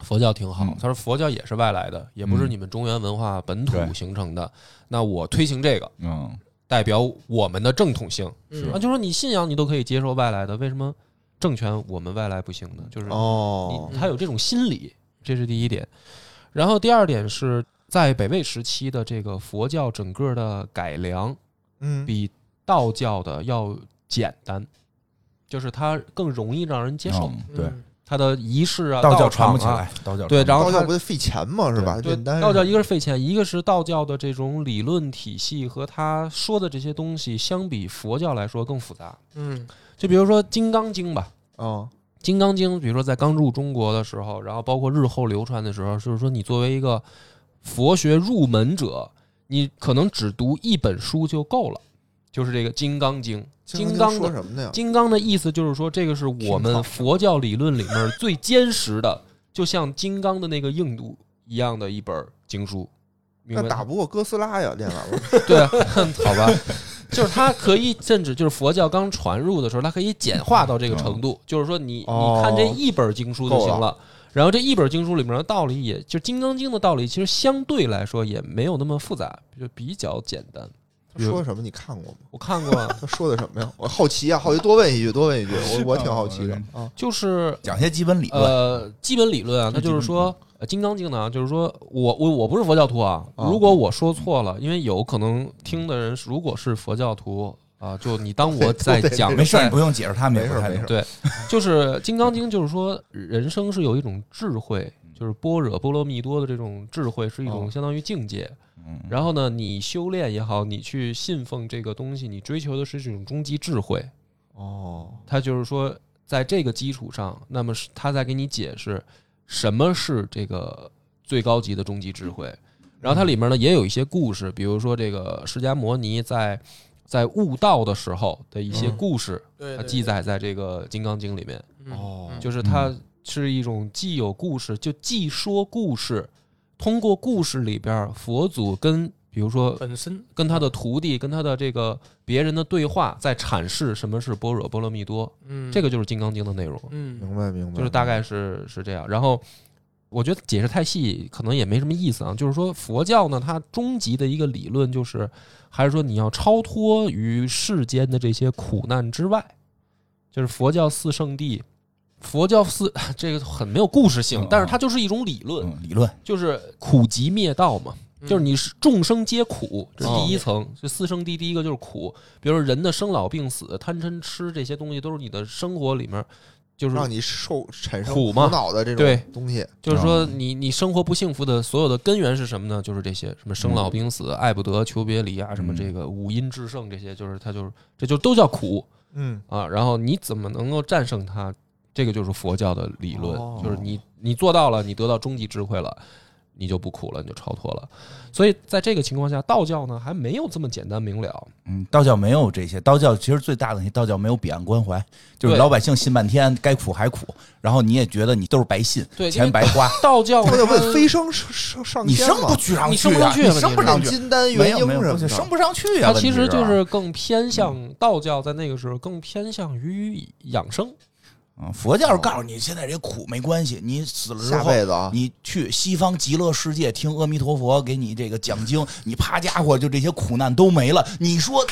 Speaker 2: 佛教挺好
Speaker 1: 嗯。
Speaker 2: 他说佛教也是外来的，也不是
Speaker 1: 嗯
Speaker 2: 你们中原文化本土
Speaker 1: 对
Speaker 2: 形成的。那我推行这个，
Speaker 1: 嗯，
Speaker 2: 代表我们的正统性
Speaker 5: 是
Speaker 2: 啊，就说你信仰你都可以接受外来的，为什么政权我们外来不行呢？就是
Speaker 3: 嗯，哦
Speaker 2: 你，他有这种心理，这是第一点。然后第二点是在北魏时期的这个佛教整个的改良
Speaker 3: 嗯
Speaker 2: 比道教的要简单，就是它更容易让人接受，
Speaker 1: 嗯对，
Speaker 2: 它的仪式啊、
Speaker 1: 道教传
Speaker 2: 场
Speaker 1: 不起
Speaker 2: 啊
Speaker 1: 来，道教
Speaker 2: 对，然后
Speaker 3: 道
Speaker 2: 它
Speaker 3: 教不得费钱嘛，是吧？
Speaker 2: 对
Speaker 3: 啊简单
Speaker 2: 道教
Speaker 3: 是
Speaker 2: 一个是费钱，一个是道教的这种理论体系和他说的这些东西相比佛教来说更复杂。
Speaker 5: 嗯
Speaker 2: 就比如说《金刚经》吧，
Speaker 3: 嗯
Speaker 2: 《金刚经》，比如说在刚入中国的时候，然后包括日后流传的时候，就是说你作为一个佛学入门者，你可能只读一本书就够了，就是这个《金刚经》。金刚
Speaker 3: 说
Speaker 2: 的
Speaker 3: 什么呢？
Speaker 2: 金刚的意思就是说，这个是我们佛教理论里面最坚实的，就像金刚的那个硬度一样的一本经书。明
Speaker 3: 那
Speaker 2: 白吗
Speaker 3: 打不过哥斯拉呀，练完了。
Speaker 2: *laughs* 对啊，好吧，就是它可以，甚至就是佛教刚传入的时候，它可以简化到这个程度，就是说你
Speaker 3: 哦
Speaker 2: 你看这一本经书就行
Speaker 3: 够
Speaker 2: 嗯了。然后这一本经书里面的道理也，就《金刚经》的道理，其实相对来说也没有那么复杂，就比较简单。
Speaker 3: 他说什么？你看过吗？
Speaker 2: 我看过啊，
Speaker 3: 他说的什么呀？我好奇啊，好奇多问一句，多问一句，我我挺好奇的
Speaker 2: *laughs*
Speaker 3: 啊。
Speaker 2: 就是
Speaker 1: 讲些基本理论，
Speaker 2: 呃，基本理论啊，它就是说，呃《金刚经》呢，就是说我我我不是佛教徒啊，
Speaker 3: 啊
Speaker 2: 如果我说错了，因为有可能听的人如果是佛教徒啊，就你 *laughs* 当我在
Speaker 3: 对对
Speaker 2: 讲
Speaker 1: 没事，你
Speaker 2: 在
Speaker 1: 不用解释他们也
Speaker 3: 没事
Speaker 1: 不太
Speaker 3: 没事
Speaker 1: 懂
Speaker 2: 对，就是《金刚经》，就是说人生是有一种智慧，就是般若波罗蜜多的这种智慧，是一种
Speaker 3: 哦
Speaker 2: 相当于境界。
Speaker 1: 嗯，
Speaker 2: 然后呢，你修炼也好，你去信奉这个东西，你追求的是这种终极智慧。
Speaker 3: 哦，
Speaker 2: 它就是说，在这个基础上，那么是他在给你解释什么是这个最高级的终极智慧。然后它里面呢也有一些故事，比如说这个释迦摩尼在在悟道的时候的一些
Speaker 3: 嗯
Speaker 2: 故事，
Speaker 5: 对嗯
Speaker 2: 它记载在这个《金刚经》里面。
Speaker 3: 哦
Speaker 2: 就是它是一种既有故事，就既说故事，通过故事里边儿佛祖跟比如说
Speaker 5: 本身
Speaker 2: 跟他的徒弟、跟他的这个别人的对话，在阐释什么是般若波罗蜜多，
Speaker 5: 嗯
Speaker 2: 这个就是《金刚经》的内容，
Speaker 5: 嗯
Speaker 3: 明白明白，
Speaker 2: 就是大概是是这样。然后我觉得解释太细可能也没什么意思啊，就是说佛教呢，它终极的一个理论就是，还是说你要超脱于世间的这些苦难之外，就是佛教四圣地。佛教四 *laughs* 这个很没有故事性
Speaker 1: 嗯，
Speaker 2: 但是它就是一种理论，
Speaker 1: 嗯，理论
Speaker 2: 就是苦集灭道嘛，
Speaker 5: 嗯
Speaker 2: 就是你是众生皆苦，这是第
Speaker 1: 哦
Speaker 2: 一层。这四圣谛第一个就是苦，比如说人的生老病死、贪嗔痴这些东西，都是你的生活里面，就是
Speaker 3: 让你受产生
Speaker 2: 苦嘛
Speaker 3: 恼的这
Speaker 2: 对
Speaker 3: 种东西。
Speaker 2: 就是说你你生活不幸福的所有的根源是什么呢？就是这些什么生老病死、爱不得、求别离啊，什么
Speaker 1: 嗯
Speaker 2: 这个五阴炽盛这些，就是它就是这就都叫苦
Speaker 3: 嗯，
Speaker 2: 啊。然后你怎么能够战胜它？这个就是佛教的理论，
Speaker 3: 哦
Speaker 2: 就是你你做到了，你得到终极智慧了。你就不苦了，你就超脱了。所以在这个情况下，道教呢还没有这么简单明了。
Speaker 1: 嗯，道教没有这些，道教其实最大的问题，道教没有彼岸关怀，就是
Speaker 2: 对
Speaker 1: 老百姓信半天，该苦还苦，然后你也觉得你都是白信，
Speaker 2: 对因
Speaker 1: 钱
Speaker 2: 为
Speaker 1: 白花，
Speaker 2: 道教
Speaker 3: 他
Speaker 2: 呢，
Speaker 3: 们得问飞升上上
Speaker 1: 你
Speaker 3: 天
Speaker 1: 升不
Speaker 3: 吗？
Speaker 1: 去上去啊，
Speaker 2: 你升不上去啊
Speaker 1: 你升不上
Speaker 3: 上
Speaker 1: 去，
Speaker 3: 金丹
Speaker 1: 没
Speaker 3: 元
Speaker 1: 有
Speaker 3: 婴
Speaker 1: 没
Speaker 3: 什
Speaker 1: 有，
Speaker 3: 么
Speaker 1: 不是
Speaker 3: 的，
Speaker 1: 升不上去啊，
Speaker 2: 它其实
Speaker 1: 问题
Speaker 2: 就是更偏向道教，在那个时候更偏向于养生。
Speaker 1: 嗯，佛教是告诉你现在这苦没关系，你死了之
Speaker 3: 下
Speaker 1: 后。
Speaker 3: 辈子啊，
Speaker 1: 你去西方极乐世界听阿弥陀佛给你这个讲经，你啪家伙就这些苦难都没了。你说，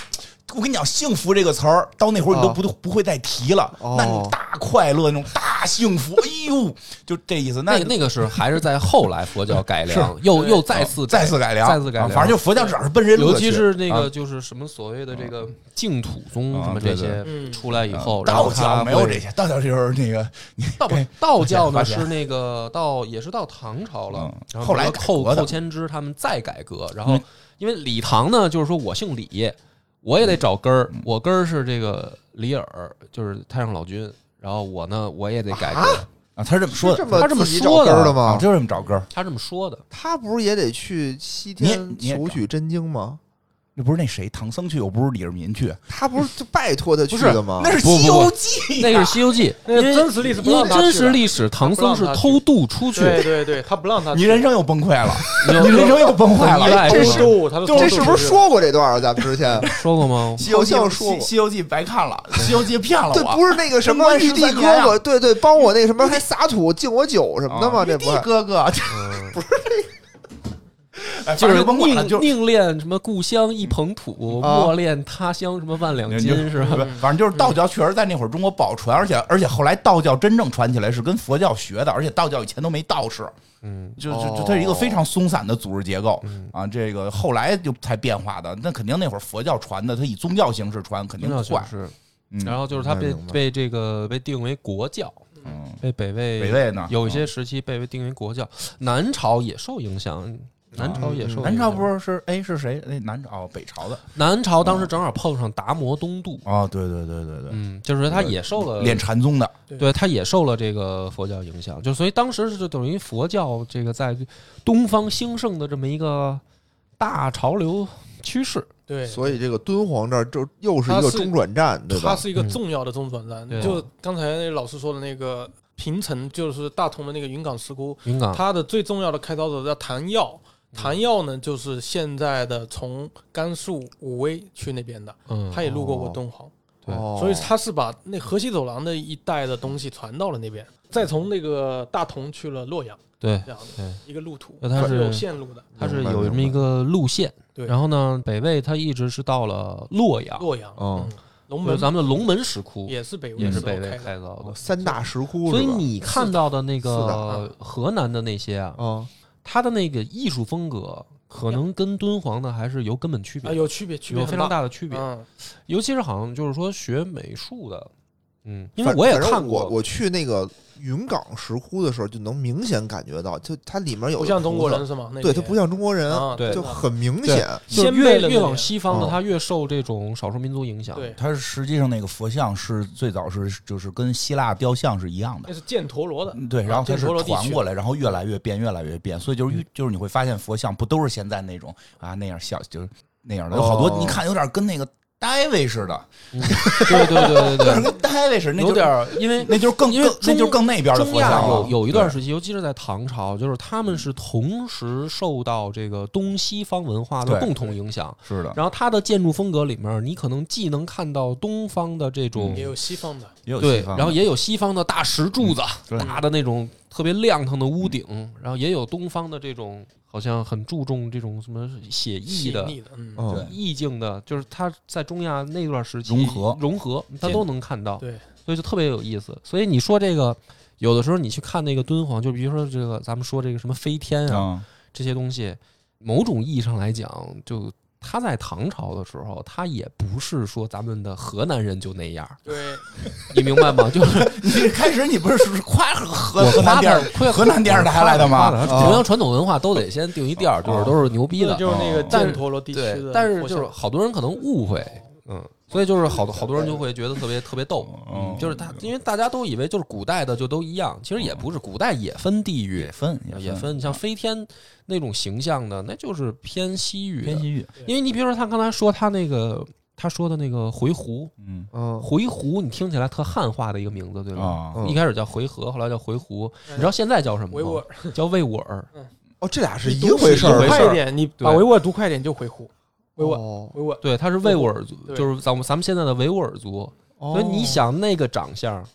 Speaker 1: 我跟你讲，幸福这个词儿到那会儿你都
Speaker 3: 啊
Speaker 1: 不、不会再提了，
Speaker 3: 哦
Speaker 1: 那种大快乐，那种大幸福，哎呦，就这意思。那
Speaker 2: 那个那个是还是在后来佛教改良，又
Speaker 5: 对
Speaker 2: 又再次
Speaker 1: 再次改良，
Speaker 2: 再次改良
Speaker 1: 啊反正就佛教只要是奔这路
Speaker 2: 尤其
Speaker 1: 去
Speaker 2: 是那
Speaker 1: 啊
Speaker 2: 个就是什么所谓的这个净土宗
Speaker 1: 啊
Speaker 2: 什么
Speaker 1: 对
Speaker 2: 这
Speaker 1: 对啊
Speaker 2: 些
Speaker 5: 嗯
Speaker 2: 出来以后，然
Speaker 1: 道
Speaker 2: 后
Speaker 1: 教
Speaker 2: 它
Speaker 1: 没有
Speaker 2: 会
Speaker 1: 这些，道教就是那个
Speaker 2: 道不
Speaker 1: *laughs*
Speaker 2: 道教
Speaker 1: 发
Speaker 2: 呢
Speaker 1: 现
Speaker 2: 是那个到也是到唐朝了
Speaker 1: 嗯，
Speaker 2: 然后
Speaker 1: 后来
Speaker 2: 比如
Speaker 1: 改革
Speaker 2: 说寇
Speaker 1: 的嗯
Speaker 2: 寇谦之他们再改革，然后因为李唐呢就是说我姓李，我
Speaker 1: 嗯
Speaker 2: 也得找根儿，我根儿是这个李耳，就是太上老君，然后我呢我也得改革，
Speaker 1: 啊，他是这么说
Speaker 3: 是
Speaker 1: 的，
Speaker 3: 么
Speaker 2: 他这么
Speaker 3: 自己
Speaker 2: 说
Speaker 3: 找根儿
Speaker 2: 的
Speaker 3: 的吗
Speaker 1: 啊，？就是这么找歌儿，
Speaker 2: 他这么说的，
Speaker 3: 他不是也得去西
Speaker 1: 你也
Speaker 3: 天
Speaker 1: 你也
Speaker 3: 求
Speaker 1: 找
Speaker 3: 取真经吗？
Speaker 1: 那不是那谁唐僧去，又不是李世民去，
Speaker 3: 他不是就拜托他
Speaker 2: 不
Speaker 3: 去
Speaker 2: 是
Speaker 3: 的吗？
Speaker 1: 那是《
Speaker 2: 不不
Speaker 1: 西游记》
Speaker 2: *laughs*
Speaker 1: 啊
Speaker 2: 那个是《西游记》，
Speaker 5: 那
Speaker 2: 因为
Speaker 5: 真实历史不
Speaker 2: 因
Speaker 5: 让
Speaker 2: 为
Speaker 5: 他
Speaker 2: 真
Speaker 5: 去
Speaker 2: 实
Speaker 5: 的
Speaker 2: 历史，唐僧是
Speaker 5: 他
Speaker 2: 偷渡出去，
Speaker 5: 对对对，他不让他
Speaker 1: 你人生又崩溃
Speaker 2: *laughs*
Speaker 1: 了，
Speaker 2: 你
Speaker 1: 你人生又崩
Speaker 2: 很
Speaker 1: 坏
Speaker 2: 意
Speaker 1: 了。
Speaker 2: 外，
Speaker 3: 这
Speaker 2: 是吗
Speaker 5: 是他都
Speaker 3: 这是不是说过这段啊？咱们之前
Speaker 2: 说过吗？
Speaker 1: 《
Speaker 3: 西游记上说过
Speaker 1: 西西游记》白看了，《西游记》骗了
Speaker 3: 对，
Speaker 1: 我。
Speaker 3: 不是那个什
Speaker 1: 贞
Speaker 3: 么
Speaker 1: 观
Speaker 3: 玉
Speaker 1: 十
Speaker 3: 帝
Speaker 1: 三年啊
Speaker 3: 哥哥，对对，帮我那什么还洒土敬我酒什么的
Speaker 1: 啊 *laughs*
Speaker 3: 吗？这
Speaker 1: 玉
Speaker 3: 不
Speaker 1: 帝
Speaker 3: 是
Speaker 1: 哥哥，哎
Speaker 2: *laughs* 就
Speaker 1: 反
Speaker 2: 是
Speaker 1: 正甭管了，
Speaker 2: 宁
Speaker 1: 就
Speaker 2: 宁恋什么故乡一捧土，
Speaker 3: 啊
Speaker 2: 莫恋他乡什么万两
Speaker 1: 就
Speaker 2: 金，是吧？
Speaker 1: 不反正就是道教确实在那会儿中国保传，而且而且后来道教真正传起来是跟佛教学的，而且道教以前都没道士，
Speaker 2: 嗯
Speaker 1: 就就
Speaker 3: 哦
Speaker 1: 就它是一个非常松散的组织结构
Speaker 2: 嗯，
Speaker 1: 啊，这个后来就才变化的。那肯定那会儿佛教传的，它以宗教形式传，肯定
Speaker 2: 宗教
Speaker 1: 快
Speaker 2: 学。是，
Speaker 1: 嗯
Speaker 2: 然后就是他
Speaker 3: 明白
Speaker 2: 被
Speaker 3: 明白
Speaker 2: 被这个被定为国教，
Speaker 1: 嗯，
Speaker 2: 被北魏啊嗯
Speaker 1: 北魏呢
Speaker 2: 有一些时期被定为国教，南朝也受影响，嗯南朝也受影响
Speaker 1: 南朝不是是哎是谁？那南朝哦北朝的
Speaker 2: 南朝当时正好碰上达摩东渡，
Speaker 1: 哦，对对对对对，
Speaker 2: 嗯，就是他也受了
Speaker 1: 练禅宗的，
Speaker 2: 对，他也受了这个佛教影响，就所以当时是等于佛教这个在东方兴盛的这么一个大潮流趋势。
Speaker 5: 对，
Speaker 3: 所以这个敦煌这儿就又是一
Speaker 5: 它
Speaker 3: 个
Speaker 5: 是
Speaker 3: 中转站，对
Speaker 5: 它
Speaker 3: 吧？
Speaker 5: 是一个重要的中转站。
Speaker 2: 对啊
Speaker 5: 就刚才那老师说的那个平城，就是大同的那个云冈石窟，
Speaker 2: 云冈，
Speaker 5: 它的最重要的开凿者叫谭耀。
Speaker 2: 嗯
Speaker 5: 谭耀呢，就是现在的从甘肃武威去那边的，
Speaker 2: 嗯，
Speaker 5: 他也路过过敦煌，
Speaker 2: 对
Speaker 3: 哦
Speaker 5: 所以他是把那河西走廊的一带的东西传到了那边，再从那个大同去了洛阳，
Speaker 2: 对，
Speaker 5: 这样的
Speaker 2: 对
Speaker 5: 一个路途，
Speaker 2: 嗯那它是
Speaker 5: 有线路的。
Speaker 2: 它是
Speaker 3: 明白
Speaker 2: 有这么
Speaker 3: 明
Speaker 2: 一
Speaker 3: 白
Speaker 2: 个路线。
Speaker 5: 对
Speaker 2: 然后呢，北魏它一直是到了洛阳，
Speaker 5: 洛阳、
Speaker 3: 嗯，
Speaker 5: 龙
Speaker 2: 哦就是
Speaker 5: 门
Speaker 2: 咱们的龙门石窟，
Speaker 5: 也是北魏
Speaker 2: 也是
Speaker 5: 时候
Speaker 2: 北魏
Speaker 5: 开
Speaker 2: 开
Speaker 5: 的，
Speaker 2: 凿的。
Speaker 3: 三大石哦窟
Speaker 2: 嗯
Speaker 3: 是吧，
Speaker 2: 所以你看到的那
Speaker 3: 四大
Speaker 2: 个河南的那些啊，
Speaker 3: 啊，
Speaker 2: 它的那个艺术风格可能跟敦煌的还是有根本区别
Speaker 5: 啊，，有区别，区别
Speaker 2: 有
Speaker 5: 很
Speaker 2: 非常大的区
Speaker 5: 区
Speaker 2: 别。
Speaker 5: 嗯，
Speaker 2: 尤其是好像就是说学美术的，嗯，因为
Speaker 3: 反
Speaker 2: 我也
Speaker 3: 反正
Speaker 2: 看
Speaker 3: 我
Speaker 2: 过，
Speaker 3: 我去那个云冈石窟的时候，就能明显感觉到，就它里面有
Speaker 5: 不
Speaker 3: 的
Speaker 5: 像中国
Speaker 3: 菩
Speaker 5: 人是吗？那
Speaker 3: 萨，对，它
Speaker 5: 边
Speaker 3: 不像中国人，
Speaker 5: 啊，
Speaker 2: 对
Speaker 3: 就
Speaker 5: 的
Speaker 3: 很明显。
Speaker 2: 就是
Speaker 5: 先辈
Speaker 2: 越
Speaker 5: 了
Speaker 2: 越
Speaker 5: 那
Speaker 2: 往
Speaker 5: 个
Speaker 2: 西方
Speaker 1: 嗯
Speaker 2: 的，
Speaker 3: 哦
Speaker 2: 它越受这种少数民族影响。
Speaker 5: 对，
Speaker 1: 它实际上那个佛像是最早是就是跟希腊雕像是一样的
Speaker 5: 那。是犍陀罗的，
Speaker 1: 嗯对，
Speaker 5: 啊
Speaker 1: 然后它
Speaker 5: 这
Speaker 1: 是
Speaker 5: 是陀罗地
Speaker 1: 传
Speaker 5: 区
Speaker 1: 过来，然后越来越变，越来越变，所以
Speaker 2: 嗯
Speaker 1: 就是就是你会发现佛像不都是现在那种啊那样小，就是那样的，有好多
Speaker 3: 哦
Speaker 1: 你看有点跟那个戴维似的，
Speaker 2: 嗯，对对对
Speaker 1: 有点
Speaker 2: 对
Speaker 1: 跟戴维似的，*laughs* 那
Speaker 2: 对，
Speaker 1: 就
Speaker 2: 有点儿因为
Speaker 1: 那就是更
Speaker 2: 因为
Speaker 1: 更那
Speaker 2: 中
Speaker 1: 就是更那边的
Speaker 2: 中
Speaker 1: 佛像
Speaker 2: 亚
Speaker 1: 了
Speaker 2: 有有一段
Speaker 1: 对嗯
Speaker 2: 时期，尤其是在唐朝，就是他们是同时受到这个东西方文化的
Speaker 1: 对
Speaker 2: 共同影响。
Speaker 1: 是的，
Speaker 2: 然后它的建筑风格里面，你可能既能看到东方的这种
Speaker 1: 嗯
Speaker 5: 也有西方的，
Speaker 1: 也有
Speaker 2: 对，
Speaker 1: 西方嗯
Speaker 2: 然后也有西方的大石柱子，
Speaker 1: 对
Speaker 2: 大的那种特别亮堂的屋顶，然后也有东方的这种好像很注重这种什么写意的
Speaker 5: 腻的，嗯，
Speaker 1: 对
Speaker 3: 嗯，
Speaker 2: 意境的，就是它在中亚那段时期
Speaker 1: 融合
Speaker 2: 融合，它都能看到，
Speaker 5: 对，
Speaker 2: 所以就特别有意思。所以你说这个，有的时候你去看那个敦煌，就比如说这个咱们说这个什么飞天啊、
Speaker 1: 嗯
Speaker 2: 这些东西，某种意义上来讲，就它在唐朝的时候，它也不是说咱们的河南人就那样儿，
Speaker 5: 对，
Speaker 2: 你明白吗？ *laughs* 就是。
Speaker 1: 你 *laughs* 开始你不是说是
Speaker 2: *laughs*
Speaker 1: 夸河
Speaker 2: 我
Speaker 1: 河南
Speaker 2: 夸
Speaker 1: 电
Speaker 2: 他
Speaker 1: 视，
Speaker 2: 夸
Speaker 1: 河南电视台来的吗哦
Speaker 2: 夸他
Speaker 1: 啊
Speaker 2: 弘扬传统文化都得先定一调儿，就是都是牛逼的。
Speaker 5: 就是那个
Speaker 1: 但
Speaker 2: 是
Speaker 5: 犍陀罗地区
Speaker 2: 对
Speaker 5: 的，，
Speaker 2: 但是就是好多人可能误会，嗯，所以就是好多好多人就会觉得特别特别逗，
Speaker 1: 嗯
Speaker 2: 就是他，因为大家都以为就是古代的就都一样，其实也不是，古代也分地域
Speaker 1: 也，分
Speaker 2: 也分。像飞天那种形象的，那就是偏西域的，
Speaker 1: 偏西域，
Speaker 2: 因为你比如说他刚才说他那个他说的那个回鹘，
Speaker 1: 嗯
Speaker 3: 嗯，
Speaker 2: 回鹘你听起来特汉化的一个名字，对吧？
Speaker 1: 啊
Speaker 3: 嗯
Speaker 2: 一开始叫回纥，后来叫回鹘，你知道现在叫什么吗？
Speaker 5: 维吾尔
Speaker 2: 叫维吾尔，
Speaker 3: 哦，这俩是一回事
Speaker 2: 一
Speaker 3: 儿
Speaker 2: 回事
Speaker 5: 快
Speaker 2: 儿
Speaker 5: 一点，你把
Speaker 2: 对
Speaker 5: 维吾尔读快一点就回鹘，维吾尔，
Speaker 3: 哦
Speaker 5: 维吾尔，
Speaker 2: 对，他是维吾尔族，
Speaker 5: 对
Speaker 2: 就是咱们咱们现在的维吾尔族。
Speaker 3: 哦
Speaker 2: 所以你，想那个长相，
Speaker 5: 哦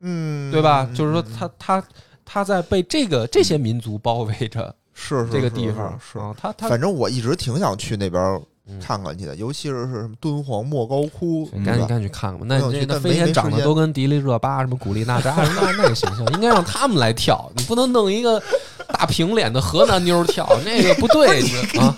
Speaker 3: 嗯，
Speaker 2: 对吧？
Speaker 3: 嗯
Speaker 2: 就是说
Speaker 3: 嗯
Speaker 2: 他他他在被这个这些民族包围着
Speaker 3: 是嗯是
Speaker 2: 这个
Speaker 3: 是
Speaker 2: 地
Speaker 3: 是
Speaker 2: 方，
Speaker 3: 是
Speaker 2: 啊，他他
Speaker 3: 反正我一直挺想去那边儿
Speaker 2: 嗯
Speaker 3: 看看去的，尤其是是什么敦煌莫高窟，
Speaker 2: 对
Speaker 1: 嗯
Speaker 2: 赶
Speaker 3: 对
Speaker 2: 紧
Speaker 3: 吧？
Speaker 2: 赶紧去看看吧。那
Speaker 3: 我想
Speaker 2: 那
Speaker 3: 去
Speaker 2: 那
Speaker 3: 但
Speaker 2: 飞
Speaker 3: 没
Speaker 2: 天
Speaker 3: 没
Speaker 2: 长
Speaker 3: 时
Speaker 2: 得
Speaker 3: 间
Speaker 2: 都跟迪丽热巴、什么古力娜扎那那个形象，应该让他们来跳，你不能弄一个大平脸的河南妞儿跳，那个不对
Speaker 3: *laughs*
Speaker 2: 啊。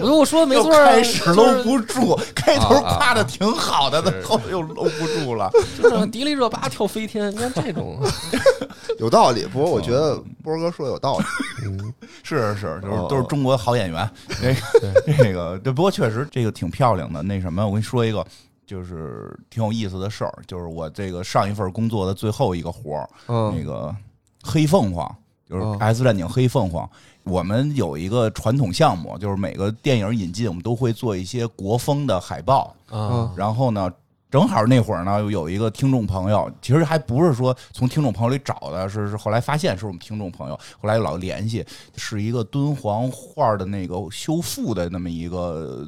Speaker 2: 我就我说的没
Speaker 1: 又
Speaker 2: 错啊，
Speaker 1: 开始
Speaker 2: 就是
Speaker 1: 搂不住，开头
Speaker 2: 啊啊
Speaker 1: 夸的挺好的，
Speaker 2: 是
Speaker 1: 但后头又搂不住
Speaker 2: *laughs*
Speaker 1: 了。
Speaker 2: 就是迪丽热巴跳飞天，你看这种，啊
Speaker 1: *laughs*
Speaker 3: 有道理。不过
Speaker 1: 嗯
Speaker 3: 我觉得波儿哥说的有道理，
Speaker 2: 嗯，
Speaker 1: 是是是，就是
Speaker 3: 哦
Speaker 1: 都是中国好演
Speaker 3: *laughs*
Speaker 1: 员。 *laughs* 这个这个，对，不过确实这个挺漂亮的。那什么，我跟你说一个，就是挺有意思的事儿，就是我这个上一份工作的最后一个活儿，那
Speaker 3: 嗯
Speaker 1: 个黑凤凰，就是
Speaker 3: 哦
Speaker 1: 《X 战警：黑凤凰》。我们有一个传统项目，就是每个电影引进，我们都会做一些国风的海报。
Speaker 2: 啊，
Speaker 1: 然后呢，正好那会儿呢，有一个听众朋友，其实还不是说从听众朋友里找的，是是后来发现是我们听众朋友，后来老联系，是一个敦煌画的那个修复的那么一个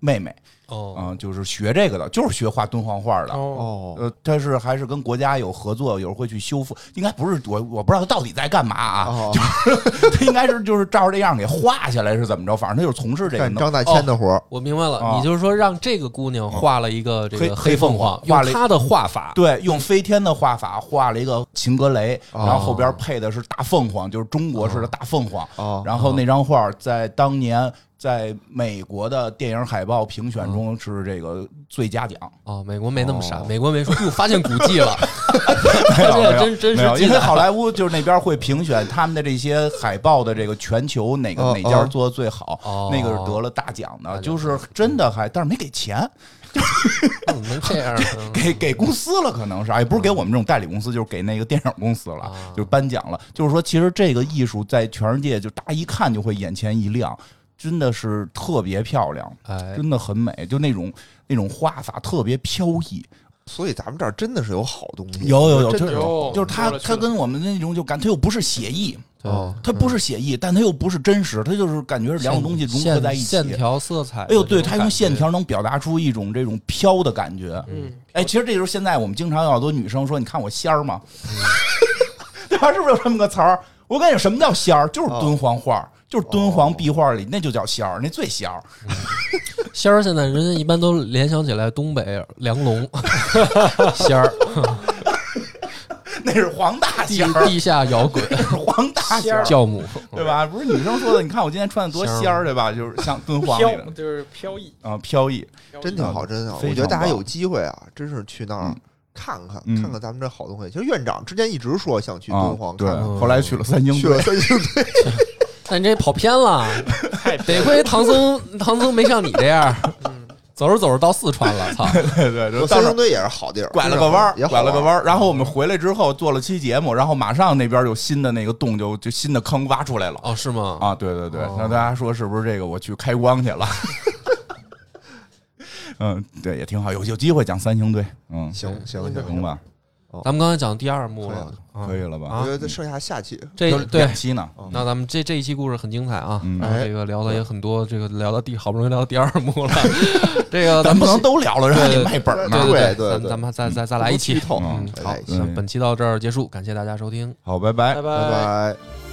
Speaker 1: 妹妹，
Speaker 2: 哦，
Speaker 1: 嗯、就是学这个的，就是学画敦煌画的。
Speaker 5: 哦，
Speaker 3: 哦，
Speaker 1: 呃，他是还是跟国家有合作，有时候会去修复，应该不是我，我不知道他到底在干嘛啊，
Speaker 3: 哦
Speaker 1: 他应该是就是照着这样给画下来是怎么着，反正他就是从事这个哦
Speaker 3: 干
Speaker 1: 能
Speaker 3: 张大千的活儿，
Speaker 2: 我明白了，
Speaker 1: 啊嗯
Speaker 2: 你就是说让这个姑娘画了一个这
Speaker 1: 黑
Speaker 2: 个
Speaker 1: 黑
Speaker 2: 凤
Speaker 1: 凤凰画
Speaker 2: 用
Speaker 1: 了一
Speaker 2: 她的画法，
Speaker 1: 对，用飞天的画法画了一个秦格雷，
Speaker 3: 哦
Speaker 1: 然后后边配的是大凤凰，就是中国式的大凤凰。
Speaker 3: 哦，
Speaker 1: 然后那张画在当年在美国的电影海报评选中是这个最佳
Speaker 2: *laughs*
Speaker 1: 奖，
Speaker 2: 哦，美国没那么傻，
Speaker 3: 哦
Speaker 2: 美国没说哟，发现古
Speaker 1: *laughs*
Speaker 2: 迹了，
Speaker 1: 没有
Speaker 2: 这
Speaker 1: 没有
Speaker 2: 哎真真是
Speaker 1: 没有，
Speaker 2: 记
Speaker 1: 因
Speaker 2: 得
Speaker 1: 为好莱坞就是那边会评选他们的这些海报的这个全球哪个
Speaker 3: 哦
Speaker 1: 哪家
Speaker 3: 哦
Speaker 1: 做的最好，
Speaker 2: 哦
Speaker 1: 那个是得了大奖
Speaker 2: 大
Speaker 1: 的，
Speaker 2: 奖
Speaker 1: 就是真的还，但是没给钱，
Speaker 2: 怎么能这样啊？
Speaker 1: 给给公司了，可能是，哎，不是给我们这种代理公司，就是给那个电影公司了，
Speaker 2: 啊
Speaker 1: 就是颁奖了。就是说，其实这个艺术在全世界，就大家一看就会眼前一亮，真的是特别漂亮，
Speaker 2: 哎，
Speaker 1: 真的很美，就那种那种画法特别飘逸。
Speaker 3: 所以咱们这儿真的是有好东西，
Speaker 1: 有有有，
Speaker 3: 真
Speaker 1: 就
Speaker 3: 的
Speaker 1: 是
Speaker 2: 哦
Speaker 4: 有
Speaker 1: 就是他
Speaker 4: 说了去
Speaker 1: 他
Speaker 4: 了
Speaker 1: 跟我们那种就感，他又不是写意，
Speaker 2: 对
Speaker 3: 哦
Speaker 1: 他不是写意，但他又不是真实，他就是感觉是两种东西融合在一起
Speaker 2: 线。线条、色彩。
Speaker 1: 哎呦，对他用线，条能表达出一种这种飘的感觉，
Speaker 4: 嗯，
Speaker 1: 哎，其实这就是现在我们经常有好多女生说：“你看我仙儿吗？” *laughs* 对吧？是不是有这么个词儿？我跟你说，什么叫仙儿？就是敦煌画儿，就是敦煌壁画里那就叫仙儿，那最仙儿。
Speaker 2: 仙儿现在人家一般都联想起来东北梁
Speaker 1: *laughs*
Speaker 2: 龙仙儿，
Speaker 1: 那是黄大
Speaker 2: 地
Speaker 1: 仙儿，
Speaker 2: 地下摇滚
Speaker 1: 是黄大仙儿，
Speaker 2: 教
Speaker 1: *laughs*
Speaker 2: 母，
Speaker 1: 对吧？不是女生说的，你看我今天穿的多仙儿，对吧？就是像敦煌里
Speaker 4: 飘
Speaker 1: 的
Speaker 4: 就是飘逸，
Speaker 1: 啊，飘逸。
Speaker 4: 飘逸
Speaker 3: 真挺好，真挺好。
Speaker 1: 非
Speaker 3: 我觉得
Speaker 1: 常
Speaker 3: 大
Speaker 1: 棒
Speaker 3: 家有机会啊，真是去那儿
Speaker 1: 嗯
Speaker 3: 看看，
Speaker 1: 嗯
Speaker 3: 看看咱们这好东西。其实院长之前一直说想去
Speaker 1: 啊
Speaker 3: 敦煌，
Speaker 1: 对
Speaker 3: 看，看，
Speaker 2: 嗯
Speaker 1: 后来去了三星
Speaker 3: 去
Speaker 1: 堆
Speaker 3: 了，三
Speaker 1: *laughs*
Speaker 3: 星堆，
Speaker 2: 但你这跑偏了，
Speaker 4: 太
Speaker 2: *laughs* 得亏唐僧唐僧没像你这样，走着走着到四川了，操！
Speaker 1: 对对对，
Speaker 3: 我
Speaker 1: 当
Speaker 3: 三
Speaker 1: 时
Speaker 3: 星堆也是好地儿，
Speaker 1: 拐了个弯儿
Speaker 3: 也，好
Speaker 1: 拐
Speaker 3: 啊
Speaker 1: 了个弯儿。然后我们回来之后做了期节目，然后马上那边有新的那个洞就就新的坑挖出来了。
Speaker 2: 哦，是吗？
Speaker 1: 啊，对对对，
Speaker 2: 哦
Speaker 1: 那大家说是不是这个我去开光去了？ *laughs* 嗯，对，也挺好，有有机会讲三星堆，嗯，
Speaker 3: 行行
Speaker 4: 对
Speaker 1: 行
Speaker 3: 行，
Speaker 1: 吧，
Speaker 2: 咱们刚才讲第二幕了，啊
Speaker 1: 可以了吧？
Speaker 2: 啊
Speaker 3: 我觉得剩下下期
Speaker 2: 这
Speaker 1: 都
Speaker 2: 对哦
Speaker 1: 两，期呢，
Speaker 2: 那咱们这这一期故事很精彩啊，
Speaker 1: 嗯
Speaker 2: 然后这个聊的也很多，这个聊到第好不容易聊到第二幕了，这个咱
Speaker 1: 咱
Speaker 2: 们
Speaker 1: 不能都聊了，让
Speaker 2: 对
Speaker 1: 你
Speaker 2: 对
Speaker 1: 卖本儿
Speaker 2: 对
Speaker 1: 呢。
Speaker 2: 对
Speaker 3: 对对
Speaker 2: 咱
Speaker 3: 对
Speaker 2: 咱们再再再来一期
Speaker 3: 不能
Speaker 1: 嗯
Speaker 2: 嗯，
Speaker 3: 剧，透再
Speaker 2: 好
Speaker 3: 来一，期
Speaker 2: 那本期到这儿结束，感谢大家收听。
Speaker 1: 好，拜拜
Speaker 4: 拜。
Speaker 3: 拜拜。